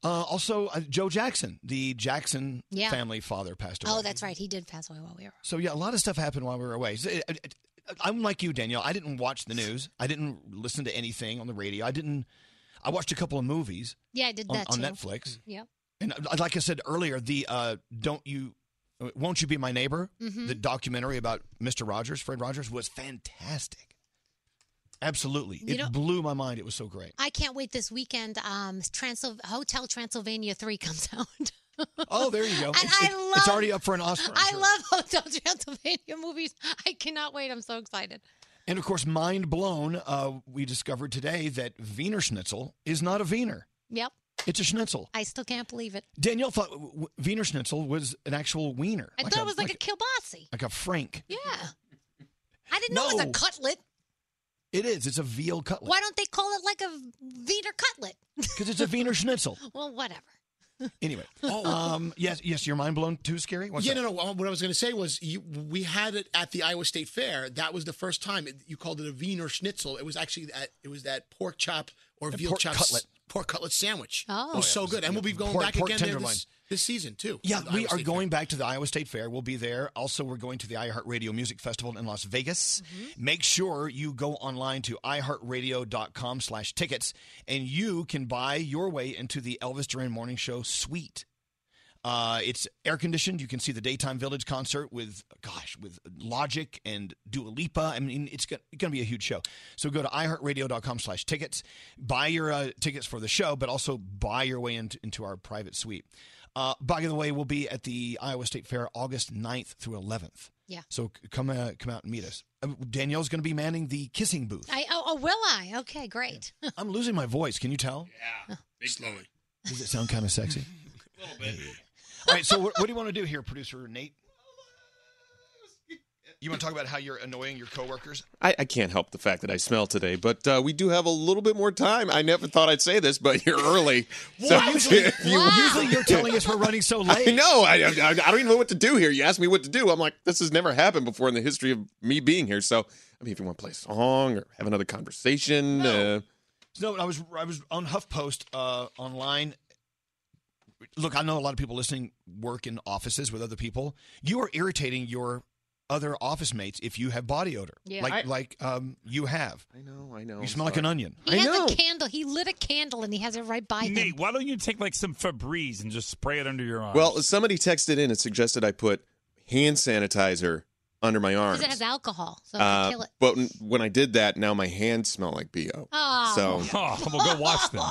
S6: Uh, also, uh, Joe Jackson, the Jackson
S7: Yeah.
S6: family father, passed away.
S7: Oh, that's right. He did pass away while we were.
S6: So yeah, a lot of stuff happened while we were away. So, uh, uh, I'm like you, Danielle. I didn't watch the news. I didn't listen to anything on the radio. I didn't. I watched a couple of movies.
S7: Yeah, I did
S6: on,
S7: that
S6: on
S7: too. Mm-hmm.
S6: Netflix.
S7: Yep.
S6: And uh, like I said earlier, the uh, "Don't You, uh, Won't You Be My Neighbor,"
S7: Mhm.
S6: the documentary about Mister Rogers, Fred Rogers, was fantastic. Absolutely,
S7: You
S6: it
S7: know-
S6: blew my mind. It was so great.
S7: I can't wait this weekend. Um, Transylv- Hotel Transylvania 3 comes out. [laughs]
S6: Oh, there you go.
S7: And
S6: It's-
S7: I
S6: it- it's
S7: love-
S6: already up for an Oscar. I'm
S7: I
S6: sure.
S7: love Hotel Transylvania movies. I cannot wait. I'm so excited.
S6: And of course, mind blown, uh, we discovered today that Wiener Schnitzel is not a Wiener.
S7: Yep.
S6: It's a schnitzel.
S7: I still can't believe it.
S6: Danielle thought w- w- Wiener Schnitzel was an actual wiener.
S7: I thought it was like, a kielbasa.
S6: like a frank.
S7: Yeah. I didn't know it was
S6: No.
S7: a cutlet.
S6: It is. It's a veal cutlet
S7: Why don't they call it like a Wiener cutlet?
S6: because it's a
S7: [laughs]
S6: Wiener Schnitzel.
S7: Well, whatever.
S6: Anyway, um, yes, yes, you're mind blown too, scary. What's
S11: yeah,
S6: that?
S11: no, no. uh, What I was going to say was you, we had it at the Iowa State Fair. That was the first time it, you called it a Wiener Schnitzel. It was actually that it was that pork chop or
S6: The
S11: veal
S6: pork
S11: chop
S6: cutlet.
S11: pork cutlet sandwich.
S7: Oh.
S11: it was
S6: Oh, yeah,
S11: so
S6: it was-
S11: good. And we'll be going
S6: pork-
S11: back
S6: pork
S11: again there
S6: tenderloin.
S11: this, this season too.
S6: Yeah,
S11: The
S6: we
S11: Iowa
S6: are
S11: State
S6: going back to the Iowa State Fair. We'll be there. Also, we're going to the iHeartRadio Music Festival in Las Vegas. Make sure you go online to iHeartRadio.com slash tickets, and you can buy your way into the Elvis Duran Morning Show suite. Uh, it's air conditioned. You can see the Daytime Village concert with, gosh, with Logic and Dua Lipa. I mean, it's going to be a huge show. So go to iHeartRadio.com slash tickets. Buy your uh, tickets for the show, but also buy your way into, into our private suite. Uh, by the way, we'll be at the Iowa State Fair August 9th through 11th.
S7: Yeah.
S6: So c- come uh, come out and meet us. Uh, Danielle's going to be manning the
S7: [laughs]
S6: kissing booth.
S7: I oh, oh will I? Okay, great.
S6: I'm losing my voice. Can you tell?
S11: Fair. Slowly.
S6: Does it sound kind of sexy?
S11: A
S6: [laughs]
S11: little bit.
S6: All right, so what, what do you want to do here, producer Nate? You want to talk about how you're annoying your coworkers?
S19: I, I can't help the fact that I smell today, but uh, we do have a little bit more time. I never thought I'd say this, but you're
S6: [laughs]
S19: early.
S6: What? Usually-
S19: if [laughs]
S1: [laughs]
S19: you-
S6: usually you're telling us we're running so
S19: [laughs]
S6: late.
S19: I know. I, I, I don't even know what to do here. You asked me what to do. I'm like, this has never happened before in the history of me being here. So, I mean, if you want to play a song or have another conversation, uh,
S6: No, I was I was on HuffPost uh, online. Look, I know a lot of people listening work in offices with other people. You are irritating your other office mates if you have body odor,
S7: Yeah.
S6: like
S7: I-
S6: like um, you have.
S19: I know, I know.
S6: You smell like an onion.
S7: He has a candle. He lit a candle and he has it right by him.
S9: Nate, why don't you take like some Febreze and just spray it under your arm?
S19: well, somebody texted in and suggested I put hand sanitizer under my arm.
S7: Because it has alcohol, so
S19: Uh,
S7: it'll kill it.
S19: but n- when I did that, now my hands smell like bo.
S7: Oh.
S19: So
S6: [laughs] we'll go watch
S7: [laughs]
S6: them.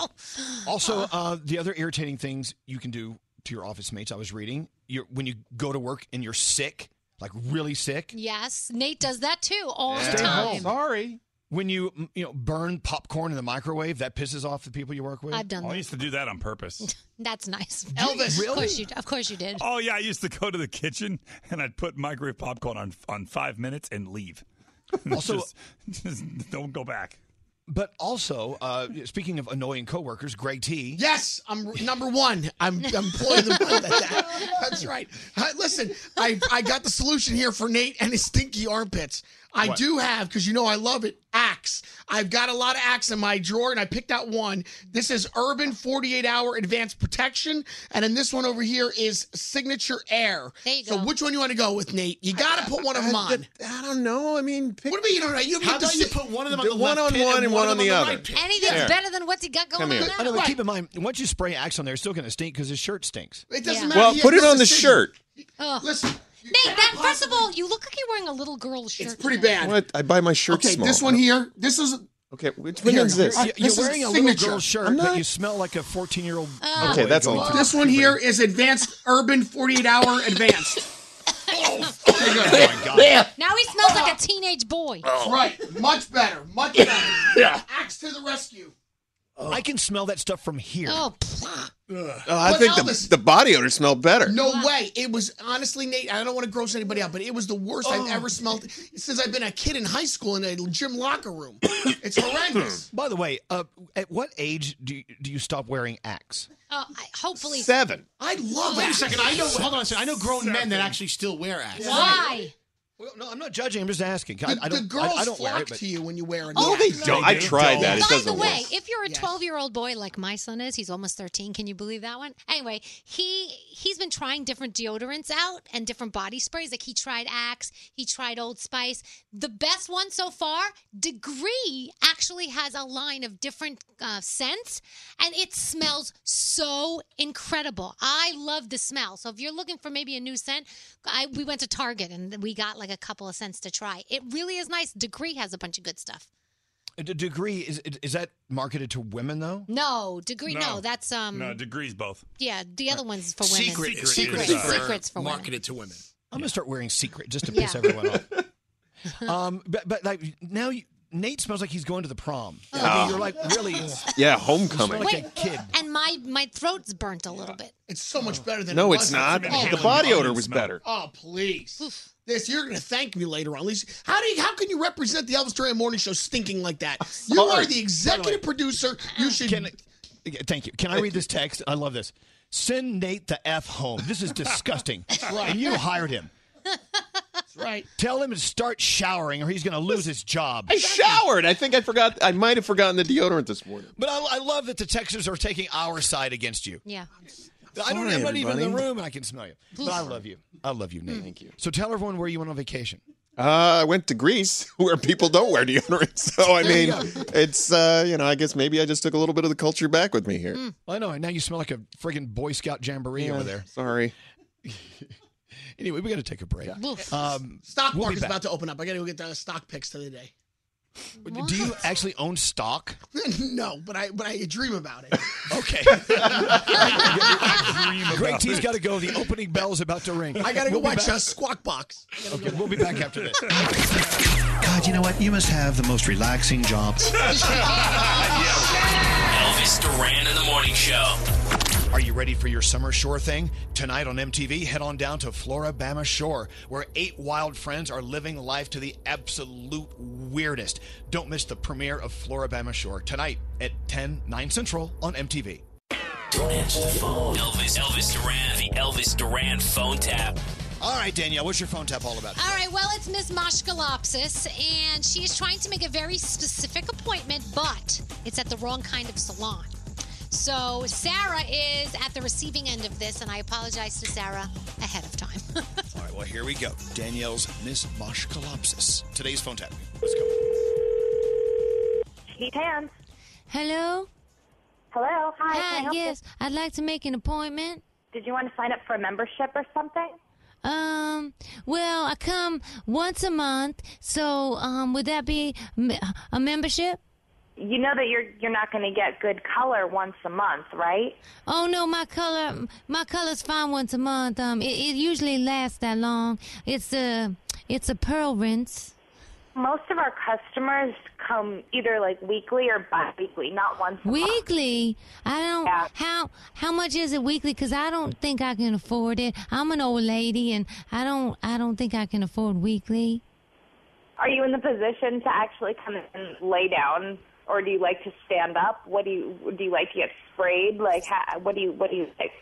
S6: Also, uh, the other irritating things you can do to your office mates. I was reading you're, when you go to work and you're sick, like really sick.
S7: Yes, Nate does that too all the
S6: Stay home.
S7: time.
S6: Sorry. When you mm, you know burn popcorn in the microwave, that pisses off the people you work with.
S7: I've done Oh, I that.
S9: used to do that on purpose.
S7: That's nice,
S6: Elvis.
S7: Of
S9: Really?
S7: course you, of course you did.
S9: Oh yeah, I used to go to the kitchen and I'd put microwave popcorn on on five minutes and leave. [laughs]
S6: Also-
S9: just, just don't go back.
S6: But also, uh, speaking of annoying coworkers, Greg T.
S16: Yes, I'm number one. I'm employee of the month at that. [laughs] That's right. Uh, listen, I, I got the solution here for Nate and his stinky armpits. I
S25: What?
S16: do have, because you know I love it, Axe. I've got a lot of Axe in my drawer, and I picked out one. This is Urban 48 Hour Advanced Protection, and then this one over here is Signature Air. There you go. So which one you want to go with, Nate? You got to [laughs] put one [laughs] of them on.
S19: I don't know. I mean, pick,
S16: what do you mean you don't know? You
S11: How about you put one of them on the One left on pit one and and one one on on the the other. right pit.
S7: Anything's
S6: There.
S7: better than what's he got going on now.
S6: By the way, keep in mind, once you spray Axe on there, it's still going to stink because his shirt stinks.
S16: It
S7: doesn't Yeah.
S19: matter. Well, He- put it this on the decision- shirt.
S7: Ugh. Oh. Nate, that, first of all, you look like you're wearing a little girl's shirt. It's
S16: pretty bad.
S19: What? I buy my shirts
S16: Okay,
S19: small.
S16: this one here. This is
S19: Okay, which
S16: Here,
S19: one is this?
S16: you're-
S6: You're
S16: This is
S6: wearing a
S16: signature.
S6: little girl shirt,
S16: I'm
S6: but
S16: not-
S6: you smell like a 14 year old.
S7: Oh. Uh,
S6: [laughs]
S19: Okay, that's all.
S16: This one here is Advanced Urban 48 Hour Advanced.
S19: [laughs]
S6: Oh,
S7: Now he smells like a teenage boy.
S19: Oh.
S16: That's right. Much better. Much better.
S6: Yeah.
S16: Axe to the rescue.
S6: I can smell that stuff from here.
S7: Oh,
S19: Oh, I
S16: But
S19: think the,
S16: Elvis-
S19: the body odor smelled better.
S16: No way. It was honestly, Nate, I don't want to gross anybody out, but it was the worst
S19: Oh.
S16: I've ever smelled since I've been a kid in high school in a gym locker
S19: [coughs]
S16: room. It's horrendous.
S6: [clears throat] By the way, uh, at what age do you, do you stop wearing Axe?
S7: Uh, I- hopefully.
S6: Seven.
S16: I love
S11: Wait a second. I know.
S6: Seven.
S11: Hold on a second. I know grown men that actually still wear axe.
S7: Why?
S6: Well, no, I'm not judging. I'm just asking. I,
S16: The,
S6: I don't,
S16: the girls
S6: I, I don't
S16: flock
S6: wear it, but
S16: to you when you wear it.
S7: Oh,
S19: they don't. I tried that. It
S7: By the
S19: doesn't
S7: way,
S19: work.
S7: if you're a 12 year old boy like my son is, he's almost 13. Can you believe that one? Anyway, he he's been trying different deodorants out and different body sprays. Like he tried Axe, he tried Old Spice. The best one so far, Degree, actually has a line of different uh, scents, and it smells so incredible. I love the smell. So if you're looking for maybe a new scent, I, we went to Target and we got like a couple of scents to try. It really is nice. Degree has a bunch of good stuff.
S6: a d- degree is is that marketed to women though?
S7: No, degree. No,
S6: No.
S7: that's um.
S6: No, degrees both.
S7: Yeah, the other one's for women.
S6: Secret
S7: Secret.
S6: is, uh,
S7: Secrets for women.
S11: Marketed to women.
S6: I'm gonna start wearing secret just to
S7: Yeah.
S6: piss
S7: [laughs]
S6: everyone off. um, but but like now you, Nate smells like he's going to the prom. I mean,
S19: Oh.
S6: you're like
S19: [laughs]
S6: really.
S19: Yeah, homecoming.
S6: You smell like a kid.
S7: And my my throat's burnt a little bit.
S16: It's so much better than
S19: No,
S16: it
S19: it's
S16: was.
S19: not. The body odor was better.
S16: Oh, please. This you're gonna thank me later on. Lisa, how do you, how can you represent the Elvis Duran Morning Show stinking like that? You are the executive producer. You should.
S6: Yeah, Thank you. Can I read this text? I love this. Send Nate the f home. This is
S19: [laughs]
S6: disgusting.
S16: right.
S6: And you hired him.
S16: That's right.
S6: Tell him to start showering, or he's going to lose his job.
S19: I showered. I think I forgot. I might have forgotten the deodorant this morning.
S6: But I, I love that the Texans are taking our side against you.
S7: Yeah.
S6: I don't.
S19: Sorry,
S6: I'm not even in the
S19: everybody.
S6: room, and I can smell you. But I love you. I love you, Nate. Thank you. So tell everyone where you went on vacation.
S19: Uh, I went to Greece, [laughs] where people don't wear deodorant. So I mean, it's uh, you know, I guess maybe I just took a little bit of the culture back with me here.
S6: I know. And now you smell like a friggin' Boy Scout jamboree
S19: Yeah,
S6: over there.
S19: Sorry.
S6: Anyway, we got to take a break. Um,
S16: Stock
S6: we'll be
S16: market's
S6: back.
S16: about to open up. I gotta go get the stock picks to the day.
S6: Do you actually own stock?
S16: [laughs] no, but I but I dream about it.
S6: Okay.
S16: about
S6: Greg T's
S16: it.
S6: got to go. [laughs] The opening bell's about to ring.
S16: I gotta go
S6: We'll be
S16: watch
S6: back.
S16: a Squawk Box.
S6: Okay, we'll be back after this. God, you know what? You must have the most relaxing job.
S4: Elvis Duran in the morning show.
S6: Are you ready for your summer shore thing? Tonight on MTV, head on down to Florabama Shore, where eight wild friends are living life to the absolute weirdest. Don't miss the premiere of Florabama Shore tonight at 10, 9 central on MTV.
S4: Don't answer the phone. Elvis, Elvis Duran, the Elvis Duran phone tap.
S6: All right, Danielle, what's your phone tap all about?
S7: All right, well, it's Miss Moshkalopsis, and she is trying to make a very specific appointment, but it's at the wrong kind of salon. So Sarah is at the receiving end of this, and I apologize to Sarah ahead of time.
S6: All right, well, here we go. Danielle's Miss Moshkalopsis. Today's phone tap. Let's go.
S2: He can.
S21: Hello?
S2: Hello. Hi. can I
S21: Hi,
S2: help you?
S21: yes. I'd like to make an appointment.
S2: Did you want to sign up for a membership or something?
S21: Um, well, I come once a month, so um would that be me- a membership?
S2: You know that you're you're not going to get good color once a month, right?
S21: Oh no, my color my color's fine once a month. Um it, it usually lasts that long. It's a it's a pearl rinse.
S2: Most of our customers come e either like weekly or bi-weekly, not once a month.
S21: Weekly? I don't how how much is it weekly cuz I don't think I can afford it. I'm an old lady and I don't I don't think I can afford weekly.
S2: Are you in the position to actually come and lay down or do you like to stand up? What do you do? You like to get sprayed? Like, how, what do you what do you like?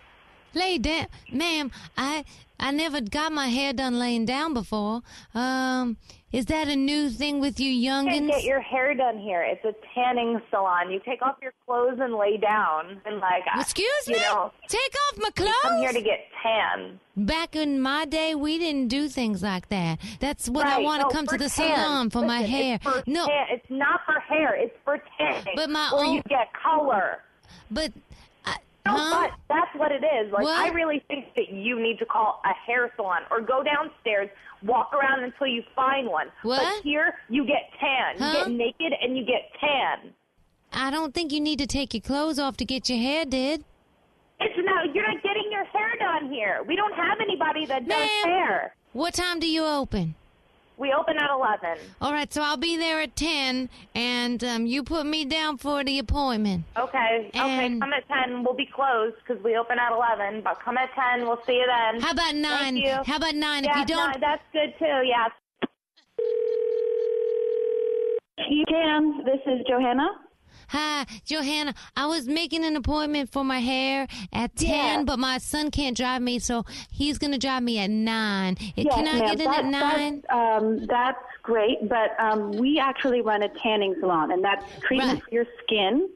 S21: Lay down, ma'am. I I never got my hair done laying down before. Um, is that a new thing with you,
S2: You can
S21: youngins?
S2: get your hair done here. It's a tanning salon. You take off your clothes and lay down and like. I-
S21: Excuse
S2: you
S21: me?
S2: Know,
S21: Take off my
S2: you
S21: clothes.
S2: Come here to get tan.
S21: Back in my day, we didn't do things like that. That's what I
S2: Right.
S21: want to
S2: No,
S21: come to
S2: for
S21: the
S2: tan.
S21: salon for my
S2: Listen,
S21: hair.
S2: It's for
S21: no,
S2: tan. it's not for hair. It's for tan.
S21: But my
S2: or
S21: own-
S2: you get color.
S21: But.
S2: No, but that's what it is. Like I really think that you need to call a hair salon or go downstairs, walk around until you find one. But
S21: What?
S2: here you get tan. You
S21: Huh?
S2: get naked and you get tan.
S21: I don't think you need to take your clothes off to get your hair did.
S2: It's no, you're not getting your hair done here. We don't have anybody that does hair.
S21: What time do you open?
S2: We open at eleven.
S21: All right, so I'll be there at 10, and um, you put me down for the appointment.
S2: Okay. okay. Come at ten. We'll be closed because we open at eleven. But come at ten. We'll see you then.
S21: How about nine?
S2: Thank you.
S21: How about nine?
S2: Yeah,
S21: if you don't,
S2: nine, that's good too. Yeah. You can. This is Johanna.
S21: Hi, Johanna. I was making an appointment for my hair at 10,
S2: Yeah.
S21: but my son can't drive me, so he's going to drive me at 9.
S25: Yes,
S21: Can I
S25: ma'am.
S21: get in at
S25: That-
S21: 9?
S25: That's, um, that's great, but um, we actually run a tanning salon, and that's treatment for your skin,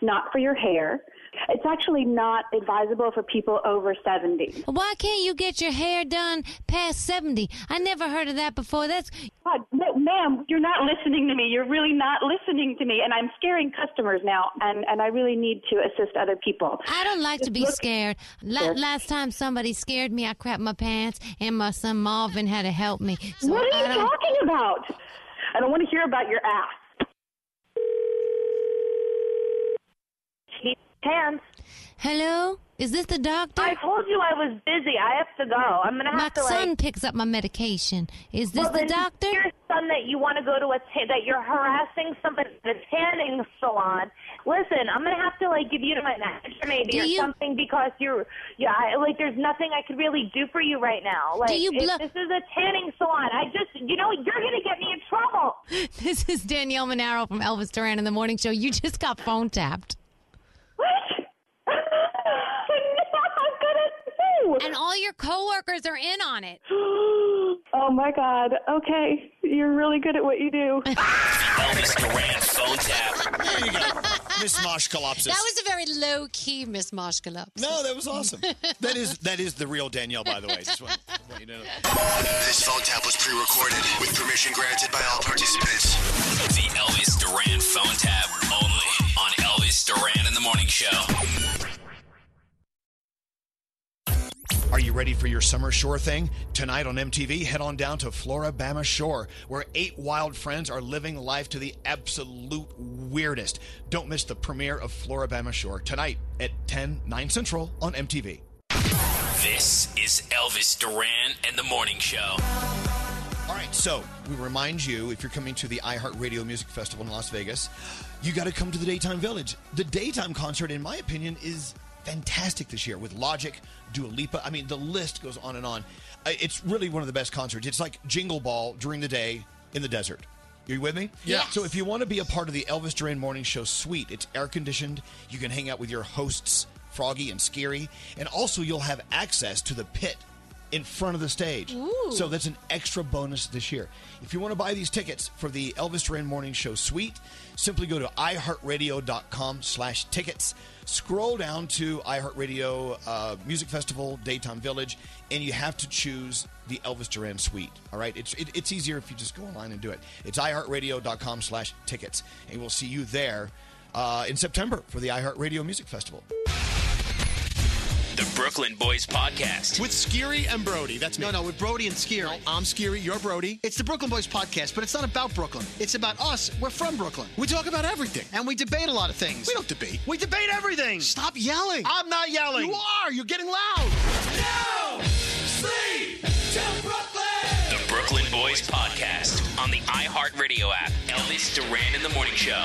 S25: not for your hair. It's actually not advisable for people over 70.
S21: Why can't you get your hair done past 70? I never heard of that before. That's
S25: God, no, ma'am, you're not listening to me. You're really not listening to me, and I'm scaring customers now, and, and I really need to assist other people.
S21: I don't like to be
S25: Look-
S21: scared. La- Last time somebody scared me, I crapped my pants, and my son Marvin had to help me. So
S25: What are
S21: I
S25: you
S21: don't-
S25: talking about? I don't want to hear about your ass.
S2: Hands.
S21: Hello? Is this the doctor? I
S2: told you I was busy. I have to go. I'm gonna have
S21: my
S2: to, like-
S21: son picks up my medication. Is this
S2: well,
S21: the
S2: then
S21: doctor?
S2: Your son that you want to go to a ta- that you're harassing somebody at a tanning salon. Listen, I'm gonna have to like give you to my manager maybe
S21: Do
S2: or
S21: you-
S2: something because you're yeah I, like there's nothing I could really do for you right now. Like
S21: you
S2: it-
S21: blo-
S2: this is a tanning [laughs] salon. I just you know you're gonna get me in trouble.
S21: [laughs] This is Danielle Monaro from Elvis Duran in the Morning Show. You just got phone tapped. And all your coworkers are in on it.
S25: Oh my God. Okay. You're really good at what you do.
S4: Elvis Duran phone tap.
S6: There you go. Miss Mosh Collapses.
S21: That was a very low key Miss Moshkalops.
S6: No, that
S21: [laughs]
S6: was awesome. that is that is the real Danielle, by the way. Just want- want you to know.
S4: This phone tap was pre-recorded with permission granted by all participants. The Elvis Duran phone tap only on Elvis Duran in the Morning Show.
S6: Are you ready for your summer shore thing? Tonight on MTV, head on down to Florabama Shore, where eight wild friends are living life to the absolute weirdest. Don't miss the premiere of Florabama Shore tonight at 10, 9 Central on MTV.
S4: This is Elvis Duran and the Morning Show.
S6: All right, so we remind you if you're coming to the iHeartRadio Music Festival in Las Vegas, you got to come to the Daytime Village. The Daytime concert, in my opinion, is fantastic this year with Logic, Dua Lipa. I mean, the list goes on and on. Uh, It's really one of the best concerts. It's like Jingle Ball during the day in the desert. Are you with me? Yeah. So if you want to be a part of the Elvis Duran Morning Show suite, it's air conditioned. You can hang out with your hosts, Froggy and Scary, and also you'll have access to the pit in front of the stage.
S8: Ooh.
S6: So that's an extra bonus this year. If you want to buy these tickets for the Elvis Duran Morning Show suite, simply go to iHeartRadio.com slash tickets. Scroll down to iHeartRadio uh, Music Festival, Daytime Village, and you have to choose the Elvis Duran suite. All right? It's, it, it's easier if you just go online and do it. It's iHeartRadio.com slash tickets. And we'll see you there uh, in September for the iHeartRadio Music Festival.
S4: The Brooklyn Boys Podcast.
S8: With Skiri and Brody. That's me. No, no, with Brody and Skiri. I'm Skiri, you're Brody. It's the Brooklyn Boys podcast, but it's not about Brooklyn. It's about us. We're from Brooklyn. We talk about everything. And we debate a lot of things. We don't debate. We debate everything. Stop yelling. I'm not yelling. You are. You're getting loud.
S4: The Brooklyn Boys Podcast on the iHeartRadio app. Elvis Duran and the Morning Show.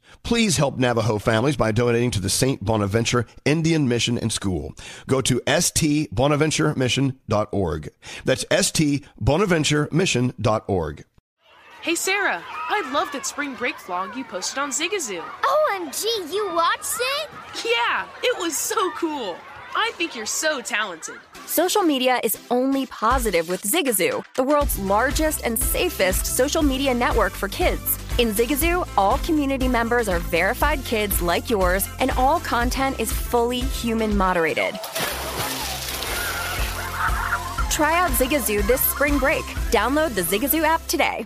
S5: Please help Navajo families by donating to the St. Bonaventure Indian Mission and School. Go to stbonaventuremission.org. That's stbonaventuremission.org.
S24: Hey Sarah, I love that spring break vlog you posted on Zigazoo.
S31: OMG, you watched it?
S24: Yeah, it was so cool. I think you're so talented.
S32: Social media is only positive with Zigazoo, the world's largest and safest social media network for kids. In Zigazoo, all community members are verified kids like yours, and all content is fully human moderated. Try out Zigazoo this spring break. Download the Zigazoo app today.